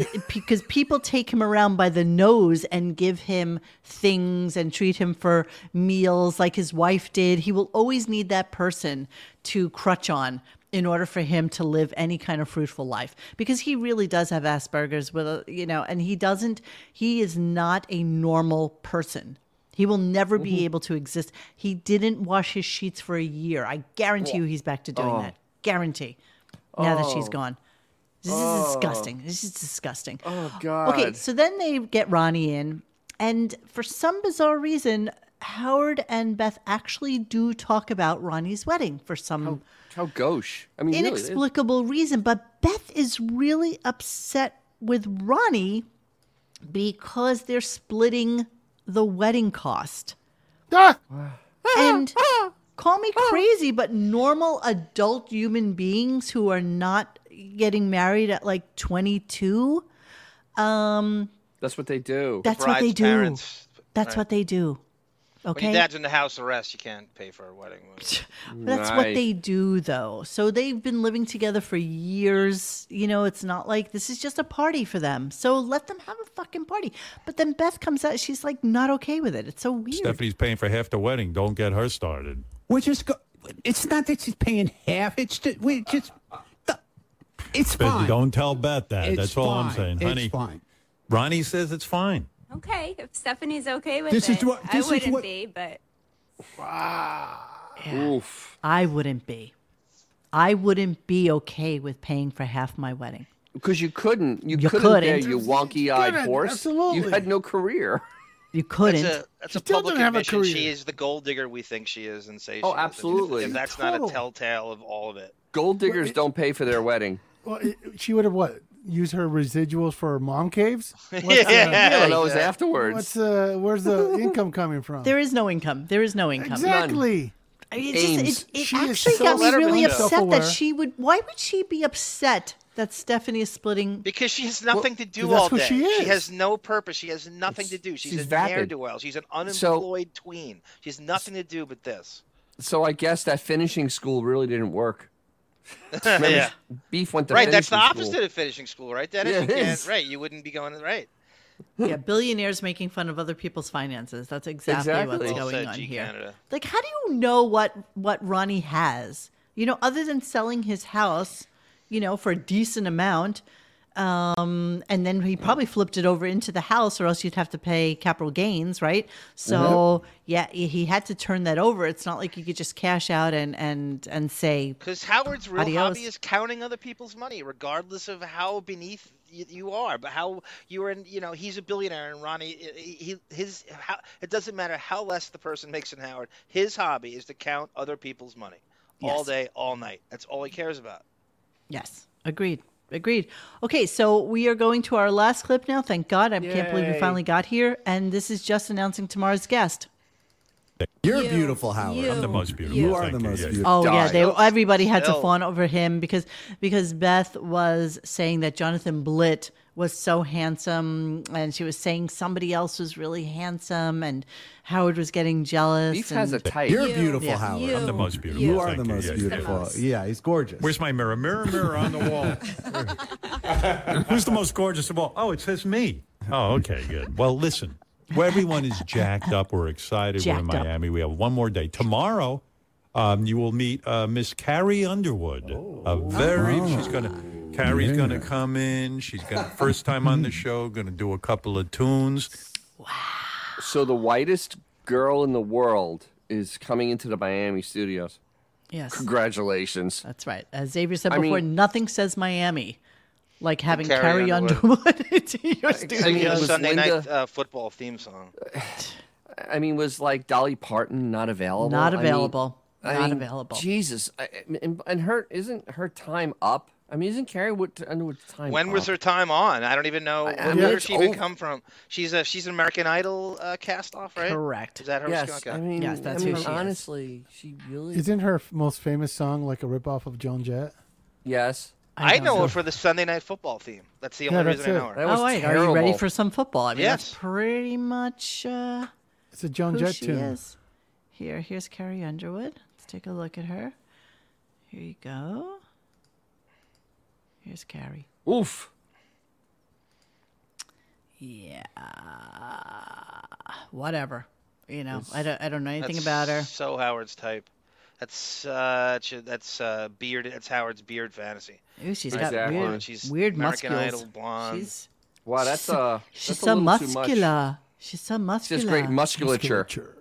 sad.
because people take him around by the nose and give him things and treat him for meals like his wife did. He will always need that person to crutch on in order for him to live any kind of fruitful life because he really does have Asperger's with a, you know and he doesn't he is not a normal person. He will never
Mm-hmm.
be able to exist. He didn't wash his sheets for a year. I guarantee you he's back to doing
Oh.
that. Guarantee. Now that she's
Oh.
gone. This
Oh.
is disgusting. This is disgusting. Oh
God.
Okay, so then they get Ronnie in, and for some bizarre reason, Howard and Beth actually do talk about Ronnie's wedding for some
How gauche. I mean, really, it-
inexplicable reason. But Beth is really upset with Ronnie because they're splitting the wedding cost.
Ah!
and call me crazy, but normal adult human beings who are not getting married at like 22, um,
that's what they do.
that's what they do. That's what they do. Okay.
When your dad's in the house arrest, you can't pay for a wedding.
That's what they do, though. So they've been living together for years. You know, it's not like this is just a party for them. So let them have a fucking party. But then Beth comes out. She's like, not okay with it. It's so weird.
Stephanie's paying for half the wedding. Don't get her started.
We're just. Go- it's not that she's paying half. It's just. We just. It's
But
fine.
Don't tell Beth that.
It's
That's all I'm
fine.
saying,
It's
honey.
fine.
Ronnie says it's fine.
Okay, if Stephanie's okay with
This
it,
is what-
I
this is
wouldn't
what-
be, but
Oof.
I wouldn't be. I wouldn't be okay with paying for half my wedding.
Because you couldn't. You,
You
couldn't, there,
couldn't.
you wonky eyed
Couldn't,
horse. You
absolutely.
had no career.
You couldn't.
That's a, that's a public admission. She is the gold digger we think she is and say she
Oh,
is. If-
absolutely.
If that's not
Total.
a telltale of all of it.
Gold diggers don't pay for their wedding.
Well, it- she would have what? Used her residuals for mom caves? What's, uh,
Yeah, that was afterwards.
What's uh, where's the income coming from?
There is no income. There is no income.
Exactly.
I mean, It,
Ames.
just, it, it
She is
actually
so
got me really
self-aware.
upset that
Self-aware.
she would. Why would she be upset that Stephanie is splitting?
Because she has nothing to do all day. She has no purpose. She has nothing to do. She's,
she's
a
vapid.
ne'er do well. She's an unemployed tween. She has nothing to do but this.
So I guess that finishing school really didn't work. Remember,
Yeah.
Beef went to
right, that's the
finishing
opposite
school.
of finishing school, right? That is
Yeah,
you
it
can't-
is.
right. You wouldn't be going right.
yeah, billionaires making fun of other people's finances. That's exactly, what's
Well
going
said,
on
G
here.
Canada.
Like, how do you know what what Ronnie has? You know, other than selling his house, you know, for a decent amount, um, and then he probably flipped it over into the house, or else you'd have to pay capital gains, right? So yeah, he had to turn that over. It's not like you could just cash out and and and say
Because Howard's real
Adios.
hobby is counting other people's money, regardless of how beneath y- you are. But how you are, in, you know, he's a billionaire, and Ronnie, he, he- his, how, it doesn't matter how less the person makes in Howard. His hobby is to count other people's money all
Yes.
day, all night. That's all he cares about.
Yes, agreed. Agreed. Okay, so we are going to our last clip now. Thank God. I can't believe
Yay.
we finally got here. And this is just announcing tomorrow's guest.
You're beautiful, Howard.
I'm the most beautiful.
You are
thank
the most
Yes.
beautiful.
Oh yeah, they everybody had to
Still.
fawn over him because because Beth was saying that Jonathan Blitt was so handsome, and she was saying somebody else was really handsome, and Howard was getting jealous.
Beef has
and-
a type. You're beautiful,
Yeah.
Howard.
I'm the most beautiful.
You are
thank
the most
Yes,
beautiful.
yes.
Yeah, he's gorgeous.
Where's my mirror? Mirror, mirror on the wall. Who's the most gorgeous of all? Oh, it says me. Oh, okay, good. Well, listen, well, everyone is jacked up. We're excited.
Jacked
We're
up.
in Miami. We have one more day. Tomorrow, um, you will meet uh, Miss Carrie Underwood. A very, she's going to, Carrie's going to come in. She's going to, first time on the show, going to do a couple of tunes.
So the whitest girl in the world is coming into the Miami studios.
Yes.
Congratulations.
That's right. As Xavier said
I mean-
before, nothing says Miami like having
Carrie
Carrie Underwood,
Underwood.
into your
Singing
studio.
the
was
Sunday night
Linda-
uh, football theme song.
I mean, was like Dolly Parton not available?
Not
I mean-
available.
I
Not
mean,
available.
Jesus, I, I mean, and, and her isn't her time up? I mean, isn't Carrie Wood Underwood's time?
When was
up?
her time on? I don't even know
I
where
mean,
did
it's
she even
over.
come from. She's a she's an American Idol uh, cast off, right?
Correct.
Is that her?
Yes,
Okay.
I mean,
Yes, that's
I
who
mean,
she is.
honestly, she really
Isn't her f- most famous song like a ripoff of Joan Jett?
Yes.
I, know
so.
her for the Sunday night football theme. That's the
Yeah,
only
that's
reason I
it.
know her.
That
All right, Oh, are you ready
terrible.
for some football? I mean, that's
Yes.
pretty much uh,
It's a Joan
who
Jett
she
tune.
is. Here, here's Carrie Underwood. Let's take a look at her. Here you go. Here's Carrie.
Oof.
Yeah. Whatever. You know, I
That's-
don't, I don't know anything about her.
So Howard's type. That's uh, ch- that's uh, beard. That's Howard's beard fantasy.
Ooh, she's
she's
got weird,
she's
weird
American
muscles.
Idol blonde.
She's,
Wow, that's,
she's so-
uh,
she's
that's a
so
little too much.
muscular. She's so
It's
muscular.
just great musculature.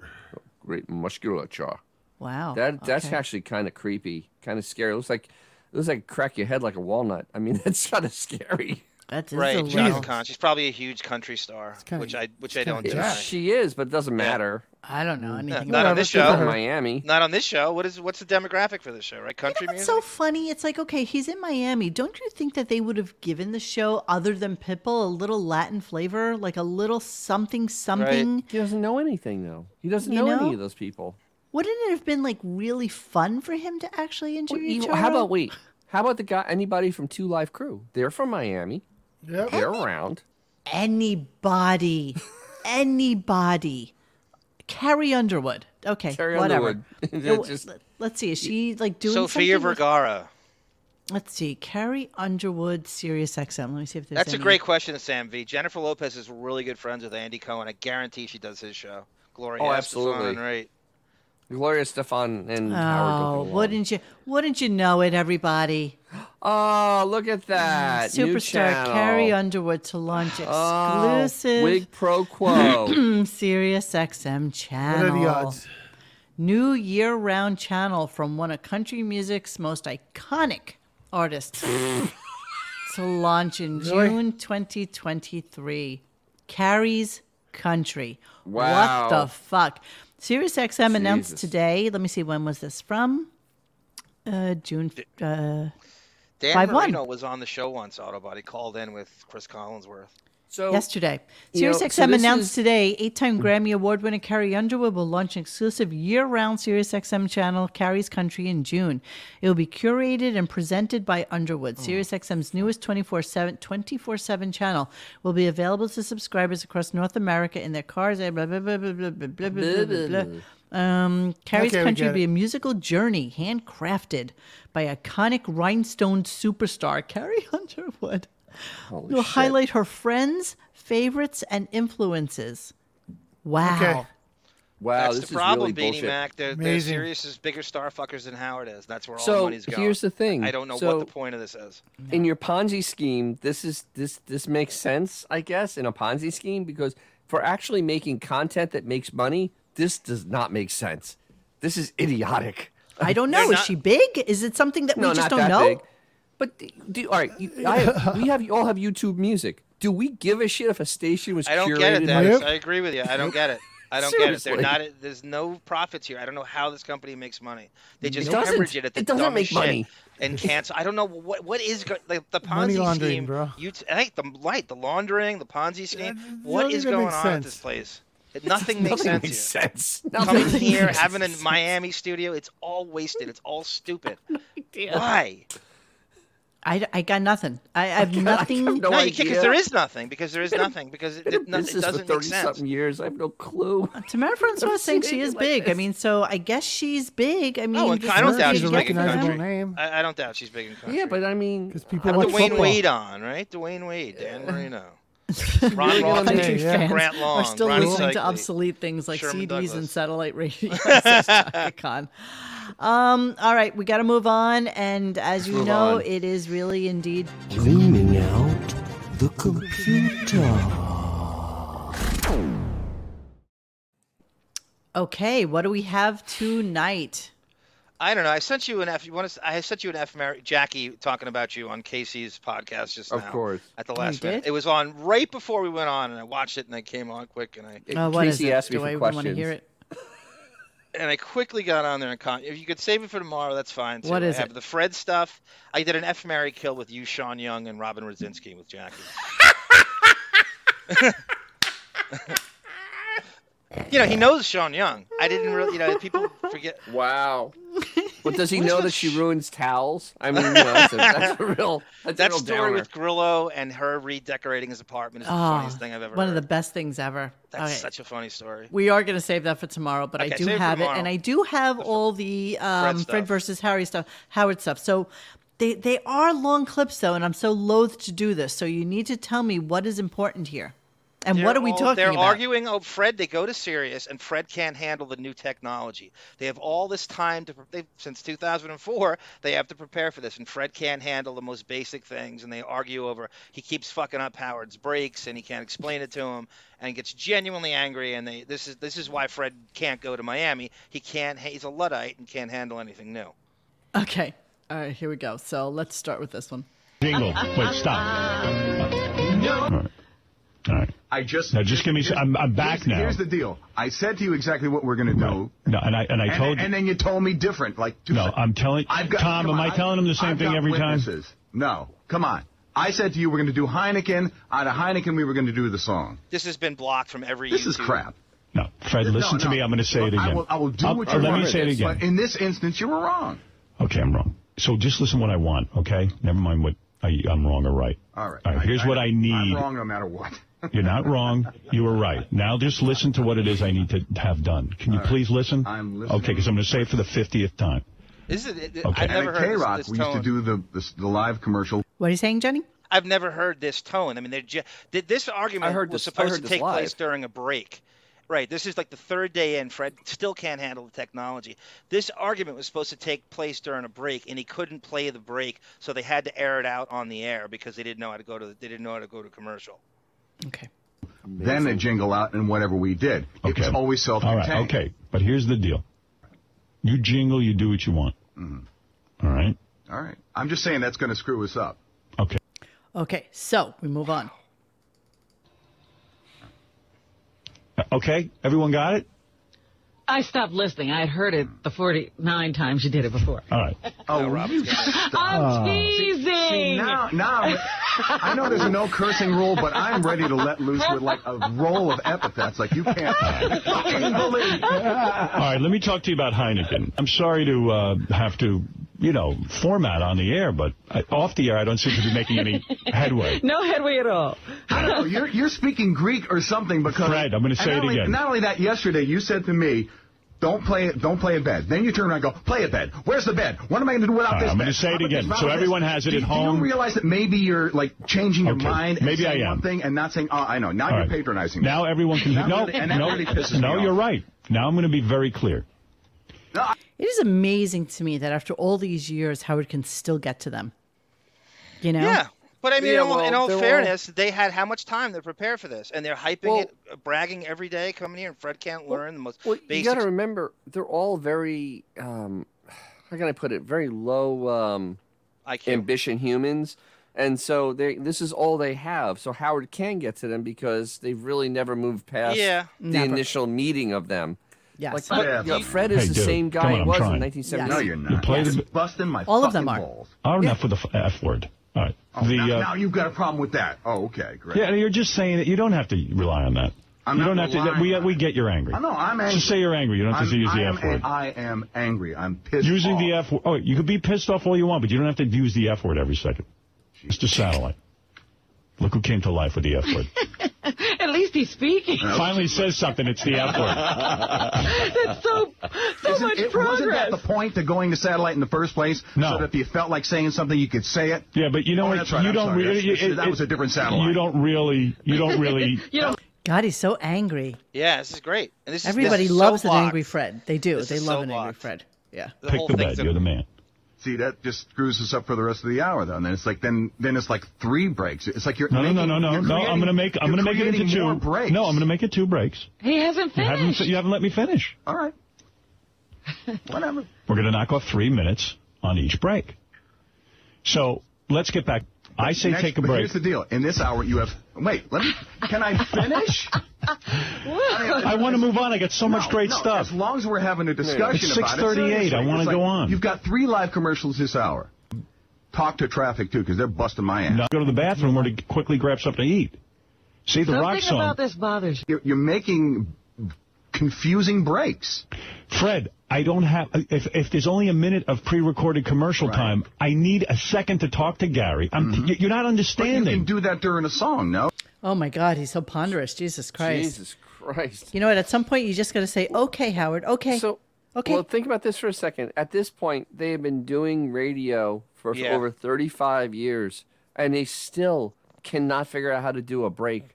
Great musculature.
Wow.
That that's
Oh, okay.
actually kind of creepy, kind of scary. It looks like it looks like crack your head like a walnut. I mean, that's kind of scary.
That
right, Shaka Khan. She's probably a huge country star, which I which I don't deny.
She is, but it doesn't matter.
I don't know
Yeah, not on this show.
Miami.
Not on this show. What is what's the demographic for this show? Right, country
It's
music.
so funny. It's like, okay, he's in Miami. Don't you think that they would have given the show, other than Pitbull, a little Latin flavor, like a little something something?
He doesn't know anything though. He doesn't
You
know,
know?
any of those people.
Wouldn't it have been like really fun for him to actually interview?
Even-
Charo?
how about wait? How about the guy? Anybody from Two Live Crew? They're from Miami.
Yep.
They're around.
anybody, anybody? Carrie Underwood. Okay,
Carrie
whatever.
Underwood.
It-
Just-
Let's see. Is she like doing
Sophia
something with-
Vergara.
Let's see. Carrie Underwood, Sirius XM. Let me see if there's
That's a
any-
great question, Sam V. Jennifer Lopez is really good friends with Andy Cohen. I guarantee she does his show. Gloria.
Oh,
Estefan,
absolutely.
Right.
Gloria Stefan and
Oh,
Howard. Gilmore.
wouldn't you? Wouldn't you know it, everybody?
Oh, look at that new
Superstar
channel.
Carrie Underwood to launch
Oh,
exclusive
Wig pro quo.
Sirius XM
are
channel.
the odds?
New year-round channel from one of country music's most iconic artists to launch in
Really?
June 2023. Carrie's Country.
Wow.
What the fuck? Sirius XM announced
Jesus.
today. Let me see when was this from? Uh, June. Uh,
Dan
five one.
Marino was on the show once. Autobot. He called in with Chris Collinsworth.
So
yesterday.
you know,
Sirius
so
XM
this
announced
is-
today eight-time Grammy Award winner Carrie Underwood will launch an exclusive year-round Sirius XM channel, Carrie's Country, in June. It will be curated and presented by Underwood.
Oh.
Sirius XM's newest 24-7, 24-7 channel will be available to subscribers across North America in their cars. eh, Blah, blah, blah, blah, blah, blah, blah, blah, blah, blah. Um, Carrie's
Okay, we
Country
get
will be
it.
a musical journey handcrafted by iconic rhinestone superstar Carrie Underwood.
Holy
You'll
shit.
highlight her friends, favorites, and influences. Wow.
Okay.
Wow,
That's
this
the
is
problem,
really bullshit.
Beanie Mac. They're, they're
Amazing.
serious as bigger star fuckers than Howard is. That's where all the
So,
money's going.
here's the thing.
I don't know
So-
what the point of this is.
in your Ponzi scheme, this is this this makes sense, I guess, in a Ponzi scheme because for actually making content that makes money, this does not make sense. This is idiotic.
I don't know. Is she big? Is it something that
No,
we just
not
don't
that
know?
big. But d- do, all right, you, I have, we have you all have YouTube Music. Do we give a shit if a station was
I don't
curated
get it,
by-
Dennis. I agree with you. I don't get it. I don't get it. They're
Seriously.
not. There's no profits here. I don't know how this company makes money. They just
It doesn't.
hemorrhage it at the
It doesn't
dumbest
make
shit
money.
and cancel. I don't know what what is go- like, the
Money
Ponzi
laundering,
scheme.
bro.
You t- I think the light, the laundering, the Ponzi scheme. what
doesn't
is
even
going on
make
at
sense.
this place? It, nothing makes sense.
Nothing makes
here.
sense.
Coming
Nothing
here,
makes
having a
sense.
Miami studio, it's all wasted. It's all stupid.
idea.
Why?
I, I got nothing. I, I have nothing.
no, you can't because there is nothing. Because there is nothing. Because it, it, no- it
business for
doesn't make sense.
30-something years. I have no clue.
Tamara Francois is saying she
seen
is
it like
big. I
this.
mean, so I guess she's big. I mean,
Oh, and
just
I don't
look
doubt
at
she's
it.
big in country. I, I don't doubt she's big in country.
Yeah, but I mean, because
people
Have Dwayne Wade on, right? Dwayne Wade, Dan Marino, Ron
Really
Rothman,
country fans
Grant Long,
are still
Ronnie
listening to
Cycli.
obsolete things like
Sherman
CDs and
Douglas.
satellite radio. That's Shaka Khan. Um, all right, we got to move on, and as you
Move
know,
on.
it is really indeed
Cleaning out the computer.
okay. What do we have tonight?
I don't know. I sent you an F. You want to? I sent you an F. Mary, Jackie talking about you on Casey's podcast just
Of
now.
course.
At the
Oh, You
last minute,
did?
it was on right before we went on, and I watched it, and I came on quick, and I.
Uh, what is Casey it? asked me Do for I even wanna questions. hear it?
And I quickly got on there and con. If you could save it for tomorrow, that's fine. Too.
What is
I have
it?
the Fred stuff. I did an F. Mary kill with you, Sean Young, and Robin Rosinski with Jackie. you know he knows Sean Young. I didn't really, you know, people forget.
Wow. But does he
What is
know
with
that she ruins towels? I mean, you know, that's, a, that's a real. That's
that
a real
story
downer.
with Grillo and her redecorating his apartment is the
Ah,
funniest thing I've ever
one of
heard.
the best things ever.
That's
Okay.
such a funny story.
We are going to save that for tomorrow, but I
Okay,
do
save it for
have it, and
tomorrow.
I do have all the um, Fred,
stuff.
versus Harry stuff, Howard stuff. So they they are long clips though, and I'm so loath to do this. So you need to tell me what is important here, And what are we talking
They're
about?
arguing. Oh, Fred, they go to Sirius, and Fred can't handle the new technology. They have all this time to. pre- They, since 2004, they have to prepare for this, and Fred can't handle the most basic things. And they argue over. He keeps fucking up Howard's brakes, and he can't explain it to him, and he gets genuinely angry. And they this is this is why Fred can't go to Miami. He can't. He's a luddite and can't handle anything new.
Okay. All right, here we go. So let's start with this one.
Jingle. Wait, stop. All right. I just now Uh, just give me. I'm, I'm back
here's,
now.
Here's the deal. I said to you exactly what we're going to do.
No, and I and I told you.
And then you told me different. Like two
No,
sec-
I'm telling-
I've got,
Tom,
come
am
on,
I telling him the same
I've
thing
got
every time?
witnesses. No, come on. I said to you we're going to do Heineken. Out of Heineken, we were going to do the song.
This has been blocked from every.
This
YouTube.
is crap.
No, Fred,
No,
listen to
no.
me. I'm going to say it
Look,
again.
I will, I will do
I'll-
what
uh,
you
Let
want.
me say it again.
But in this instance, you were wrong.
Okay, I'm wrong. So just listen what I want. Okay, never mind what I, I'm wrong or right.
All right.
All right, here's what I
I'm
need.
wrong no matter what.
You're not wrong. You were right. Now just listen to what it is I need to have done. Can you please listen? I'm listening. Okay, because I'm going to say it for the 50th time.
This is. It,
Okay.
I've
and
never
at
heard this-
K-Rock,
this
we used to
tone.
do the, the the live commercial.
What are you saying, Jenny?
I've never heard this tone. I mean, they're ju- th- this argument
I heard
was
this- I
supposed
heard
to
this
take place
live.
during a break. Right. This is like the third day in. Fred still can't handle the technology. This argument was supposed to take place during a break, and he couldn't play the break, so they had to air it out on the air because they didn't know how to go to. They didn't know how to go to commercial.
Then a jingle out and whatever we did. It was always
All
self-contained.
right. Okay, but here's the deal. You jingle. You do what you want.
Mm-hmm.
All right.
All right. I'm just saying that's going to screw us up.
Okay.
Okay, so we move on.
Uh, Okay. Everyone got it.
I stopped listening. I had heard it the 49 times you did it before.
All right.
Oh, you
I'm teasing.
See, now, now, I know there's a no cursing rule, but I'm ready to let loose with like a roll of epithets. Like you can't fucking believe.
All right, let me talk to you about Heineken. I'm sorry to uh, have to, you know, format on the air, but I, off the air, I don't seem to be making any headway.
No headway at all.
I don't know. You're you're speaking Greek or something because
Fred, I'm gonna
and
say
not
it
only-
again.
Not only that, yesterday you said to me. Don't play it. Don't play it bad. Then you turn around and go, play it bad. Where's the bed? What am I going to do
All
without
right,
this?
I'm
bed?
gonna say it
How about
again,
this? How
so
about this?
everyone has it
Do-
at
Do
home.
you realize that maybe you're like changing your
Okay,
mind? And
maybe I
saying
am.
One thing and not saying, oh, I know. Now
All
you're
right.
patronizing.
Now
me.
everyone can
That
no,
really- and that
no,
really pisses
no,
me
you're
off.
right. Now I'm going to be very clear.
It is amazing to me that after all these years, Howard can still get to them. You know?
Yeah. But I mean,
Yeah,
in all, in
well,
all
they're all-
fairness, they had how much time to prepare for this, and they're hyping
Well-
it, bragging every day, coming here, and Fred can't learn the most
You
basic.
got to remember, they're all very, um, how can I put it, very low um, ambition humans. And so they, this is all they have. So Howard can get to them because they've really never moved past
Yeah.
the
Never.
initial meeting of them.
Yes.
Like,
But-
yeah,
you-
Fred is
Hey,
the
dude,
same
come
guy
on,
he
I'm
was
trying.
in 1970.
No, you're not. You
played the-
busting my
All of
fucking
them are.
balls.
Oh, enough with the f- f word. All right.
Oh,
the,
now,
uh,
now you've got a problem with that. Oh, okay, great.
yeah, you're just saying that you don't have to rely on that.
I'm
you
not
don't have to.
relying
we
on
we get you're angry.
I know, I'm angry.
Just say you're angry. You don't have to
I'm-
use
I
the
am
f word.
a- I am angry. I'm pissed.
Using
off.
the F word. Oh, you could be pissed off all you want, but you don't have to use the F word every second. Mr. Satellite. Look who came to life with the F word.
At least he's speaking.
Finally says something, it's the F word.
That's so so
Isn't-
much
it- Wasn't
progress.
that the point to going to satellite in the first place? No. So that if you felt like saying something, you could say it.
Yeah, but you know
oh,
what?
That's right,
you
I'm
don't
sorry.
really.
That's-
it-
that
it-
was a different satellite.
You don't really. You don't really.
God, he's so angry.
Yeah, this is great. And this is- this
Everybody
is so
loves an
blocked.
angry Fred. They do.
This
they
is
love
so
an angry Fred. Yeah.
The whole thing's a-
the man.
See, that just screws us up for the rest of the hour, though. And then it's like then then it's like three breaks. It's like you're
No, no,
making,
no, no, no,
you're
no.
creating-
I'm gonna make. I'm
you're
gonna make it into
creating
two.
more breaks.
No, I'm gonna make it two breaks.
He hasn't
You haven't.
finished.
You haven't let me finish.
All right. Whatever.
We're gonna knock off three minutes on each break. So let's get back. I say
Next-
take a
but
break.
Here's the deal. In this hour, you have. Wait, let me. Can I finish?
I want to move on. I got so much
No,
great
no,
stuff.
As long as we're having a discussion
It's
about it.
6:38. I
seriously,
want
it's
to
like-
go on.
You've got three live commercials this hour. Talk to traffic too, because they're busting my ass.
Now go to the bathroom or to quickly grab something to eat. See the rock song.
this bothers
you. You're, you're making confusing breaks.
Fred, I don't have. If if there's only a minute of pre-recorded commercial time, I need a second to talk to Gary. I'm. y- You're not understanding.
Mm-hmm. You can do that during a song, no?
Oh my God, he's so ponderous. Jesus Christ.
Jesus Christ.
You know what? At some point, you just got to say, okay, Howard, okay.
So,
okay.
Well, think about this for a second. At this point, they have been doing radio for
Yeah.
over 35 years, and they still cannot figure out how to do a break.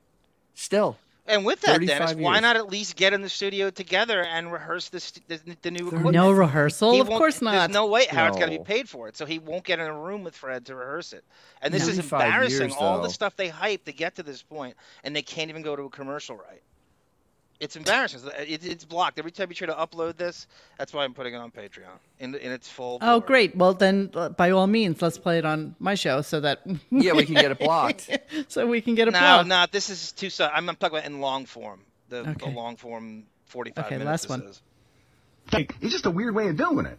Still.
And with that, Dennis,
35
why
years.
not at least get in the studio together and rehearse this, the, the new equipment?
No rehearsal?
He
Of
won't-
course not.
There's no way Howard's got to be
No.
paid for it, so he won't get in a room with Fred to rehearse it. And this is
35 years,
embarrassing. All the
though.
stuff they hype to get to this point, and they can't even go to a commercial right. It's embarrassing. So It, it's blocked every time you try to upload this. That's why I'm putting it on Patreon in, in its full.
Oh, great. Well, then, uh, by all means, let's play it on my show so that.
Yeah, we can get it blocked.
so we can get it
no,
blocked.
no, this is too. so- I'm, I'm talking about in long form. The, the
Okay.
long form, 45
Okay,
minutes.
last
this
one.
is.
It's just a weird way of doing it.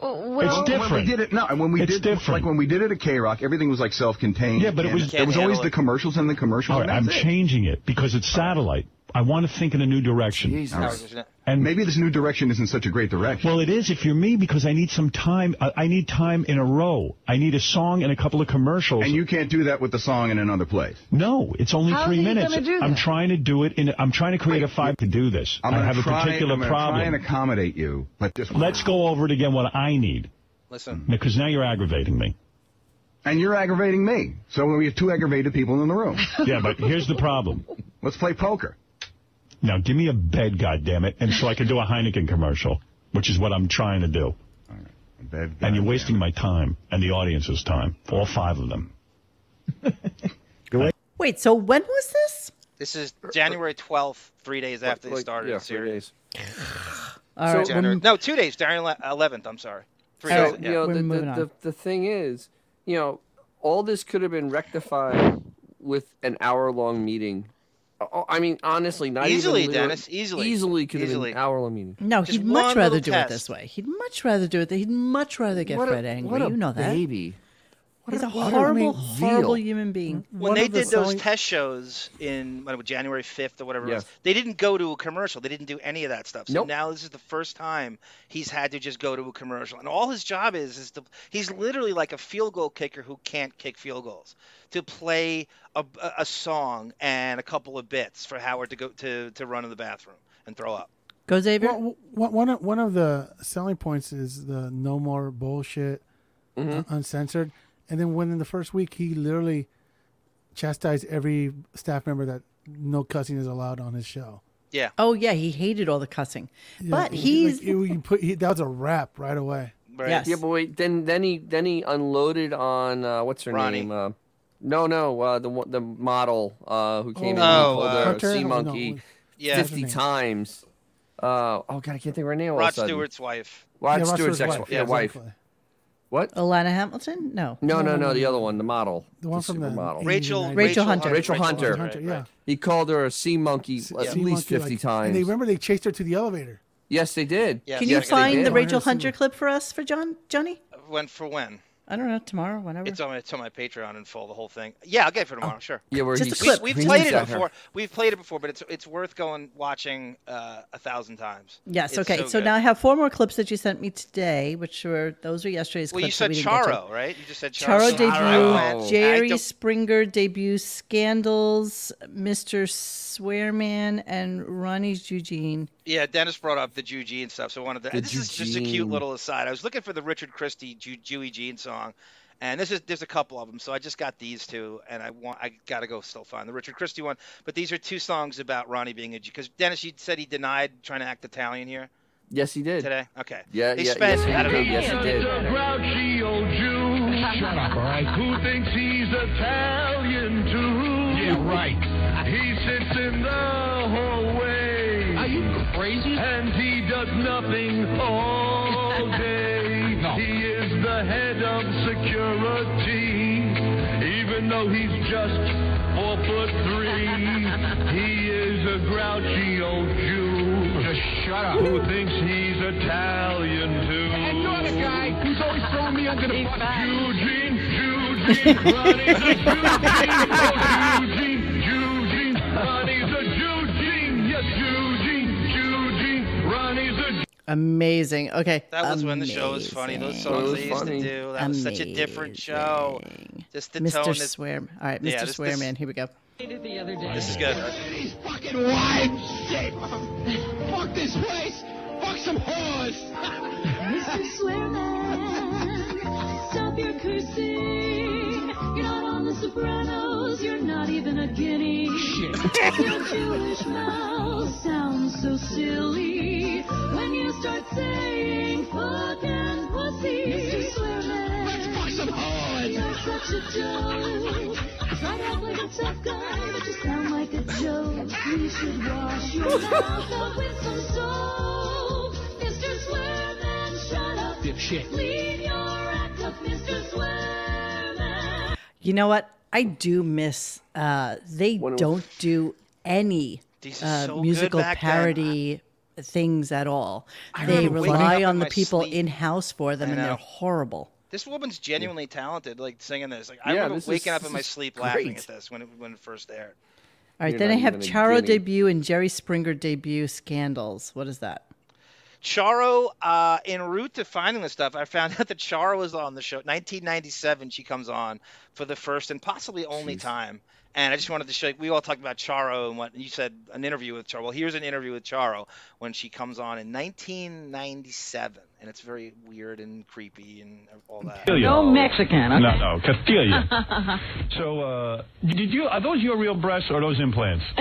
Well,
Well, When we did it, no, and when we did, like when we did it at K Rock, everything was like self-contained.
Yeah, but it
and
was-
there was
Can't
always
handle
the
it.
commercials and the commercials.
All right, I'm
and that's it.
changing it because it's satellite. I want to think in a new direction.
All right. And maybe this new direction isn't such a great direction.
Well, it is if you're me because I need some time. I I need time in a row. Oh, I need a song and a couple of commercials.
And you can't do that with the song in another place.
No, it's only
How
three
is he
minutes.
gonna do
I'm
that?
trying to do it. In, I'm trying to create a five to do this.
I'm
I
gonna
have
try,
a particular
I'm gonna
problem.
Try and accommodate you, but just
Let's go over it again. What I need.
Listen.
Because now you're aggravating me.
And you're aggravating me. So we have two aggravated people in the room.
Yeah, but here's the problem.
Let's play poker.
Now give me a bed, goddammit, and so I can do a Heineken commercial, which is what I'm trying to do. and you're wasting my time and the audience's time, all five of them.
Wait, so when was this?
This is January 12th, three days after they started the series.
All right.
January- no, two days, January 11th, I'm sorry. Three
So,
days,
you know,
yeah.
the, the, the, the thing is, you know, all this could have been rectified with an hour long meeting. Oh, I mean, honestly, not even
Easily,
literally-
Dennis, easily.
Easily could
Easily.
have been an hour long meeting.
No,
Just
he'd much
one
rather
little
do
test.
it this way. He'd much rather do it. Th- he'd much rather get
What a-
Fred angry.
what a
you know that.
baby. What
He's
a-
a,
what a
horrible,
mean
horrible
zeal.
human being.
When they did those test shows in what, January 5th or whatever it was,
Yes.
they didn't go to a commercial. They didn't do any of that stuff. So
Nope.
now this is the first time he's had to just go to a commercial. And all his job is, is to, he's literally like a field goal kicker who can't kick field goals, to play a, a- a song and a couple of bits for Howard to go to, to run in the bathroom and throw up.
Go Xavier.
One, one, of, one of the selling points is the no more bullshit,
Mm-hmm.
un- uncensored. And then within the first week, he literally chastised every staff member that no cussing is allowed on his show.
Yeah.
Oh yeah, he hated all the cussing.
Yeah,
but
it- like,
he's
it- we put he, that was a wrap right away.
Yes.
Yeah, but wait, then then he then he unloaded on uh, what's her
Ronnie.
name? Uh, no, no, uh, the one- the model uh, who came in
Oh,
and
uh,
called her
Carter?
sea
No,
monkey
no, yeah.
fifty times. Uh, oh god, I can't think of her name. all of a
Rod
sudden.
Stewart's wife.
Rod
Yeah, Rod
Stewart's,
Stewart's
ex-wife.
wife.
Yeah,
Yeah,
wife. What?
Alana Hamilton? No.
No, no, no, the other one, the model,
The one from the
supermodel,
80s, Rachel- 90s. Rachel Hunter.
Rachel
Rachel
Hunter.
Hunter, Right, yeah. right.
He called her a sea monkey at
Sea
least
monkey,
fifty
like-
times.
And they remember they chased her to the elevator.
Yes, they did.
Can you
Yes, they
find the
did.
Rachel Hunter clip for us for John Johnny?
When for when?
I don't know, tomorrow, whenever.
It's on, it's on my Patreon in full, the whole thing. Yeah, I'll get it for tomorrow, sure.
Oh, Yeah, where
Just
he
a clip.
We've
screams
played it
at her.
before. We've played it before, but it's it's worth going watching uh, a thousand times.
Yes,
It's
okay. So,
good.
now I have four more clips that you sent me today, which were those were yesterday's
Well, you
clips.
said
that we didn't get to.
Charo, right? You just said Charo.
Charo debut,
Charo. I
Jerry
don't-
Springer debut, Scandals, Mr. Swearman, and Ronnie Eugene.
Yeah, Dennis brought up the Jew Gene stuff, so I wanted to.
The
this is just a cute
Jew
little aside. I was looking for the Richard Christie Jew, Jewy Gene song, and this is there's a couple of them, so I just got these two, and I want I gotta go still find the Richard Christie one. But these are two songs about Ronnie being a Jew, because Dennis, you said he denied trying to act Italian here
Yes, he did.
today. Okay.
Yeah,
He
yeah,
spent.
yes, he
I don't
did.
know.
Yes, he did.
Grouchy old Jew. Shut up, all right? Who thinks he's Italian too? Yeah, right. He sits in the hallway. Are you crazy? And he does nothing all day. He is the head of security, even though he's just four foot three. he is a grouchy old Jew. Just shut up. Who thinks he's Italian too? And you're the guy who's always telling me I'm gonna fuck Eugene, Eugene, Eugene, Eugene, Ronnie's a Eugene, yes, Eugene, Eugene, Ronnie's a
Amazing. Okay.
That was when the show was funny. Those songs they used to do. That was such a different show. Just the
Mr.
tone. is-
Swear. All right, Mr.
Yeah, this- this-
Swearman. Here we go.
This is good.
fucking wife. Shit. Fuck this place. Fuck some whores. Mr. Swearman, stop your cursing. You're not on The Sopranos. You're not even
a guinea. Shit. Your Jewish mouth sounds so silly when you start saying fuck and pussy. Mr. Sherman, let's buy some horn. You're such a joke. Try to act like a tough guy, but you sound like a joke. You should wash your mouth up with some soap. Mr. Swearman, shut up.
Dipshit.
Leave your act up, Mr. Swearman.
You know what? I do miss. Uh, they don't do any
These are
uh,
so good
musical
back then.
parody things at all.
I
they
remember waking up
rely
in
on the
my
people
sleep.
in house for them,
I
and they're
know.
horrible.
This woman's genuinely talented, like singing this. Like I
Yeah,
remember
this is-
waking up in
this
my
is
sleep laughing
great.
at this when it when it first aired.
All right,
You're
then
not
I have
even a
Charo
guinea.
debut and Jerry Springer debut scandals. What is that?
Charo, uh, en route to finding this stuff, I found out that Charo was on the show. 1997, she comes on for the first and possibly only time. And I just wanted to show. We all talked about Charo and what you said. An interview with Charo. Well, here's an interview with Charo when she comes on in 1997, and it's very weird and creepy and all that.
No Mexican.
No, no, Castilian.
so,
uh, did you are those your real breasts or those implants?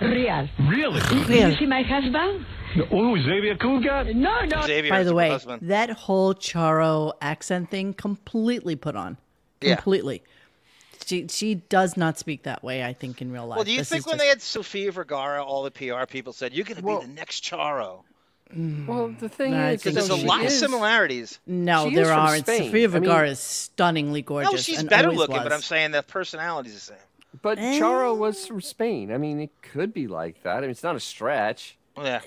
Real.
Really?
Oh,
Did you see my husband?
Oh, Xavier Cougat?
No, no.
By the way, that whole Charo accent thing completely put on.
Yeah.
Completely. She she does not speak that way. I think in real life.
Well, do you
This
think
is
when
just-
they had Sophia Vergara, all the PR people said, "You're going to be the next Charo"?
Well, the thing
No, I
is,
think
There's a
she
lot of
is-
similarities.
No,
She is
there
from
aren't.
Spain.
Sofia
I mean-
Vergara is stunningly gorgeous.
No, she's
and
better
always
looking,
was.
but I'm saying the personality's the same.
But
Eh.
Charo was from Spain. I mean, it could be like that. I mean, it's not a stretch.
Yeah.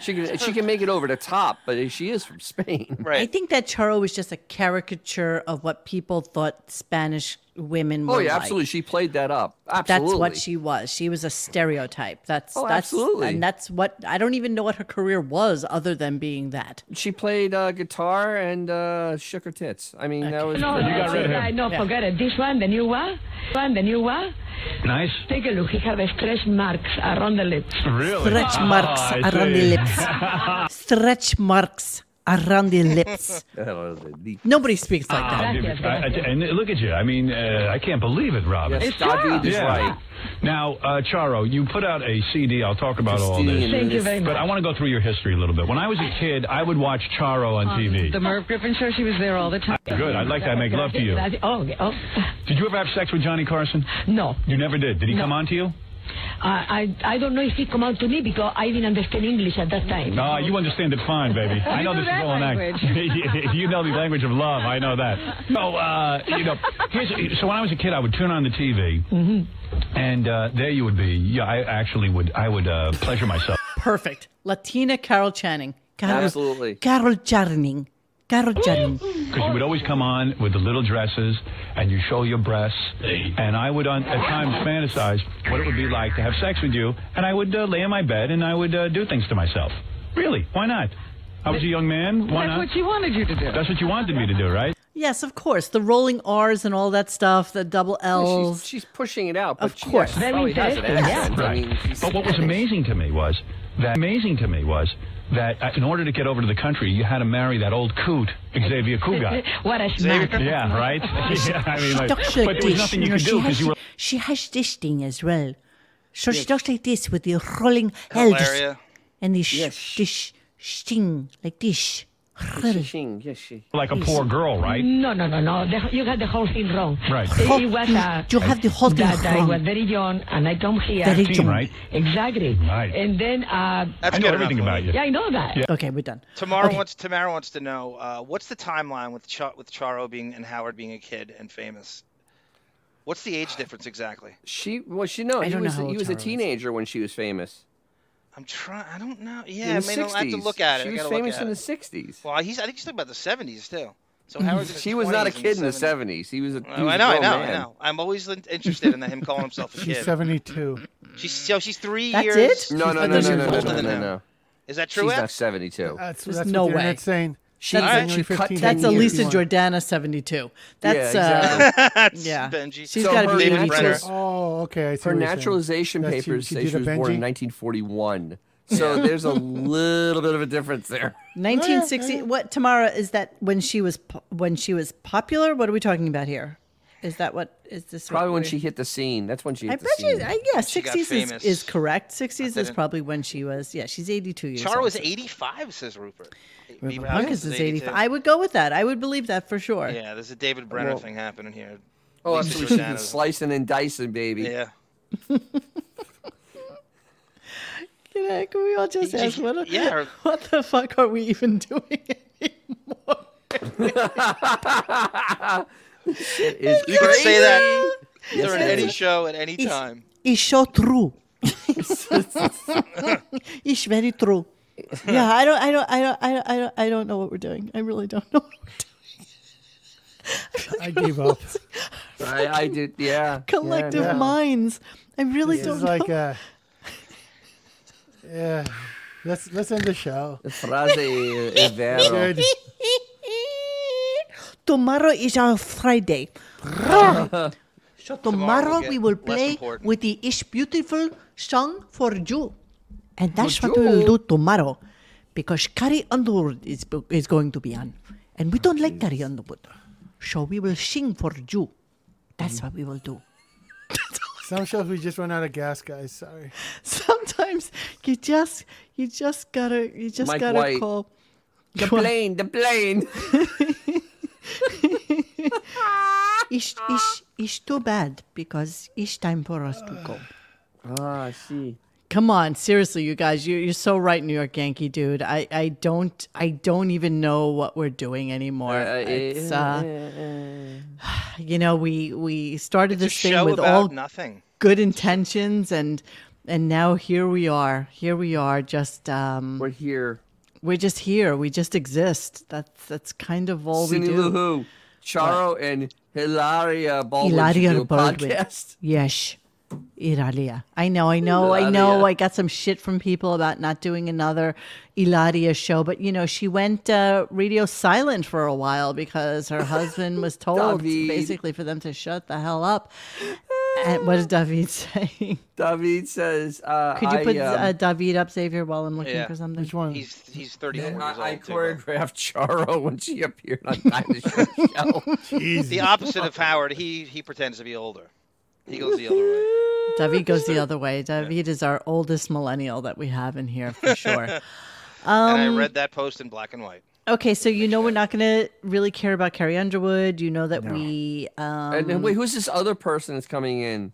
She can she can make it over the top, but she is from Spain.
I think that Charo was just a caricature of what people thought Spanish women were
Oh yeah,
like.
absolutely. She played that up. Absolutely.
That's what she was. She was a stereotype. That's
Oh,
that's
absolutely.
and that's what I don't even know what her career was other than being that.
She played uh, guitar and uh, shook her tits. I mean, that was
No,
pretty
no,
much
no,
it.
no, forget it. This one, the new one, one, the new one.
Nice.
Take a look. He have stretch marks around the lips.
Really?
Stretch marks
Ah, I
around the
see.
lips. Stretch marks around the lips. Nobody speaks like
Ah,
that.
dude, I- I- and look at you. I mean, uh, I can't believe it, Robin.
Yes, It's David is
Yeah.
right.
Now, uh, Charo, you put out a CD. I'll talk about all
Christine
this.
Thank you is- very
But I want to go through your history a little bit. When I was a kid, I would watch Charo on TV.
Um, The Merv Griffin show. She was there all the time.
Good. I'd like to make love to you.
Oh, okay. oh.
Did you ever have sex with Johnny Carson?
No.
You never did. Did he come on to you?
I, I I don't know if he come out to me because I didn't understand English at that time.
No, you understand it fine, baby. I
You
know
know
this is
that
all an act.
language.
you know the language of love. I know that. So, uh, you know, here's, so when I was a kid, I would turn on the TV,
Mm-hmm.
and uh, there you would be. Yeah, I actually would. I would uh, pleasure myself.
Perfect. Latina Carol Channing. Carol,
Absolutely.
Carol Channing. Carol Channing.
Because you would always come on with the little dresses and you show your breasts. And I would on, at times fantasize what it would be like to have sex with you. And I would uh, lay in my bed and I would uh, do things to myself. Really? Why not? I was a young man. Why
That's
not?
what you wanted you to do.
That's what you wanted me to do, right?
Yes, of course. The rolling R's and all that stuff, the double
Well,
L's.
she's, she's pushing it out, but
Of
she
course.
actually
Very
probably has an
desperate.
accent. I
Right.
mean, she's
but what was amazing to me was that amazing to me was that uh, in order to get over to the country, you had to marry that old coot, Xavier Cougat.
What a schmuck.
Yeah, right. Yeah, I mean, like,
talks
but there was nothing you
know,
could do
she has,
because you were.
she has this thing as well. So she talks like this with the rolling L's
Hilaria.
and this this sting like this.
yes, she.
Like a poor girl, right?
No, no, no, no. The, you got the whole thing wrong.
Right.
It, it was, uh,
You have the whole thing
that I
wrong.
was very young and I come here.
Very Team, young. right?
Exactly. Right. And then. Uh,
That's I know good everything enough. about you.
Yeah, I know that.
Okay, we're done.
Tamara
Okay.
wants Tamara wants to know uh, what's the timeline with Ch- with Charo being and Howard being a kid and famous. What's the age difference exactly?
She well, she no,
I
he
don't know
was
how old
he was a
Tara was.
teenager when she was famous.
I'm trying. I don't know.
In
Yeah, I
the
mean, I'll have to
60s.
look at it.
She
I
was
gotta look
famous
at
in
it.
the 60s.
Well, he's I think he's talking about the 70s too. So Howard's in his
She was not a
20s
kid in the
70s.
70s. He was a. He was
Oh, I
a
know, I
grown
know,
man.
I know. I'm always in- interested in that him calling himself a kid.
She's 72.
She's so she's three
That's
years.
it?
No, no,
I
no,
thought she
no,
was
no, no,
older
no,
than
no,
him.
no.
Is that true,
She's
Ed?
not 72.
That's,
There's
that's
no
what the
way.
internet's saying.
She-
She's
that's,
only 15
that's
years
Elisa
old.
Jordana, 72. That's, uh,
exactly.
yeah.
Benji.
She's
So
got to
her
be
David
82.
Brenner.
Oh, okay. I see
Her
what you're saying.
naturalization
That's- she-
papers
she
say
did
she
a
was born in
Benji? Oh,
1941. So
Yeah.
there's a little bit of a difference there.
1960. What Tamara is that when she was po- when she was popular? What are we talking about here? Is that what is this? what
Probably when
we're-
she hit the scene. That's when she
I
hit
bet
the
she,
scene.
I, yeah,
She got
sixties is,
famous.
is correct. Sixties is
didn't-
probably when she was. Yeah, she's eighty-two years.
Char
old,
was
so-
85, says Rupert.
Reba
Reba
Marcus
Hawkins
is eighty-five.
82.
I would go with that. I would believe that for sure.
Yeah, there's a David Brenner
Well-
thing happening here.
Oh,
Lisa
that's what she's been
Rosanna's-
slicing and dicing, baby.
Yeah.
Can, I, can we all just ask what?
yeah, or-
What the fuck are we even doing?
is
you can say that
Yes,
during
it
any
is.
show at any
It's-
time.
It's so true. it's very true. Yeah, I don't, I don't, I don't, I don't, I don't, I don't know what we're doing. I really don't know.
I gave up.
I, I did. Yeah.
Collective
yeah, no.
minds. I really
This
don't
is
know.
like uh yeah. Let's let's end the show.
Frase eh, vero.
Good.
Tomorrow is our Friday. so
Tomorrow
tomorrow, we
we
will
get less
play
important.
with the Ish Beautiful song for you. And that's what we will do tomorrow. Because Carrie Underwood is, bo- is going to be on. And we don't like Carrie Underwood. So we will sing for you. That's what we will do.
Some shows we just run out of gas, guys. Sorry.
Sometimes you just you just gotta you just
Mike
gotta
White.
call.
The plane, the plane.
it's, it's, it's too bad because it's time for us to go.
Ah, I see.
Come on, seriously, you guys, you, you're so right, New York Yankee dude. I, I don't I don't even know what we're doing anymore. it's uh, you know we we started
a
this thing
show
with
about
all
nothing.
good intentions and and now here we are. Here we are. Just um,
we're here.
We're just here. We just exist. That's that's kind of all
Cindy
we do.
Lou Who, Charo and Hilaria Baldwin. should do
Hilaria
a
Baldwin.
podcast.
Yes. Ilaria. I know, I know, I know. I got some shit from people about not doing another Ilaria show, but you know, she went uh, radio silent for a while because her husband was told
David.
basically for them to shut the hell up. And what is David saying?
David says, uh,
Could you
I,
put
um,
uh, David up, Xavier, while I'm looking
Yeah.
for something? Which
one?
He's he's 34 years
I, I
old. too,
choreographed Charo when she appeared on Time to Show.
bro. the opposite of Howard, he he pretends to be older. He goes the other way.
David goes the other way. David is our oldest millennial that we have in here for sure.
and I
Um,
read that post in black and white.
Okay, so you know we're not going to really care about Carrie Underwood. You know that we. Um,
and then, wait, who's this other person that's coming in?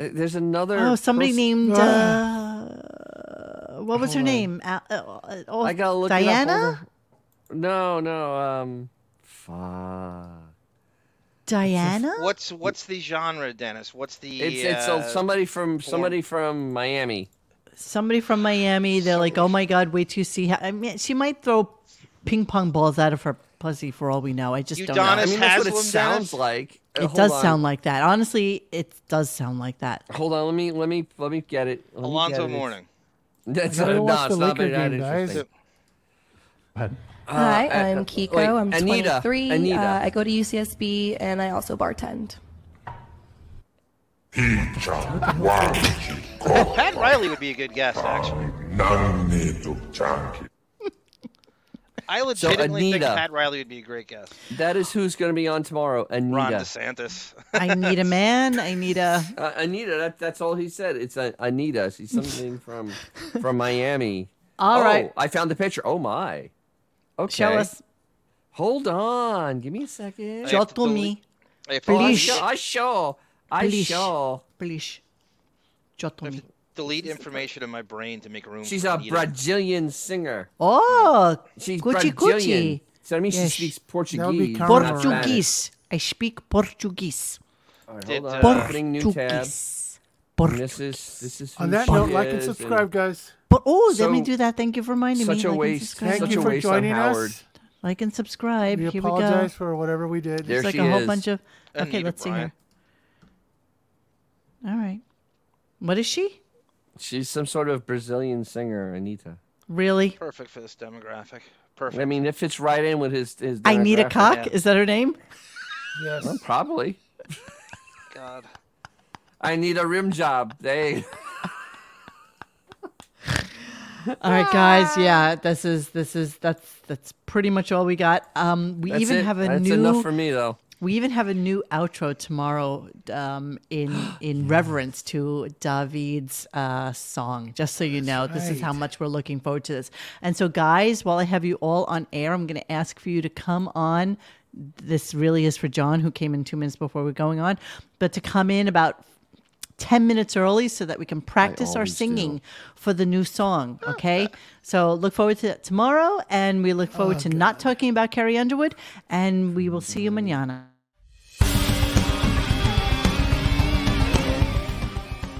Uh, There's another.
Oh, somebody
person-
named. Uh, what was her
Ah. Hold on.
name? Al- uh, oh,
I gotta look it up. Hold
Diana.
on. No, no. Um, fuck.
Diana.
What's what's the genre, Dennis? What's the
It's it's
uh,
uh, somebody from
form?
somebody from Miami.
Somebody from Miami. They're like, oh my god, wait to see. How-. I mean, she might throw ping pong balls out of her pussy for all we know. I just don't know.
I mean, that's what it sounds like. Uh,
It
hold
does
on.
sound like that. Honestly, it does sound like that.
Hold on, let me let me let me get it. Let me
Alonzo
get it.
Mourning.
That's uh,
I
not,
gotta
no,
watch
it's
the
not
Laker
that
game,
interesting.
Hi,
Uh,
I'm
uh,
Kiko.
wait,
I'm
Anita,
23.
Anita.
Uh, I go to UCSB and I also bartend.
Pat Riley would be a good guest, actually. I legitimately think
Anita.
Pat Riley would be a great guest.
that is who's going to be on tomorrow. Anita.
Ron DeSantis.
I need a man. I need a.
Uh, Anita. That, that's all he said. It's uh, Anita. She's something from from Miami.
All
All right.
right.
I found the picture. Oh my. Okay.
Show us.
Hold on. Give me a second.
Show to me.
I have to
Oh, I
Please.
show. I show. I
Please.
show.
Please. Just to me.
delete information in my brain to make room.
She's
for
a
Anita.
Brazilian singer.
Oh,
She's
Gucci
Brazilian.
Gucci.
So that means
Yes.
she speaks Portuguese. not Spanish.
Portuguese. I speak Portuguese.
All right,
Did,
hold on.
uh,
Opening new tab.
Portuguese.
And This is this is
On
who
that
she
note, like and
is,
subscribe, guys.
But oh, let me
So-
do that. Thank you for reminding me.
such a
Like and
waste.
subscribe.
Such
you
a
for
waste
joining
on
us.
Howard.
Like and subscribe.
We
Here we go.
apologize for whatever we did.
There
There's like
she
a whole
is.
bunch of. Okay,
Anita
let's see
Bryant.
here. All right. What is she?
She's some sort of Brazilian singer, Anita.
Really?
Perfect for this demographic. Perfect.
I mean, it fits right in with his. his
I need a
demographic.
cock. Is that her name?
Yes.
Well, probably.
God.
I need a rim job. They.
All right, guys. Yeah, this is this is that's that's pretty much all we got. Um, we
That's
even
it.
have a
That's
new.
enough for me though.
We even have a new outro tomorrow um, in in reverence to David's uh, song. Just so you know, this is how
right.
much we're looking forward to this. And so, guys, while I have you all on air, I'm going to ask for you to come on. This really is for John, who came in two minutes before we're going on, but to come in about 10 minutes early so that we can practice our
always do.
singing for the new song. Okay. so look forward to that tomorrow. And we look forward to not talking about Carrie Underwood. And we will see you manana.